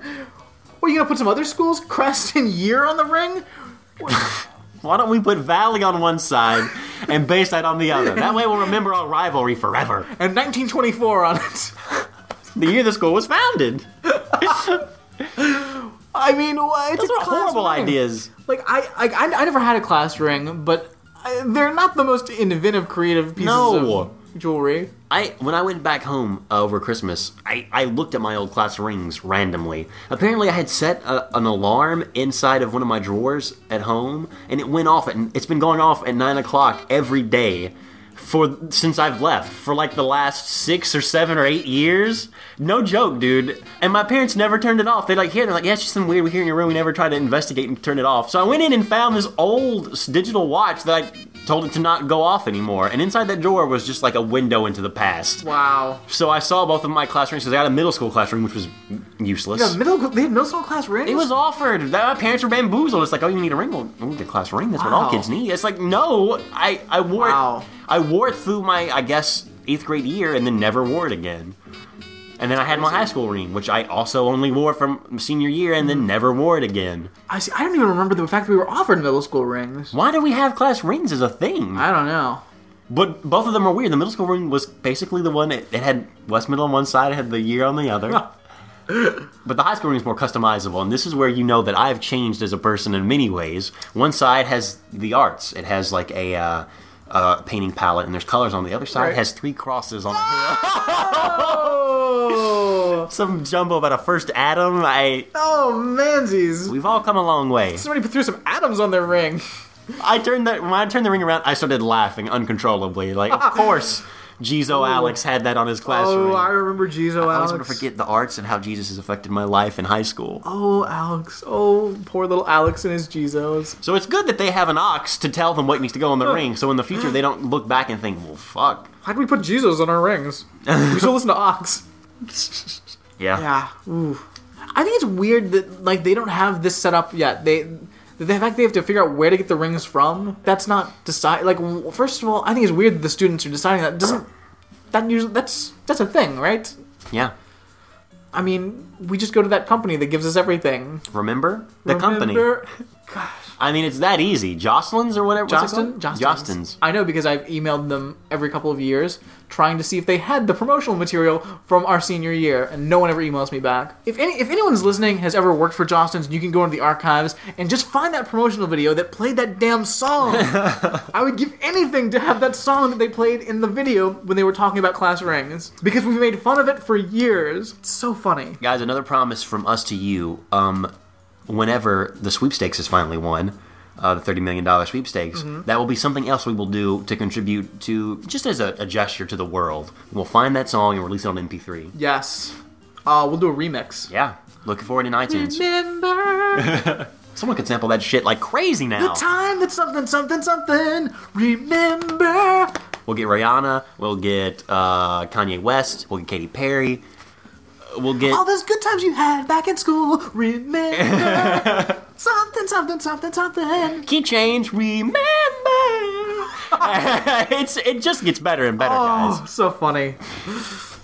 Speaker 2: Were you gonna put some other school's crest and year on the ring?
Speaker 1: Why don't we put Valley on one side and Bayside on the other? That way we'll remember our rivalry forever.
Speaker 2: And 1924 on it.
Speaker 1: The year the school was founded.
Speaker 2: I mean, why- it's
Speaker 1: Those
Speaker 2: a
Speaker 1: are
Speaker 2: class
Speaker 1: horrible
Speaker 2: ring.
Speaker 1: ideas.
Speaker 2: Like I, I, I I never had a class ring, but I, they're not the most inventive, creative pieces
Speaker 1: No.
Speaker 2: of jewelry.
Speaker 1: I when I went back home uh, over Christmas, I, I looked at my old class rings randomly. Apparently, I had set a, an alarm inside of one of my drawers at home, and it went off. At, it's been going off at nine o'clock every day for since I've left for like the last six or seven or eight years. No joke, dude. And my parents never turned it off. They like here, they're like, yeah, it's just something weird we hear in your room. We never tried to investigate and turn it off. So I went in and found this old s- digital watch that I told it to not go off anymore. And inside that drawer was just like a window into the past.
Speaker 2: Wow.
Speaker 1: So I saw both of my classrooms because I had a middle school classroom, which was useless.
Speaker 2: Yeah, middle they had middle school class rings.
Speaker 1: it was offered. That- My parents were bamboozled. It's like, oh, you need a ring. Well, we'll get a class ring. That's what
Speaker 2: Wow.
Speaker 1: all kids need. It's like, no, I, I wore
Speaker 2: Wow.
Speaker 1: it. I wore it through my, I guess, eighth grade year, and then never wore it again. And then I had my high school ring, which I also only wore from senior year, and
Speaker 2: Mm-hmm.
Speaker 1: then never wore it again.
Speaker 2: I see. I don't even remember the fact that we were offered middle school rings.
Speaker 1: Why do we have class rings as a thing?
Speaker 2: I
Speaker 1: [LAUGHS]
Speaker 2: don't know.
Speaker 1: But both of them are weird. The middle school ring was basically the one it, it had West Middle on one side, it had the year on the other. [LAUGHS] but the high school ring is more customizable, and this is where you know that I've changed as a person in many ways. One side has the arts; it has like a uh, uh, painting palette, and there's colors on the other side.
Speaker 2: Right.
Speaker 1: It has three crosses on
Speaker 2: Oh,
Speaker 1: it. [LAUGHS] Some jumbo about a first atom. I
Speaker 2: oh, manzies!
Speaker 1: we've all come a long way.
Speaker 2: Somebody threw some atoms on their ring.
Speaker 1: I turned that when I turned the ring around, I started laughing uncontrollably. Like, of course, Jizo Alex had that on his classroom.
Speaker 2: Oh, I remember Jizo
Speaker 1: I always
Speaker 2: Alex.
Speaker 1: want to forget the arts and how Jesus has affected my life in high school.
Speaker 2: Oh, Alex. Oh, poor little Alex and his Jizos.
Speaker 1: So it's good that they have an ox to tell them what needs to go in the ring, so in the future they don't look back and think, well, fuck.
Speaker 2: Why'd we put Jizos on our rings? we should listen to Ox.
Speaker 1: Yeah.
Speaker 2: Yeah. Ooh. I think it's weird that like they don't have this set up yet. They the fact they have to figure out where to get the rings from, that's not decide like w- first of all, I think it's weird that the students are deciding that doesn't that usually that's that's a thing, right?
Speaker 1: Yeah.
Speaker 2: I mean, we just go to that company that gives us everything.
Speaker 1: Remember the company.
Speaker 2: Remember-
Speaker 1: I mean, it's that easy. Jocelyn's or whatever. what's it
Speaker 2: Johnston?
Speaker 1: called?
Speaker 2: Johnston's.
Speaker 1: Johnston's.
Speaker 2: I know because I've emailed them every couple of years trying to see if they had the promotional material from our senior year, and no one ever emails me back. If any, if anyone's listening has ever worked for Johnston's, you can go into the archives and just find that promotional video that played that damn song. I would give anything to have that song that they played in the video when they were talking about class rings because we've made fun of it for years. It's so funny.
Speaker 1: Guys, another promise from us to you. Um, whenever the sweepstakes is finally won, uh, the thirty million dollar sweepstakes, that will be something else we will do to contribute to just as a, a gesture to the world. We'll find that song and release it on MP3.
Speaker 2: Yes. Uh, we'll do a remix.
Speaker 1: Yeah, looking forward in iTunes.
Speaker 2: Remember.
Speaker 1: Someone could sample that shit like crazy now.
Speaker 2: The time that something, something, something. Remember.
Speaker 1: We'll get Rihanna. We'll get uh, Kanye West. We'll get Katy Perry. uh, We'll get
Speaker 2: All those good times you had back in school. Remember. something, something, something, something.
Speaker 1: key change. Remember, [LAUGHS] it's it just gets better and better, guys.
Speaker 2: Oh, so funny.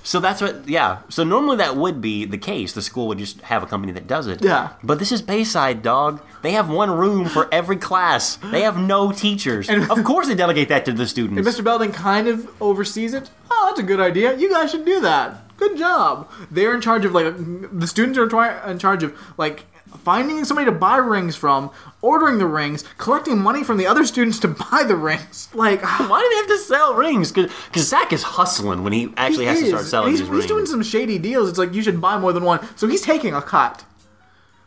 Speaker 1: So that's what, yeah. So normally that would be the case. The school would just have a company that does it.
Speaker 2: Yeah.
Speaker 1: But this is Bayside, dog. They have one room for every class. They have no teachers. of course, they delegate that to the students.
Speaker 2: Mr. Belding kind of oversees it. Oh, that's a good idea. You guys should do that. Good job. They're in charge of like the students are twi- in charge of like finding somebody to buy rings from, ordering the rings, collecting money from the other students to buy the rings. Like
Speaker 1: Why do they have to sell rings? Because Zach is hustling when he actually has to start
Speaker 2: is.
Speaker 1: selling
Speaker 2: he's,
Speaker 1: his
Speaker 2: he's
Speaker 1: rings.
Speaker 2: doing some shady deals. It's like you should buy more than one. So he's taking a cut,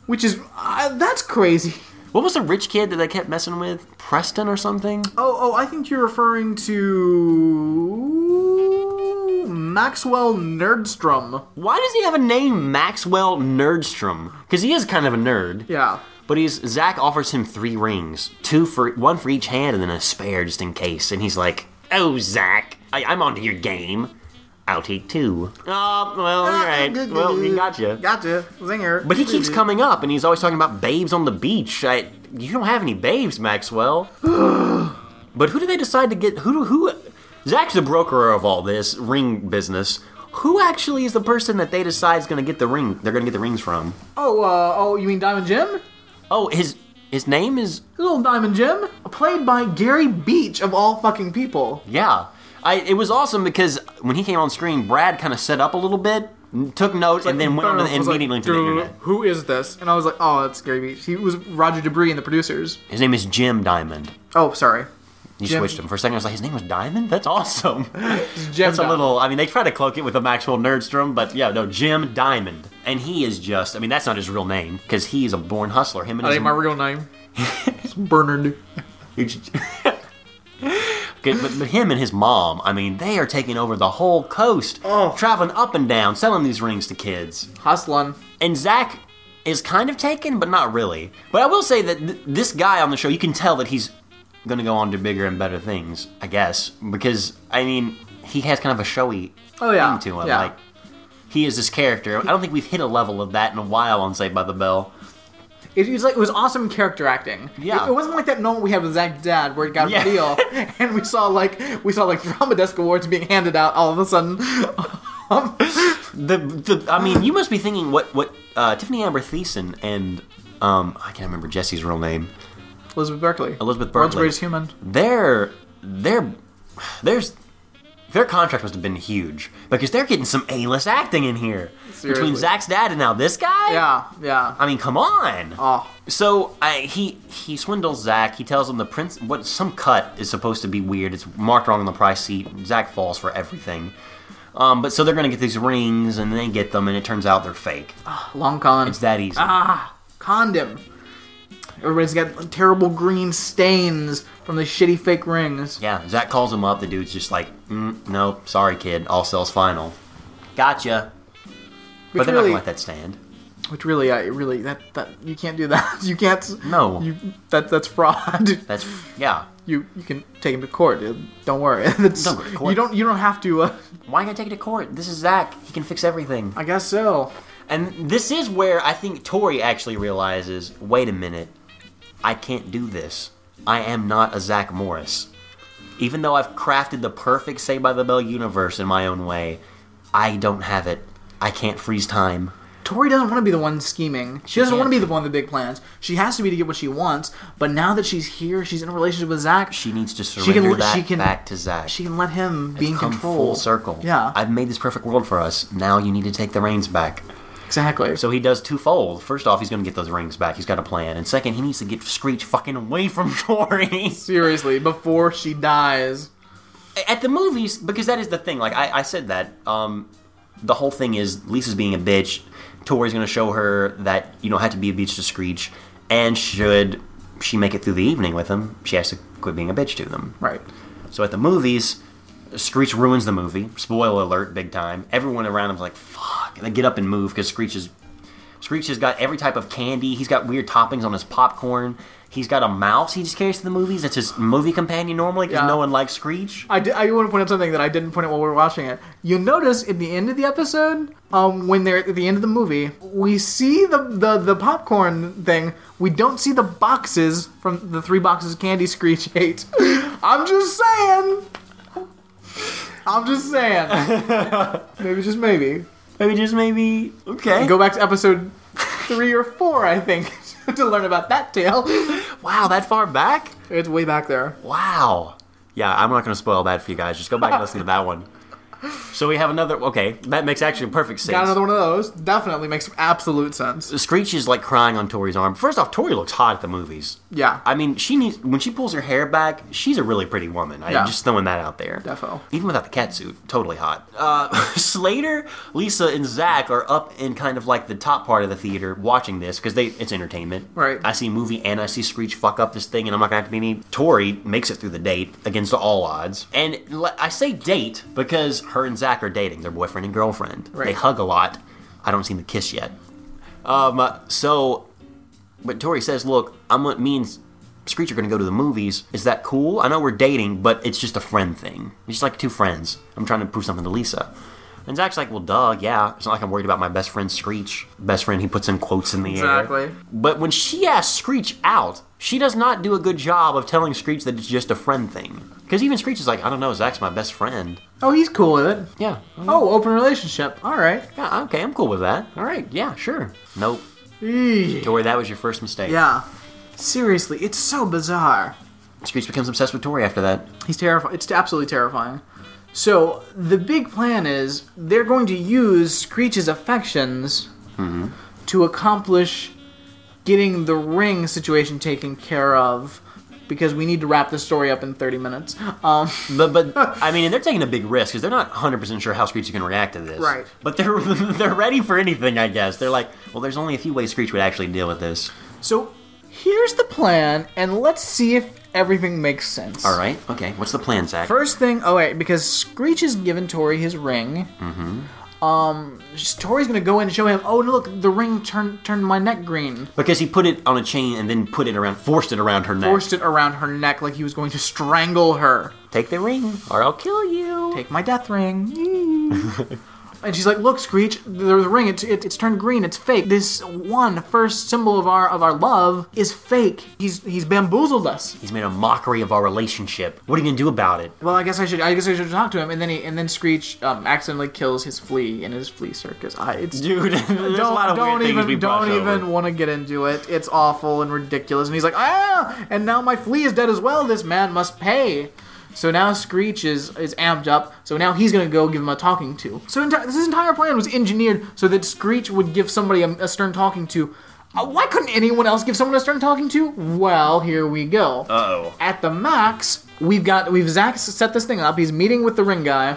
Speaker 2: which is uh, that's crazy.
Speaker 1: What was the rich kid that they kept messing with? Preston or something?
Speaker 2: Oh, oh, I think you're referring to Maxwell Nerdstrom.
Speaker 1: Why does he have a name Maxwell Nerdstrom? Because he is kind of a nerd.
Speaker 2: Yeah.
Speaker 1: But he's Zach offers him three rings, two for one for each hand, and then a spare just in case. And he's like, "Oh, Zach, I, I'm onto your game. I'll take two. Oh, well,
Speaker 2: Ah,
Speaker 1: all right. Well, we got you.
Speaker 2: Gotcha. Zinger.
Speaker 1: But he keeps coming up, and he's always talking about babes on the beach. I, you don't have any babes,
Speaker 2: [SIGHS]
Speaker 1: Maxwell. but who do they decide to get? Who do who? Zach's the broker of all this ring business. Who actually is the person that they decide is going to get the ring? They're going to get the rings from.
Speaker 2: Oh, uh, oh, you mean Diamond Jim?
Speaker 1: Oh, his his name is
Speaker 2: Little Diamond Jim, played by Gary Beach of all fucking people.
Speaker 1: yeah. I it was awesome because when he came on screen, Brad kind of set up a little bit, took notes, and then went on to the,
Speaker 2: I was like,
Speaker 1: immediately to the
Speaker 2: "Dude,
Speaker 1: internet.
Speaker 2: Who is this? And I was like, oh, it's Gary Beach. He was Roger Debris and the producers.
Speaker 1: His name is Jim Diamond.
Speaker 2: Oh, sorry.
Speaker 1: You
Speaker 2: Jim-
Speaker 1: switched him for a second. I was like, his name was Diamond. That's awesome. [LAUGHS]
Speaker 2: Jim
Speaker 1: That's a
Speaker 2: Diamond.
Speaker 1: little. I mean, they try to cloak it with a Maxwell Nerdstrom, but yeah, no, Jim Diamond, and he is just. I mean, that's not his real name because he is a born hustler. Him and
Speaker 2: That
Speaker 1: his.
Speaker 2: ain't my real [LAUGHS] name. It's Bernard.
Speaker 1: Okay, but, but him and his mom, I mean, they are taking over the whole coast,
Speaker 2: Oh.
Speaker 1: traveling up and down, selling these rings to kids.
Speaker 2: Hustling.
Speaker 1: And Zach is kind of taken, but not really. But I will say that th- this guy on the show, you can tell that he's going to go on to bigger and better things, I guess, because I mean, he has kind of a showy
Speaker 2: Oh, yeah.
Speaker 1: thing to him.
Speaker 2: Yeah.
Speaker 1: Like he is this character. I don't think we've hit a level of that in a while on Saved by the Bell.
Speaker 2: It was like it was awesome character acting.
Speaker 1: Yeah.
Speaker 2: It, it wasn't like that moment we had with Zach Dad where it got
Speaker 1: Yeah. [LAUGHS]
Speaker 2: real and we saw like we saw like drama desk awards being handed out all of a sudden. [LAUGHS] Um,
Speaker 1: The, the I mean, you must be thinking what what uh, Tiffany Amber Thiessen and um, I can't remember Jesse's real name.
Speaker 2: Elizabeth Berkley.
Speaker 1: Elizabeth
Speaker 2: World's
Speaker 1: Berkley.
Speaker 2: greatest human.
Speaker 1: their their there's their contract must have been huge because they're getting some A-list acting in here
Speaker 2: Seriously.
Speaker 1: between Zach's dad and now this guy.
Speaker 2: Yeah, yeah.
Speaker 1: I mean, come on.
Speaker 2: Oh.
Speaker 1: So I, he he swindles Zach. He tells him the prince what some cut is supposed to be weird. It's marked wrong on the price sheet. Zach falls for everything. Um, but so they're gonna get these rings and they get them and it turns out they're fake.
Speaker 2: Long con.
Speaker 1: It's that easy.
Speaker 2: Condom. Everybody's got terrible green stains from the shitty fake rings.
Speaker 1: Yeah, Zach calls him up. The dude's just like, mm, no, sorry, kid. All sales final. Gotcha. But
Speaker 2: Which
Speaker 1: they're
Speaker 2: really,
Speaker 1: not going to let that stand.
Speaker 2: which really, I really that that you can't do that. [LAUGHS] You can't.
Speaker 1: No.
Speaker 2: You that that's fraud.
Speaker 1: That's, yeah.
Speaker 2: [LAUGHS] you you can take him to court. dude. Don't worry. [LAUGHS] That's,
Speaker 1: Don't go to court.
Speaker 2: You don't you don't have to. Uh,
Speaker 1: Why can't I take it to court? This is Zach. He can fix everything.
Speaker 2: I guess so.
Speaker 1: And this is where I think Tori actually realizes wait a minute, I can't do this. I am not a Zach Morris. Even though I've crafted the perfect Say by the Bell universe in my own way, I don't have it. I can't freeze time.
Speaker 2: Tori doesn't want to be the one scheming. She doesn't
Speaker 1: can't.
Speaker 2: want to be the one with the big plans. She has to be to get what she wants. But now that she's here, she's in a relationship with Zach.
Speaker 1: She needs to surrender
Speaker 2: She can-
Speaker 1: that
Speaker 2: she can-
Speaker 1: back to Zach.
Speaker 2: she can let him be in
Speaker 1: Come
Speaker 2: control.
Speaker 1: full circle.
Speaker 2: Yeah.
Speaker 1: I've made this perfect world for us. Now you need to take the reins back.
Speaker 2: exactly.
Speaker 1: So he does twofold. First off, he's going to get those rings back. He's got a plan. And second, he needs to get Screech fucking away from [LAUGHS] Tori.
Speaker 2: Seriously, before she dies.
Speaker 1: at the movies because that is the thing like i, I said that um, the whole thing is lisa's being a bitch tori's going to show her that you don't have to be a bitch to screech and should she make it through the evening with him she has to quit being a bitch to them
Speaker 2: Right.
Speaker 1: so at the movies screech ruins the movie spoiler alert big time everyone around him's like fuck and they get up and move because screech is screech has got every type of candy he's got weird toppings on his popcorn he's got a mouse he just carries to the movies that's his movie companion normally because
Speaker 2: Yeah.
Speaker 1: no one likes screech
Speaker 2: I, did, I want to point out something that I didn't point out while we were watching it. You'll notice at the end of the episode, um, when they're at the end of the movie, we see the, the, the popcorn thing. We don't see the boxes from the three boxes of candy Screech [LAUGHS] ate. I'm just saying. I'm just saying. maybe just maybe.
Speaker 1: Maybe just maybe. Okay.
Speaker 2: Go back to episode three or four, I think, [LAUGHS] to learn about that tale.
Speaker 1: wow, that far back?
Speaker 2: It's way back there.
Speaker 1: Wow. Yeah, I'm not going to spoil that for you guys. Just go back and listen to that one. So we have another. Okay, that makes actually perfect sense.
Speaker 2: Got another one of those. Definitely makes absolute sense.
Speaker 1: Screech is like crying on Tori's arm. First off, Tori looks hot at the movies.
Speaker 2: Yeah.
Speaker 1: I mean, she needs when she pulls her hair back. She's a really pretty woman. I'm
Speaker 2: Yeah.
Speaker 1: just throwing that out there.
Speaker 2: Defo.
Speaker 1: Even without the cat suit, totally hot. Uh, [LAUGHS] Slater, Lisa, and Zach are up in kind of like the top part of the theater watching this because they it's entertainment.
Speaker 2: Right.
Speaker 1: I see a movie and I see Screech fuck up this thing, and I'm not gonna have to be any. Tori makes it through the date against all odds, and l- I say date because her and Zach are dating. They're boyfriend and girlfriend. They
Speaker 2: Right.
Speaker 1: hug a lot. I don't see them kiss yet. Um. uh, So but Tori says, "Look, I'm what means Screech are going to go to the movies. Is that cool? I know we're dating, but it's just a friend thing. It's just like two friends. I'm trying to prove something to Lisa." And Zach's like, "Well, duh, yeah. It's not like I'm worried about my best friend Screech. Best friend. He puts in quotes in the air.
Speaker 2: Exactly.
Speaker 1: But when she asks Screech out, she does not do a good job of telling Screech that it's just a friend thing. Because even Screech is like, I don't know, Zach's my best friend.
Speaker 2: Oh, he's cool with it.
Speaker 1: Yeah.
Speaker 2: Oh, open relationship. All right.
Speaker 1: Yeah. Okay. I'm cool with that. All right. Yeah. Sure. Nope. Tori, that was your first mistake.
Speaker 2: Yeah. Seriously, it's so bizarre.
Speaker 1: Screech becomes obsessed with Tori after that.
Speaker 2: He's terrifying. It's absolutely terrifying. So the big plan is they're going to use Screech's affections to accomplish getting the ring situation taken care of because we need to wrap the story up in 30 minutes. Um,
Speaker 1: But [LAUGHS] but I mean, and they're taking a big risk because they're not 100 percent sure how Screech is going to react to this.
Speaker 2: Right.
Speaker 1: But they're [LAUGHS] they're ready for anything, I guess. They're like, well, there's only a few ways Screech would actually deal with this.
Speaker 2: so here's the plan, and let's see if everything makes sense.
Speaker 1: All right. Okay. What's the plan, Zach?
Speaker 2: First thing, oh wait, because Screech has given Tori his ring. Mm-hmm. Um, s- Tori's gonna go in and show him. Oh, look, the ring turned turned my neck green.
Speaker 1: because he put it on a chain and then put it around, forced it around her neck.
Speaker 2: Forced it around her neck like he was going to strangle her.
Speaker 1: Take the ring, or I'll kill you.
Speaker 2: Take my death ring. and she's like, "Look, Screech, there's a ring. It's it, it's turned green. It's fake. This one first symbol of our of our love is fake. He's he's bamboozled us.
Speaker 1: He's made a mockery of our relationship. What are you going to do about it?
Speaker 2: Well, I guess I should. I guess I should talk to him." And then he and then Screech um, accidentally kills his flea in his flea circus. I, it's
Speaker 1: Dude, [LAUGHS] there's a
Speaker 2: don't,
Speaker 1: lot of
Speaker 2: don't
Speaker 1: weird things
Speaker 2: even
Speaker 1: we brush
Speaker 2: don't
Speaker 1: over.
Speaker 2: even want to get into it. It's awful and ridiculous. And he's like, ah! And now my flea is dead as well. This man must pay. So now Screech is is amped up. So now he's gonna go give him a talking to. So enti- this entire plan was engineered so that Screech would give somebody a, a stern talking to. Uh, why couldn't anyone else give someone a stern talking to? Well, here we go.
Speaker 1: Uh-oh.
Speaker 2: At the max, we've got we've Zach set this thing up. He's meeting with the ring guy.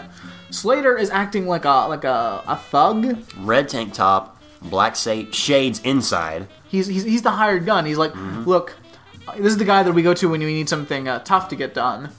Speaker 2: Slater is acting like a like a, a thug.
Speaker 1: Red tank top, Black Sate shades inside.
Speaker 2: He's he's, he's the hired gun. He's like,
Speaker 1: Mm-hmm.
Speaker 2: look, this is the guy that we go to when we need something uh, tough to get done.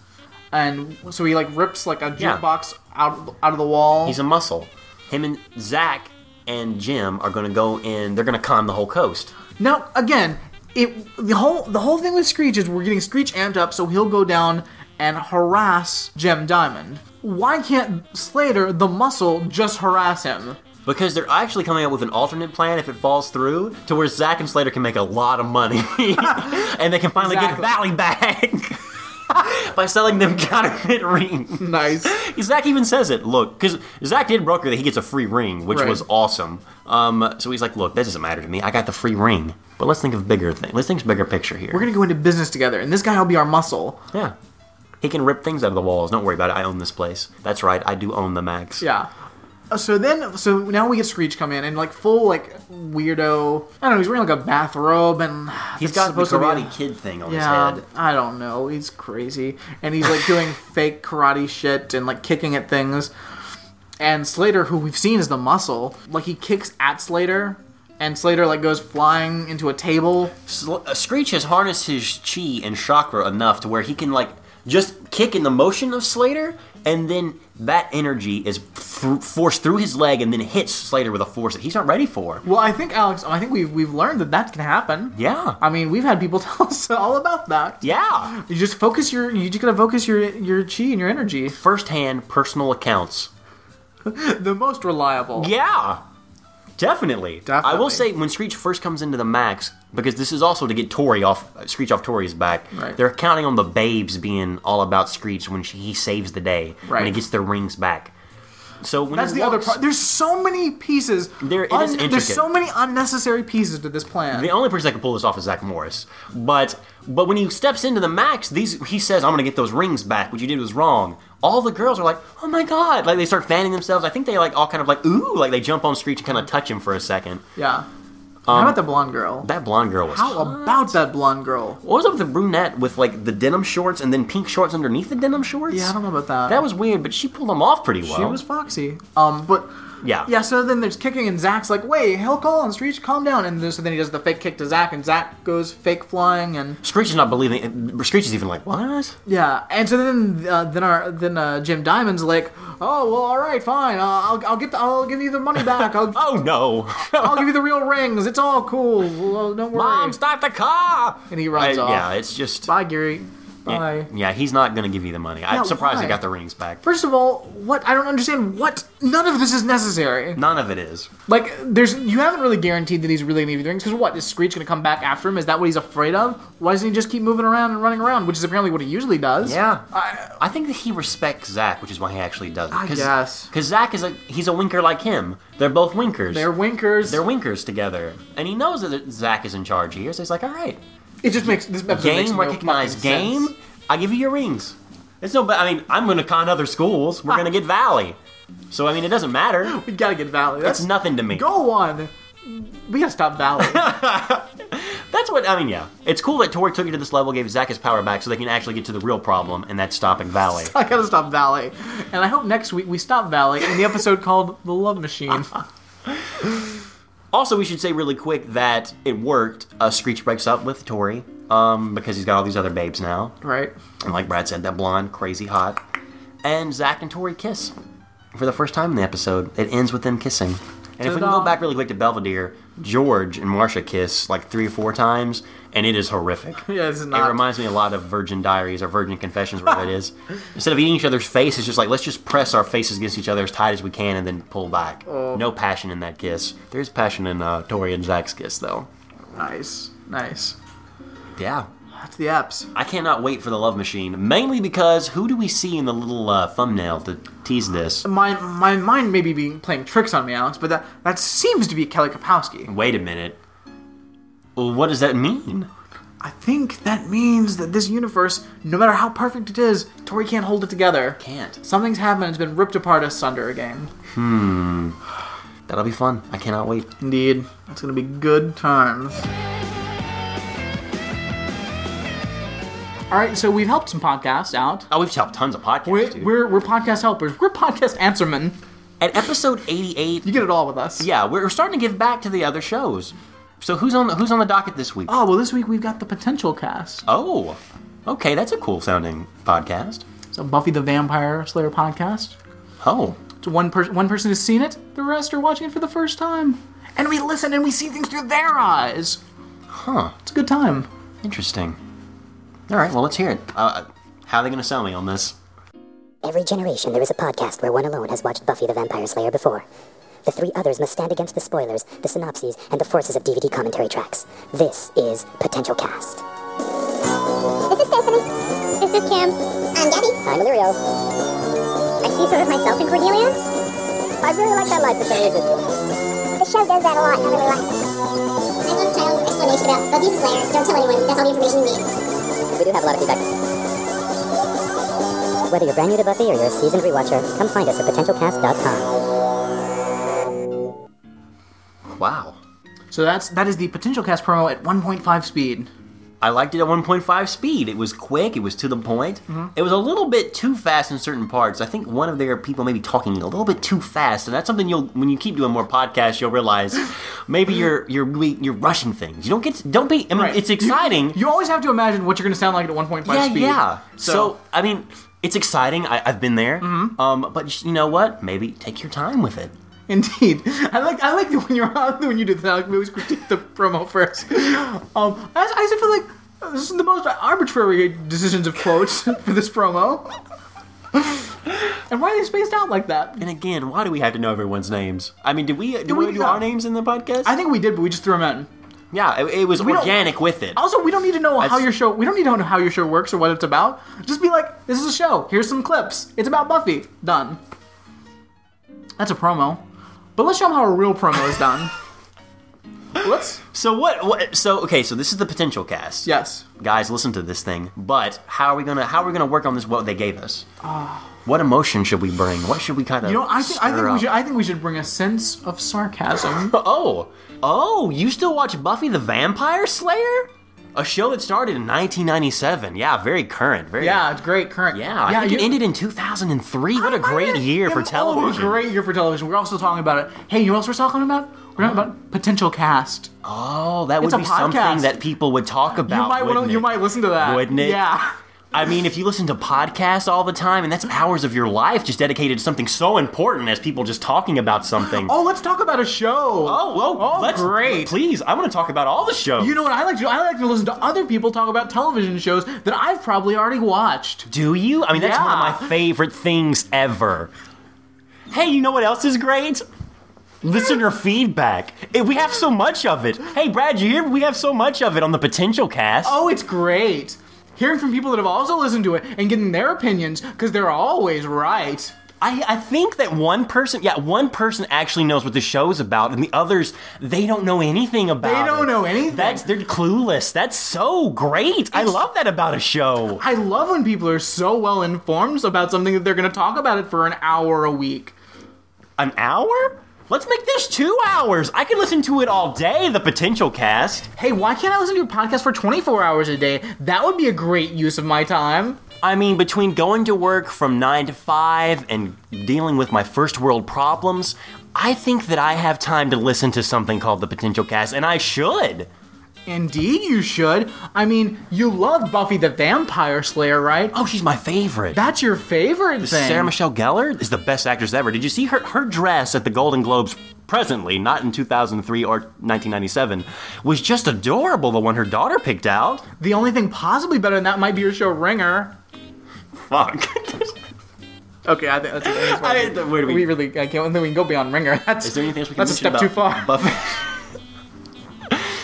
Speaker 2: And so he like rips like a
Speaker 1: Yeah.
Speaker 2: jukebox out out of the wall.
Speaker 1: He's a muscle. Him and Zach and Jim are going to go in. They're going to con the whole coast.
Speaker 2: Now again, it the whole the whole thing with Screech is we're getting Screech amped up, so he'll go down and harass Gem Diamond. Why can't Slater, the muscle, just harass him?
Speaker 1: Because they're actually coming up with an alternate plan if it falls through to where Zach and Slater can make a lot of money. [LAUGHS] and they can finally get
Speaker 2: Exactly.
Speaker 1: Valley back [LAUGHS] by selling them [LAUGHS] counterfeit rings.
Speaker 2: Nice.
Speaker 1: [LAUGHS] Zach even says it. Look, because Zach did broker that he gets a free ring, which
Speaker 2: Right.
Speaker 1: was awesome. Um, so he's like, "Look, that doesn't matter to me. I got the free ring." But let's think of bigger thing. Let's think of bigger picture here.
Speaker 2: We're gonna go into business together, and this guy will be our muscle.
Speaker 1: yeah, he can rip things out of the walls. Don't worry about it. I own this place. That's right. I do own the Max.
Speaker 2: Yeah. Uh, So then, so now we get Screech come in and like full like weirdo. I don't know. He's wearing like a bathrobe and
Speaker 1: he's
Speaker 2: it's
Speaker 1: got the
Speaker 2: to be a-
Speaker 1: Karate Kid thing on
Speaker 2: Yeah,
Speaker 1: his head.
Speaker 2: I don't know. He's crazy, and he's like [LAUGHS] doing fake karate shit and like kicking at things. And Slater, who we've seen is the muscle, like he kicks at Slater, and Slater like goes flying into a table.
Speaker 1: Sl- uh, Screech has harnessed his chi and chakra enough to where he can like just kick in the motion of Slater, and then that energy is th- forced through his leg and then hits Slater with a force that he's not ready for.
Speaker 2: Well, I think Alex, I think we've we've learned that that can happen.
Speaker 1: Yeah.
Speaker 2: I mean, we've had people [LAUGHS] tell us all about that.
Speaker 1: Yeah.
Speaker 2: You just focus your, you just gotta focus your your chi and your energy.
Speaker 1: First-hand personal accounts.
Speaker 2: The most reliable.
Speaker 1: Yeah. Definitely.
Speaker 2: Definitely.
Speaker 1: I will say when Screech first comes into the max, because this is also to get Tori off uh, Screech off Tori's back.
Speaker 2: Right.
Speaker 1: They're counting on the babes being all about Screech when she, he saves the day when he
Speaker 2: Right.
Speaker 1: gets their rings back. So when
Speaker 2: That's
Speaker 1: he
Speaker 2: the other
Speaker 1: walks-
Speaker 2: part. There's so many pieces.
Speaker 1: There- it is
Speaker 2: There's
Speaker 1: intricate.
Speaker 2: so many unnecessary pieces to this plan.
Speaker 1: The only person that can pull this off is Zach Morris. But but when he steps into the max, these he says, "I'm gonna get those rings back. What you did was wrong." All the girls are like, "Oh my god!" Like they start fanning themselves. I think they like all kind of like ooh, like they jump on Screech and kind of touch him for a second.
Speaker 2: Yeah. How
Speaker 1: Um,
Speaker 2: about the blonde girl?
Speaker 1: That blonde girl was.
Speaker 2: How about that blonde girl?
Speaker 1: What was up with the brunette with like the denim shorts and then pink shorts underneath the denim shorts?
Speaker 2: Yeah, I don't know about that.
Speaker 1: That was weird, but she pulled them off pretty well.
Speaker 2: she was foxy. Um, but
Speaker 1: Yeah.
Speaker 2: yeah. So then there's kicking, and Zach's like, "Wait, hell, Collins, Reach, calm down." And then, so then he does the fake kick to Zach, and Zach goes fake flying, and
Speaker 1: Screech is not believing. Screech is even like, what?
Speaker 2: yeah. And so then uh, then our then uh, Jim Diamond's like, "Oh well, all right, fine. Uh, I'll I'll get the, I'll give you the money back. I'll
Speaker 1: Oh no!
Speaker 2: I'll give you the real rings. It's all cool. Well, don't
Speaker 1: [LAUGHS]
Speaker 2: worry."
Speaker 1: Mom, stop the car!
Speaker 2: And he runs
Speaker 1: I-
Speaker 2: off.
Speaker 1: Yeah, it's just.
Speaker 2: Bye, Gary. Bye.
Speaker 1: Yeah, he's not gonna give you the money.
Speaker 2: Yeah,
Speaker 1: I'm surprised
Speaker 2: why?
Speaker 1: I got the rings back.
Speaker 2: First of all, what I don't understand what none of this is necessary.
Speaker 1: None of it is.
Speaker 2: Like, there's you haven't really guaranteed that he's really gonna be doing because what is Screech gonna come back after him? Is that what he's afraid of? Why doesn't he just keep moving around and running around, which is apparently what he usually does?
Speaker 1: Yeah, I, think that he respects Zach, which is why he actually does it.
Speaker 2: I guess.
Speaker 1: because Zach is a he's a winker like him. They're both winkers.
Speaker 2: They're winkers.
Speaker 1: They're winkers together, and he knows that Zach is in charge here. So he's like, all right,
Speaker 2: it just makes this episode makes
Speaker 1: game
Speaker 2: no
Speaker 1: recognize
Speaker 2: fucking
Speaker 1: game.
Speaker 2: sense.
Speaker 1: I give you your rings. It's no. ba- I mean, I'm going to con other schools. We're going to get Valley. So I mean, it doesn't matter.
Speaker 2: We gotta get Valley. That's
Speaker 1: It's nothing to me.
Speaker 2: Go on. We gotta stop Valley.
Speaker 1: That's what I mean. Yeah, it's cool that Tori took it to this level, gave Zach his power back, so they can actually get to the real problem, and that's stopping Valley.
Speaker 2: [LAUGHS] I gotta stop Valley. And I hope next week we stop Valley in the episode called The Love Machine.
Speaker 1: Also, we should say really quick that it worked. Uh, Screech breaks up with Tori um, because he's got all these other babes now,
Speaker 2: right?
Speaker 1: and like Brad said, that blonde, crazy hot, and Zach and Tori kiss for the first time in the episode. It ends with them kissing. And if we can
Speaker 2: Ta-da.
Speaker 1: go back really quick to Belvedere, George and Marcia kiss like three or four times, and it is horrific.
Speaker 2: Yeah, this is
Speaker 1: It
Speaker 2: not.
Speaker 1: reminds me a lot of Virgin Diaries or Virgin Confessions, whatever it is. Instead of eating each other's face, it's just like let's just press our faces against each other as tight as we can and then pull back. No passion in that kiss. There's passion in uh, Tori and Zach's kiss, though.
Speaker 2: nice. Nice.
Speaker 1: Yeah.
Speaker 2: That's the apps.
Speaker 1: I cannot wait for the Love Machine, mainly because who do we see in the little uh, thumbnail to tease this?
Speaker 2: My my mind may be being, playing tricks on me, Alex, but that, that seems to be Kelly Kapowski.
Speaker 1: Wait a minute. Well, what does that mean?
Speaker 2: I think that means that this universe, no matter how perfect it is, Tori can't hold it together.
Speaker 1: Can't.
Speaker 2: Something's happened. It's been ripped apart asunder again.
Speaker 1: That'll be fun. I cannot wait.
Speaker 2: Indeed, that's gonna be good times. All right, so we've helped some podcasts out.
Speaker 1: Oh, we've chopped tons of podcasts.
Speaker 2: We're
Speaker 1: dude.
Speaker 2: we're, we're podcast helpers. We're podcast answermen.
Speaker 1: At episode 88,
Speaker 2: You get it all with us.
Speaker 1: yeah, we're we're starting to give back to the other shows. So who's on the, who's on the docket this week?
Speaker 2: Oh well, this week we've got the potential cast.
Speaker 1: Oh, okay, that's a cool sounding podcast.
Speaker 2: It's a Buffy the Vampire Slayer podcast.
Speaker 1: Oh,
Speaker 2: It's one person. One person has seen it. The rest are watching it for the first time. And we listen and we see things through their eyes.
Speaker 1: huh,
Speaker 2: It's a good time.
Speaker 1: interesting. All right, well let's hear it. Uh, how are they going to sell me on this?
Speaker 8: Every generation, there is a podcast where one alone has watched Buffy the Vampire Slayer before. The three others must stand against the spoilers, the synopses, and the forces of DVD commentary tracks. This is Potential Cast.
Speaker 9: This is Stephanie. This is Kim. I'm Gabby.
Speaker 8: I'm Illyrio.
Speaker 9: I see sort of myself in Cordelia.
Speaker 8: I really like that life for some reason.
Speaker 9: The show does that a lot. I really like it. I love Kyle's explanation about Buffy's Slayer. Don't tell anyone. That's all the information you need.
Speaker 8: We do have a lot of feedback. Whether you're brand new to Buffy or you're a seasoned rewatcher, come find us at potentialcast.com.
Speaker 1: Wow,
Speaker 2: So that's that is the potential cast promo at 1.5 speed.
Speaker 1: I liked it at 1.5 speed. It was quick. It was to the point. It was a little bit too fast in certain parts. I think one of their people maybe talking a little bit too fast, and that's something you'll when you keep doing more podcasts, you'll realize maybe you're you're really- you're rushing things. You don't get to- don't be. I mean,
Speaker 2: Right.
Speaker 1: it's exciting.
Speaker 2: [LAUGHS] You always have to imagine what you're going to sound like at 1.5
Speaker 1: yeah,
Speaker 2: speed.
Speaker 1: yeah. So,
Speaker 2: So,
Speaker 1: I mean, it's exciting. I, I've been there. Um, but just- you know what? Maybe take your time with it.
Speaker 2: indeed, I like I like that when you're on when you do that. I like we always critique the promo first. Um, I, just- I just feel like this is the most arbitrary decisions of quotes [LAUGHS] for this promo. and why are they spaced out like that?
Speaker 1: And again, why do we have to know everyone's names? I mean, do we do,
Speaker 2: we
Speaker 1: we, do
Speaker 2: not?
Speaker 1: our names in the podcast?
Speaker 2: I think we did, but we just threw them in.
Speaker 1: yeah, it, it was
Speaker 2: don't-
Speaker 1: organic with it.
Speaker 2: Also, we don't need to know how
Speaker 1: That's-
Speaker 2: your show. We don't need to know how your show works or what it's about. Just be like, this is a show. Here's some clips. It's about Buffy. Done. That's a promo. But let's show them how a real promo is done. let's.
Speaker 1: So [LAUGHS] what, what? So okay, so this is the potential cast.
Speaker 2: Yes.
Speaker 1: guys, listen to this thing. But how are we gonna how are we gonna work on this? What they gave us? what emotion should we bring? What should we kind of?
Speaker 2: You know, I think I think
Speaker 1: stir
Speaker 2: we
Speaker 1: up?
Speaker 2: should. I think we should bring a sense
Speaker 1: [LAUGHS]
Speaker 2: of sarcasm.
Speaker 1: Oh, oh, you still watch Buffy the Vampire Slayer? A show that started in 1997. Yeah, very current. Very
Speaker 2: yeah, it's great. Current.
Speaker 1: yeah. I
Speaker 2: Yeah.
Speaker 1: think
Speaker 2: you-
Speaker 1: it ended in 2003. What a
Speaker 2: I
Speaker 1: great
Speaker 2: mean,
Speaker 1: year
Speaker 2: yeah,
Speaker 1: for
Speaker 2: oh,
Speaker 1: television.
Speaker 2: great year for television. We're also talking about it. Hey, you know what else we're talking about? We're talking about potential cast.
Speaker 1: Oh, that would
Speaker 2: a
Speaker 1: be something
Speaker 2: podcast.
Speaker 1: that people would talk about.
Speaker 2: you might
Speaker 1: wouldn't
Speaker 2: want to. You
Speaker 1: it?
Speaker 2: might listen to that.
Speaker 1: Wouldn't it?
Speaker 2: Yeah.
Speaker 1: I mean, if you listen to podcasts all the time, and that's hours of your life just dedicated to something so important as people just talking about something.
Speaker 2: [GASPS] Oh, let's talk about a show.
Speaker 1: oh, whoa,
Speaker 2: oh,
Speaker 1: let's,
Speaker 2: great.
Speaker 1: Please, I want to talk about all the shows.
Speaker 2: You know what I like to do? I like to listen to other people talk about television shows that I've probably already watched.
Speaker 1: Do you? I mean, that's one of
Speaker 2: Yeah.
Speaker 1: my favorite things ever. Hey, you know what else is great? Listener feedback. Eh, We have so much of it. Hey, Brad, you hear? We have so much of it on the potential cast.
Speaker 2: Oh, it's great. Hearing from people that have also listened to it and getting their opinions because they're always right.
Speaker 1: I, I think that one person, yeah, one person actually knows what the show's about, and the others, they don't know anything about
Speaker 2: They don't
Speaker 1: it.
Speaker 2: know anything.
Speaker 1: That's, they're clueless. That's so great. I love that about a show.
Speaker 2: I love when people are so well informed about something that they're going to talk about it for an hour a week.
Speaker 1: An hour? Let's make this two hours. I could listen to it all day, the potential cast.
Speaker 2: Hey, why can't I listen to a podcast for 24 hours a day? That would be a great use of my time.
Speaker 1: I mean, between going to work from 9 to 5 and dealing with my first world problems, I think that I have time to listen to something called the Potential Cast, and I should.
Speaker 2: Indeed, you should. I mean, you love Buffy the Vampire Slayer, right?
Speaker 1: Oh, she's my favorite.
Speaker 2: That's your favorite thing.
Speaker 1: Sarah Michelle Gellar is the best actress ever. Did you see her her dress at the Golden Globes presently, not in 2003 or 1997, was just adorable. The one her daughter picked out.
Speaker 2: The only thing possibly better than that might be your show Ringer.
Speaker 1: Fuck. [LAUGHS]
Speaker 2: Okay, I think that's [LAUGHS] a
Speaker 1: I, where do we,
Speaker 2: we really I can't. Then we can go beyond Ringer. [LAUGHS] That's
Speaker 1: Is there anything else we can
Speaker 2: that's a
Speaker 1: mention
Speaker 2: step too
Speaker 1: about
Speaker 2: far.
Speaker 1: Buffy?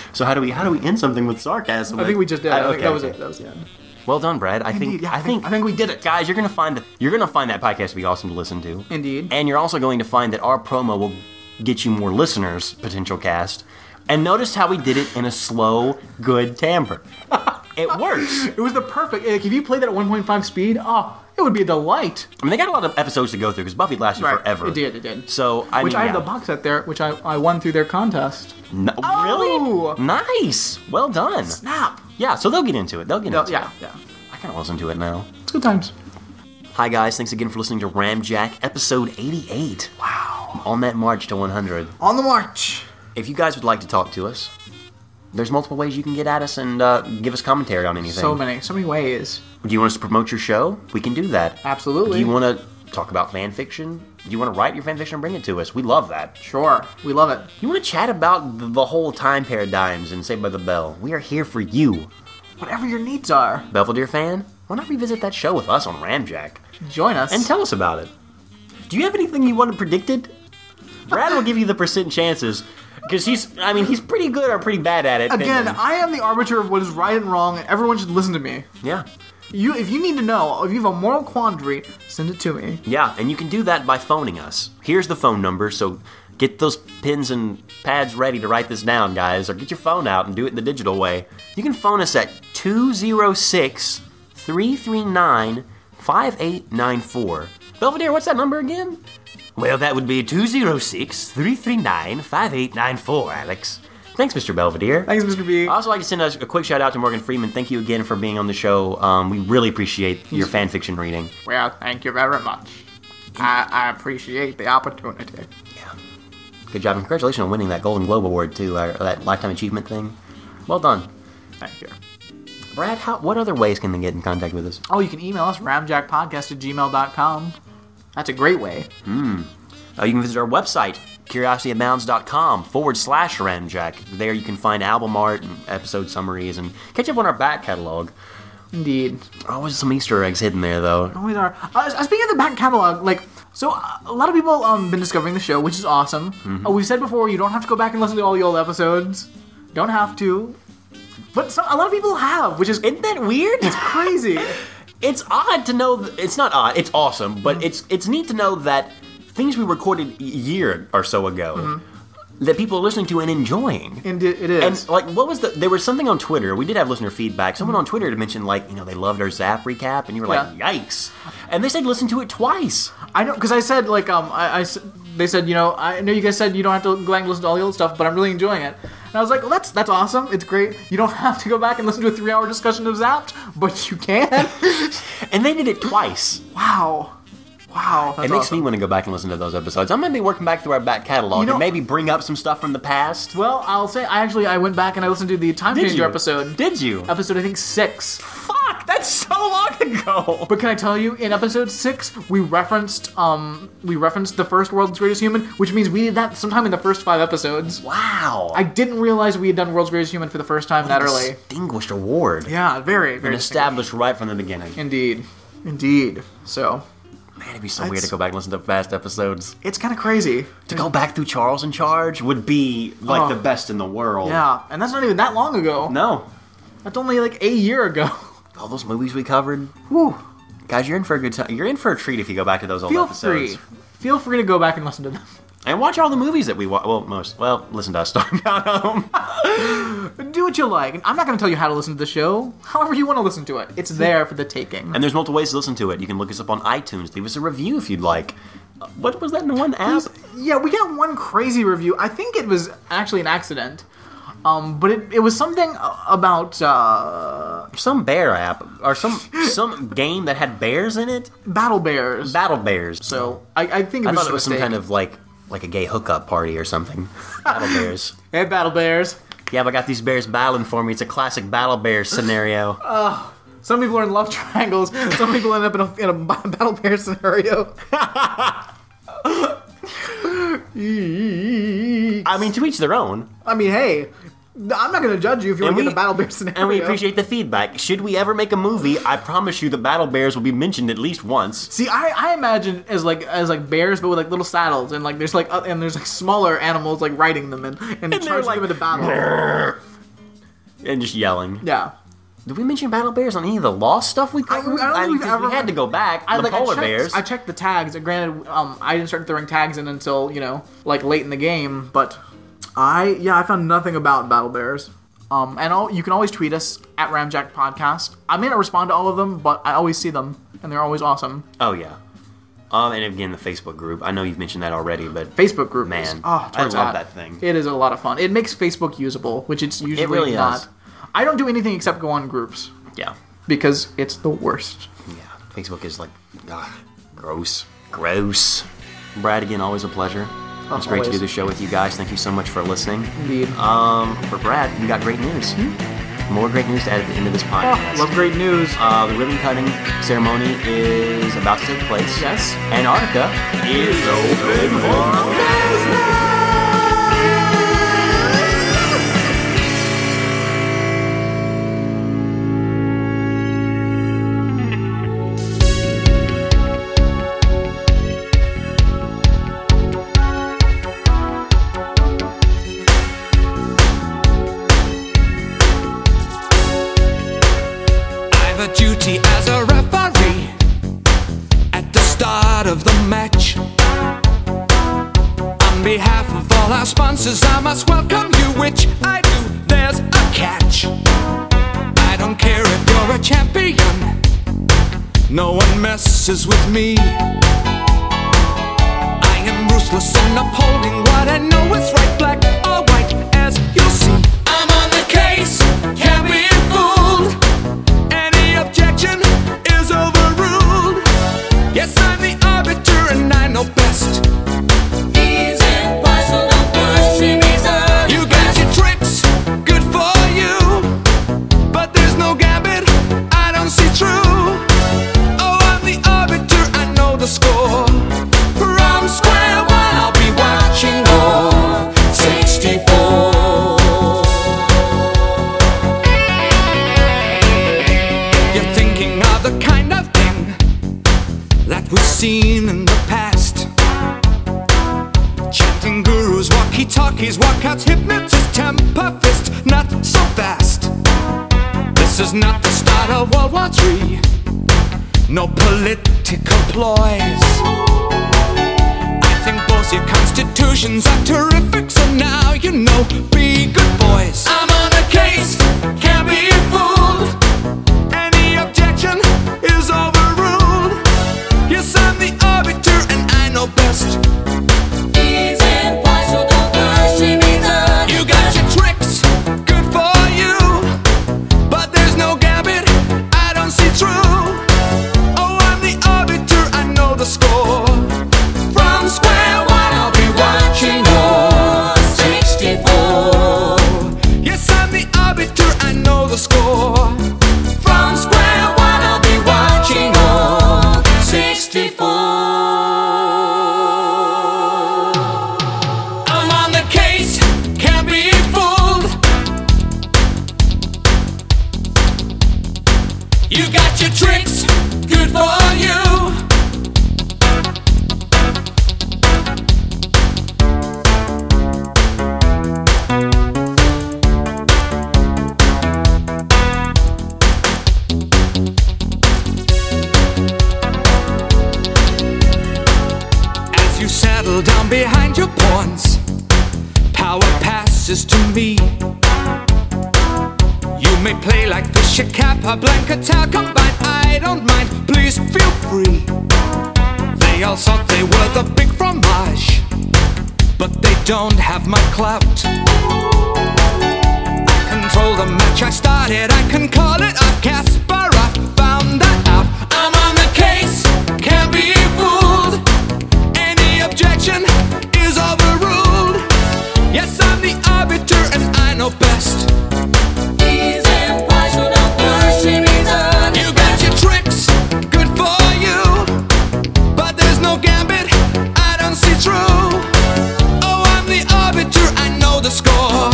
Speaker 1: [LAUGHS] so how do we how do we end something with sarcasm?
Speaker 2: I think we just did.
Speaker 1: Uh,
Speaker 2: I think
Speaker 1: okay,
Speaker 2: that was
Speaker 1: okay.
Speaker 2: it. That was the end.
Speaker 1: Well done, Brad. I think I think
Speaker 2: I think we did it.
Speaker 1: guys, you're gonna find that you're gonna find that podcast to be awesome to listen to.
Speaker 2: Indeed.
Speaker 1: And you're also going to find that our promo will get you more listeners, potential cast. And notice how we did it in a slow, good
Speaker 2: [LAUGHS]
Speaker 1: timbre. It works.
Speaker 2: It was the perfect. Like, if you played that at 1.5 speed, oh, it would be a delight.
Speaker 1: I mean, they got a lot of episodes to go through because Buffy lasted forever.
Speaker 2: It did. It did.
Speaker 1: So I
Speaker 2: which
Speaker 1: mean,
Speaker 2: I have
Speaker 1: yeah.
Speaker 2: the box set there, which I, I won through their contest.
Speaker 1: No-
Speaker 2: Oh!
Speaker 1: Really? Nice. Well done.
Speaker 2: Snap.
Speaker 1: Yeah. So they'll get into it. They'll get
Speaker 2: No,
Speaker 1: into
Speaker 2: yeah,
Speaker 1: it.
Speaker 2: yeah.
Speaker 1: I kind of listen to it now.
Speaker 2: It's good times.
Speaker 1: Hi guys, thanks again for listening to Ramjack episode 88. Wow. On that march to 100,
Speaker 2: On the march.
Speaker 1: if you guys would like to talk to us, there's multiple ways you can get at us and uh, give us commentary on anything.
Speaker 2: So many, so many ways.
Speaker 1: Do you want us to promote your show? We can do that.
Speaker 2: Absolutely.
Speaker 1: Do you want to talk about fan fiction? Do you want to write your fan fiction and bring it to us? We love that.
Speaker 2: Sure, we love it.
Speaker 1: You want to chat about the, the whole time paradigms and Saved by the Bell? We are here for you.
Speaker 2: Whatever your needs are,
Speaker 1: Belvedere fan, why not revisit that show with us on Ramjack
Speaker 2: join us.
Speaker 1: and tell us about it? Do you have anything you want to predict it? Brad will give you the percent chances because he's, I mean, he's pretty good or pretty bad at it.
Speaker 2: Again,
Speaker 1: Depending.
Speaker 2: I am the arbiter of what is right and wrong, and everyone should listen to me.
Speaker 1: yeah.
Speaker 2: You, if you need to know, if you have a moral quandary, send it to me.
Speaker 1: Yeah, and you can do that by phoning us. Here's the phone number, so get those pens and pads ready to write this down, guys, or get your phone out and do it in the digital way. You can phone us at 206 339 5894. Belvedere, what's that number again? Well, that would be 206 339 5894, Alex. Thanks, Mr. Belvedere.
Speaker 2: Thanks, Mr. B.
Speaker 1: I also like to send us a quick shout out to Morgan Freeman. Thank you again for being on the show. Um, we really appreciate your fan fiction reading.
Speaker 3: Well, thank you very much. I, I appreciate the opportunity.
Speaker 1: Good job. and Congratulations on winning that Golden Globe Award, too, or that Lifetime Achievement thing. Well done.
Speaker 3: Thank you.
Speaker 1: Brad, how, what other ways can they get in contact with us?
Speaker 3: Oh, you can email us, ramjackpodcast at gmail.com. That's a great way.
Speaker 1: Uh, you can visit our website, curiosityabounds.com forward slash ramjack. There you can find album art and episode summaries and catch up on our back catalog.
Speaker 2: Indeed.
Speaker 1: Always some Easter eggs hidden there, though.
Speaker 2: Always are. Uh, uh, speaking of the back catalog, like, so uh, a lot of people um been discovering the show, which is awesome.
Speaker 1: Mm-hmm.
Speaker 2: Uh, we've said before, you don't have to go back and listen to all the old episodes. Don't have to. But some, a lot of people
Speaker 1: [LAUGHS]
Speaker 2: have, which is
Speaker 1: Isn't that weird?
Speaker 2: it's crazy.
Speaker 1: it's odd to know. th- It's not odd. It's awesome, but it's it's neat to know that things we recorded a year or so ago that people are listening to and enjoying.
Speaker 2: and it, it is.
Speaker 1: And like, what was the? There was something on Twitter. We did have listener feedback. Someone
Speaker 2: Mm-hmm.
Speaker 1: on Twitter had mentioned like, you know, they loved our Zap recap, and you were like, yikes! And they said listen to it twice.
Speaker 2: I know, because I said like um, I, I s- they said you know I know you guys said you don't have to go back and listen to all the old stuff, but I'm really enjoying it. And I was like, well, that's that's awesome. It's great. You don't [LAUGHS] have to go back and listen to a three hour discussion of Zapped, but you can. [LAUGHS]
Speaker 1: And they did it twice.
Speaker 2: wow, wow. That's
Speaker 1: it makes
Speaker 2: awesome.
Speaker 1: me want to go back and listen to those episodes. I'm gonna be working back through our back catalog
Speaker 2: You know-
Speaker 1: and maybe bring up some stuff from the past.
Speaker 2: Well, I'll say I actually I went back and I listened to the Time
Speaker 1: Did
Speaker 2: Changer
Speaker 1: you?
Speaker 2: episode. Um,
Speaker 1: Did you?
Speaker 2: episode I think six.
Speaker 1: Fuck! That's so long ago.
Speaker 2: [LAUGHS] But can I tell you, in episode six, we referenced um we referenced the first world's greatest human, which means we did that sometime in the first five episodes.
Speaker 1: wow!
Speaker 2: I didn't realize we had done World's Greatest Human for the first time that early.
Speaker 1: distinguished award.
Speaker 2: Yeah, very, very
Speaker 1: Been established right from the beginning.
Speaker 2: Indeed. Indeed. So,
Speaker 1: Man, it'd be so weird to go back and listen to past episodes.
Speaker 2: it's kind of crazy.
Speaker 1: To go back through Charles in Charge would be like
Speaker 2: Mm. Oh.
Speaker 1: the best in the world.
Speaker 2: Yeah, and that's not even that long ago.
Speaker 1: No,
Speaker 2: That's only like a year ago.
Speaker 1: all those movies we covered.
Speaker 2: Whew.
Speaker 1: Guys, you're in for a good time. You're in for a treat if you go back to those old
Speaker 2: Feel
Speaker 1: episodes
Speaker 2: free. Feel free to go back and listen to them.
Speaker 1: and watch all the movies that we watch. Well, most. Well, listen to us [LAUGHS] talking about them.
Speaker 2: Do what you like. And I'm not going to tell you how to listen to the show. However you want to listen to it. It's
Speaker 1: Hmm.
Speaker 2: there for the taking.
Speaker 1: and there's multiple ways to listen to it. You can look us up on iTunes. Leave us a review if you'd like. Uh, What was that in one app?
Speaker 2: Yeah, we got one crazy review. I think it was actually an accident. Um, but it, it was something uh, about uh,
Speaker 1: Some bear app or some some game that had bears in it.
Speaker 2: battle bears.
Speaker 1: Battle bears.
Speaker 2: so I, I think it
Speaker 1: I
Speaker 2: was,
Speaker 1: thought
Speaker 2: just
Speaker 1: it was
Speaker 2: a
Speaker 1: some
Speaker 2: mistake.
Speaker 1: kind of like like a gay hookup party or something. Battle
Speaker 2: [LAUGHS]
Speaker 1: bears.
Speaker 2: hey battle bears.
Speaker 1: Yeah, but I got these bears battling for me. It's a classic battle bear
Speaker 2: [LAUGHS]
Speaker 1: scenario.
Speaker 2: Some people are in love [LAUGHS] triangles. Some people end up in a, in a [LAUGHS] b- battle pair scenario. [LAUGHS] I
Speaker 1: I mean, to each their own.
Speaker 2: mean, hey, I'm not going to judge you if you want
Speaker 1: And
Speaker 2: to get
Speaker 1: we-
Speaker 2: in a battle bear [LAUGHS] scenario.
Speaker 1: And we appreciate the feedback. Should we ever make a movie, I promise you the battle bears will be mentioned at least once.
Speaker 2: See, I, I imagine as like as like bears, but with like little saddles, and like there's like uh, and there's like smaller animals like riding them and and, charging
Speaker 1: like,
Speaker 2: them into battle.
Speaker 1: And just yelling.
Speaker 2: Yeah,
Speaker 1: Did we mention battle bears on any of the lost stuff we
Speaker 2: I
Speaker 1: covered?
Speaker 2: don't think
Speaker 1: mean,
Speaker 2: we've
Speaker 1: 'cause
Speaker 2: ever-
Speaker 1: we had to go back.
Speaker 2: I
Speaker 1: the
Speaker 2: like I
Speaker 1: polar
Speaker 2: checked,
Speaker 1: bears.
Speaker 2: I checked the tags. and Granted, um, I didn't start throwing tags in until you know like late in the game, but I yeah I found nothing about battle bears. Um, and all, you can always tweet us at Ramjack Podcast. I may not respond to all of them, but I always see them, and they're always awesome.
Speaker 1: oh, yeah. Um, and again, the Facebook group. I know you've mentioned that already, but
Speaker 2: Facebook group,
Speaker 1: Man,
Speaker 2: is, oh,
Speaker 1: I
Speaker 2: it's where it's
Speaker 1: love
Speaker 2: at.
Speaker 1: that thing.
Speaker 2: It is a lot of fun. It makes Facebook usable, which it's usually
Speaker 1: really
Speaker 2: not.
Speaker 1: is.
Speaker 2: I don't do anything except go on groups
Speaker 1: yeah.
Speaker 2: because it's the worst.
Speaker 1: Yeah. Facebook is like, ugh, gross. Gross. Brad, again, always a pleasure. it's great to do
Speaker 2: Oh, always. Mm-hmm.
Speaker 1: the show with you guys. Thank you so much for listening.
Speaker 2: Indeed.
Speaker 1: Um, for Brad, we got great news.
Speaker 2: Mm-hmm.
Speaker 1: More great news to add at the end of
Speaker 2: Oh,
Speaker 1: this podcast.
Speaker 3: Love great news.
Speaker 1: Uh, the ribbon cutting ceremony is about to take place.
Speaker 3: Yes.
Speaker 1: And Antarctica is open for
Speaker 10: I've a duty as a referee at the start of the match. On behalf of all our sponsors, I must welcome you, which I do. There's a catch. I don't care if you're a champion, no one messes with me. I am ruthless and upholding what I know is right, black or white, as you'll see. I'm on the case, can't be fooled. Any objection is overruled. Yes, I'm the arbiter and I know best. You got your tricks, good for you. But there's no gambit, I don't see true. Oh, I'm the arbiter, I know the score. From square one, I'll be watching all 64. You're thinking of the kind of thing that we've seen in the past. Chanting gurus, walkie talkies, walkouts, hypnotists, temper fists, not so fast. This is not the start of World War III. No political ploys. I think both your constitutions are terrific, so now you know, be good boys. I'm on a case, can't be fooled. Any objection is overruled. Yes, I'm the arbiter and I know best. You got your tricks, good for you. But there's no gambit, I don't see through. Oh, I'm the arbiter, I know the score. From square one, I'll be watching all 64. Yes, I'm the arbiter, I know the score. From square one, I'll be watching all 64. I'm on the case, can't be fooled. You got your tricks, good for you. As you settle down behind your pawns, power passes to me. You may play like Fisher, Capablanca, Talcombine, I don't mind, please feel free. They all thought they were the big fromage, but they don't have my clout. I control the match I started, I can call it off, Kasparov found that out. I'm on the case, can't be fooled. Any objection is overruled. Yes, I'm the arbiter and I know best. You got your tricks, good for you. But there's no gambit, I don't see through. Oh, I'm the arbiter, I know the score.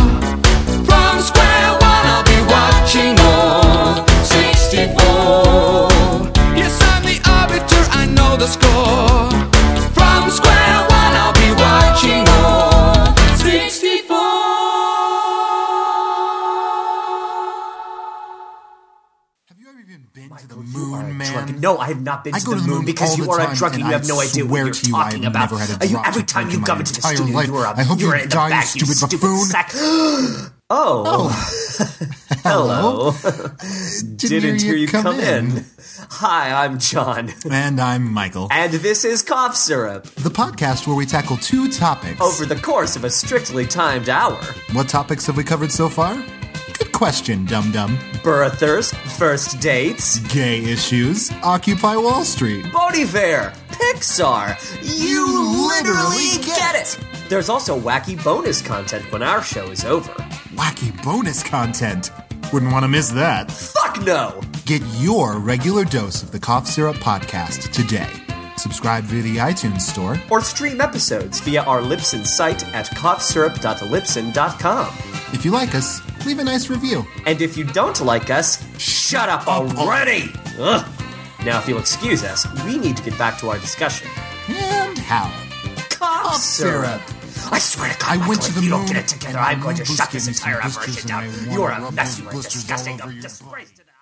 Speaker 10: From square one, I'll be watching all 64. Yes, I'm the arbiter, I know the score. From square one, I'll be watching all 64.
Speaker 11: No, I have not been
Speaker 12: I
Speaker 11: to
Speaker 12: go
Speaker 11: the,
Speaker 12: to the
Speaker 11: moon,
Speaker 12: moon
Speaker 11: because
Speaker 12: all
Speaker 11: you
Speaker 12: the
Speaker 11: are a
Speaker 12: time,
Speaker 11: drunk and
Speaker 12: and
Speaker 11: you
Speaker 12: I
Speaker 11: have no idea what
Speaker 12: swear
Speaker 11: you're
Speaker 12: to you, I have
Speaker 11: talking about.
Speaker 12: never had a
Speaker 11: Uh, you-
Speaker 12: drop
Speaker 11: every
Speaker 12: to
Speaker 11: time
Speaker 12: drink
Speaker 11: you
Speaker 12: in
Speaker 11: come
Speaker 12: my
Speaker 11: into the
Speaker 12: entire
Speaker 11: studio,
Speaker 12: life.
Speaker 11: you are a
Speaker 12: I hope
Speaker 11: you
Speaker 12: you
Speaker 11: are in the
Speaker 12: die, you
Speaker 11: back, you
Speaker 12: stupid
Speaker 11: stupid
Speaker 12: buffoon.
Speaker 11: sack. oh, hello.
Speaker 12: Didn't,
Speaker 11: hear you come in. Hi, I'm John,
Speaker 12: And I'm Michael.
Speaker 11: and this is cough syrup.
Speaker 12: The podcast where we tackle two topics.
Speaker 11: Over the course of a strictly timed hour,
Speaker 12: What topics have we covered so far? Good question, dum dum.
Speaker 11: birthers, first dates,
Speaker 12: Gay issues, Occupy Wall Street,
Speaker 11: Bon Iver,
Speaker 1: Pixar. You, literally get it. There's also wacky bonus content when our show is over.
Speaker 3: Wacky bonus content. Wouldn't want to miss that.
Speaker 1: Fuck no!
Speaker 3: Get your regular dose of the Cough Syrup Podcast today. Subscribe via the iTunes Store.
Speaker 1: Or stream episodes via our Lipson site at coughsyrup.lipson.com.
Speaker 3: If you like us, leave a nice review.
Speaker 1: And if you don't like us, shut up already! Ugh. Now, if you'll excuse us, we need to get back to our discussion.
Speaker 3: And how?
Speaker 1: Cough syrup. I swear to God,
Speaker 3: I
Speaker 1: Michael,
Speaker 3: went to
Speaker 1: if
Speaker 3: the
Speaker 1: you
Speaker 3: moon
Speaker 1: don't get it together,
Speaker 3: and I
Speaker 1: I'm going to
Speaker 3: remember
Speaker 1: shut this
Speaker 3: getting some
Speaker 1: entire
Speaker 3: blisters
Speaker 1: operation
Speaker 3: and I
Speaker 1: down.
Speaker 3: wanna
Speaker 1: You're a
Speaker 3: rub
Speaker 1: mess,
Speaker 3: those
Speaker 1: you are
Speaker 3: blisters all
Speaker 1: disgusting,
Speaker 3: over
Speaker 1: a
Speaker 3: your
Speaker 1: disgrace. to the-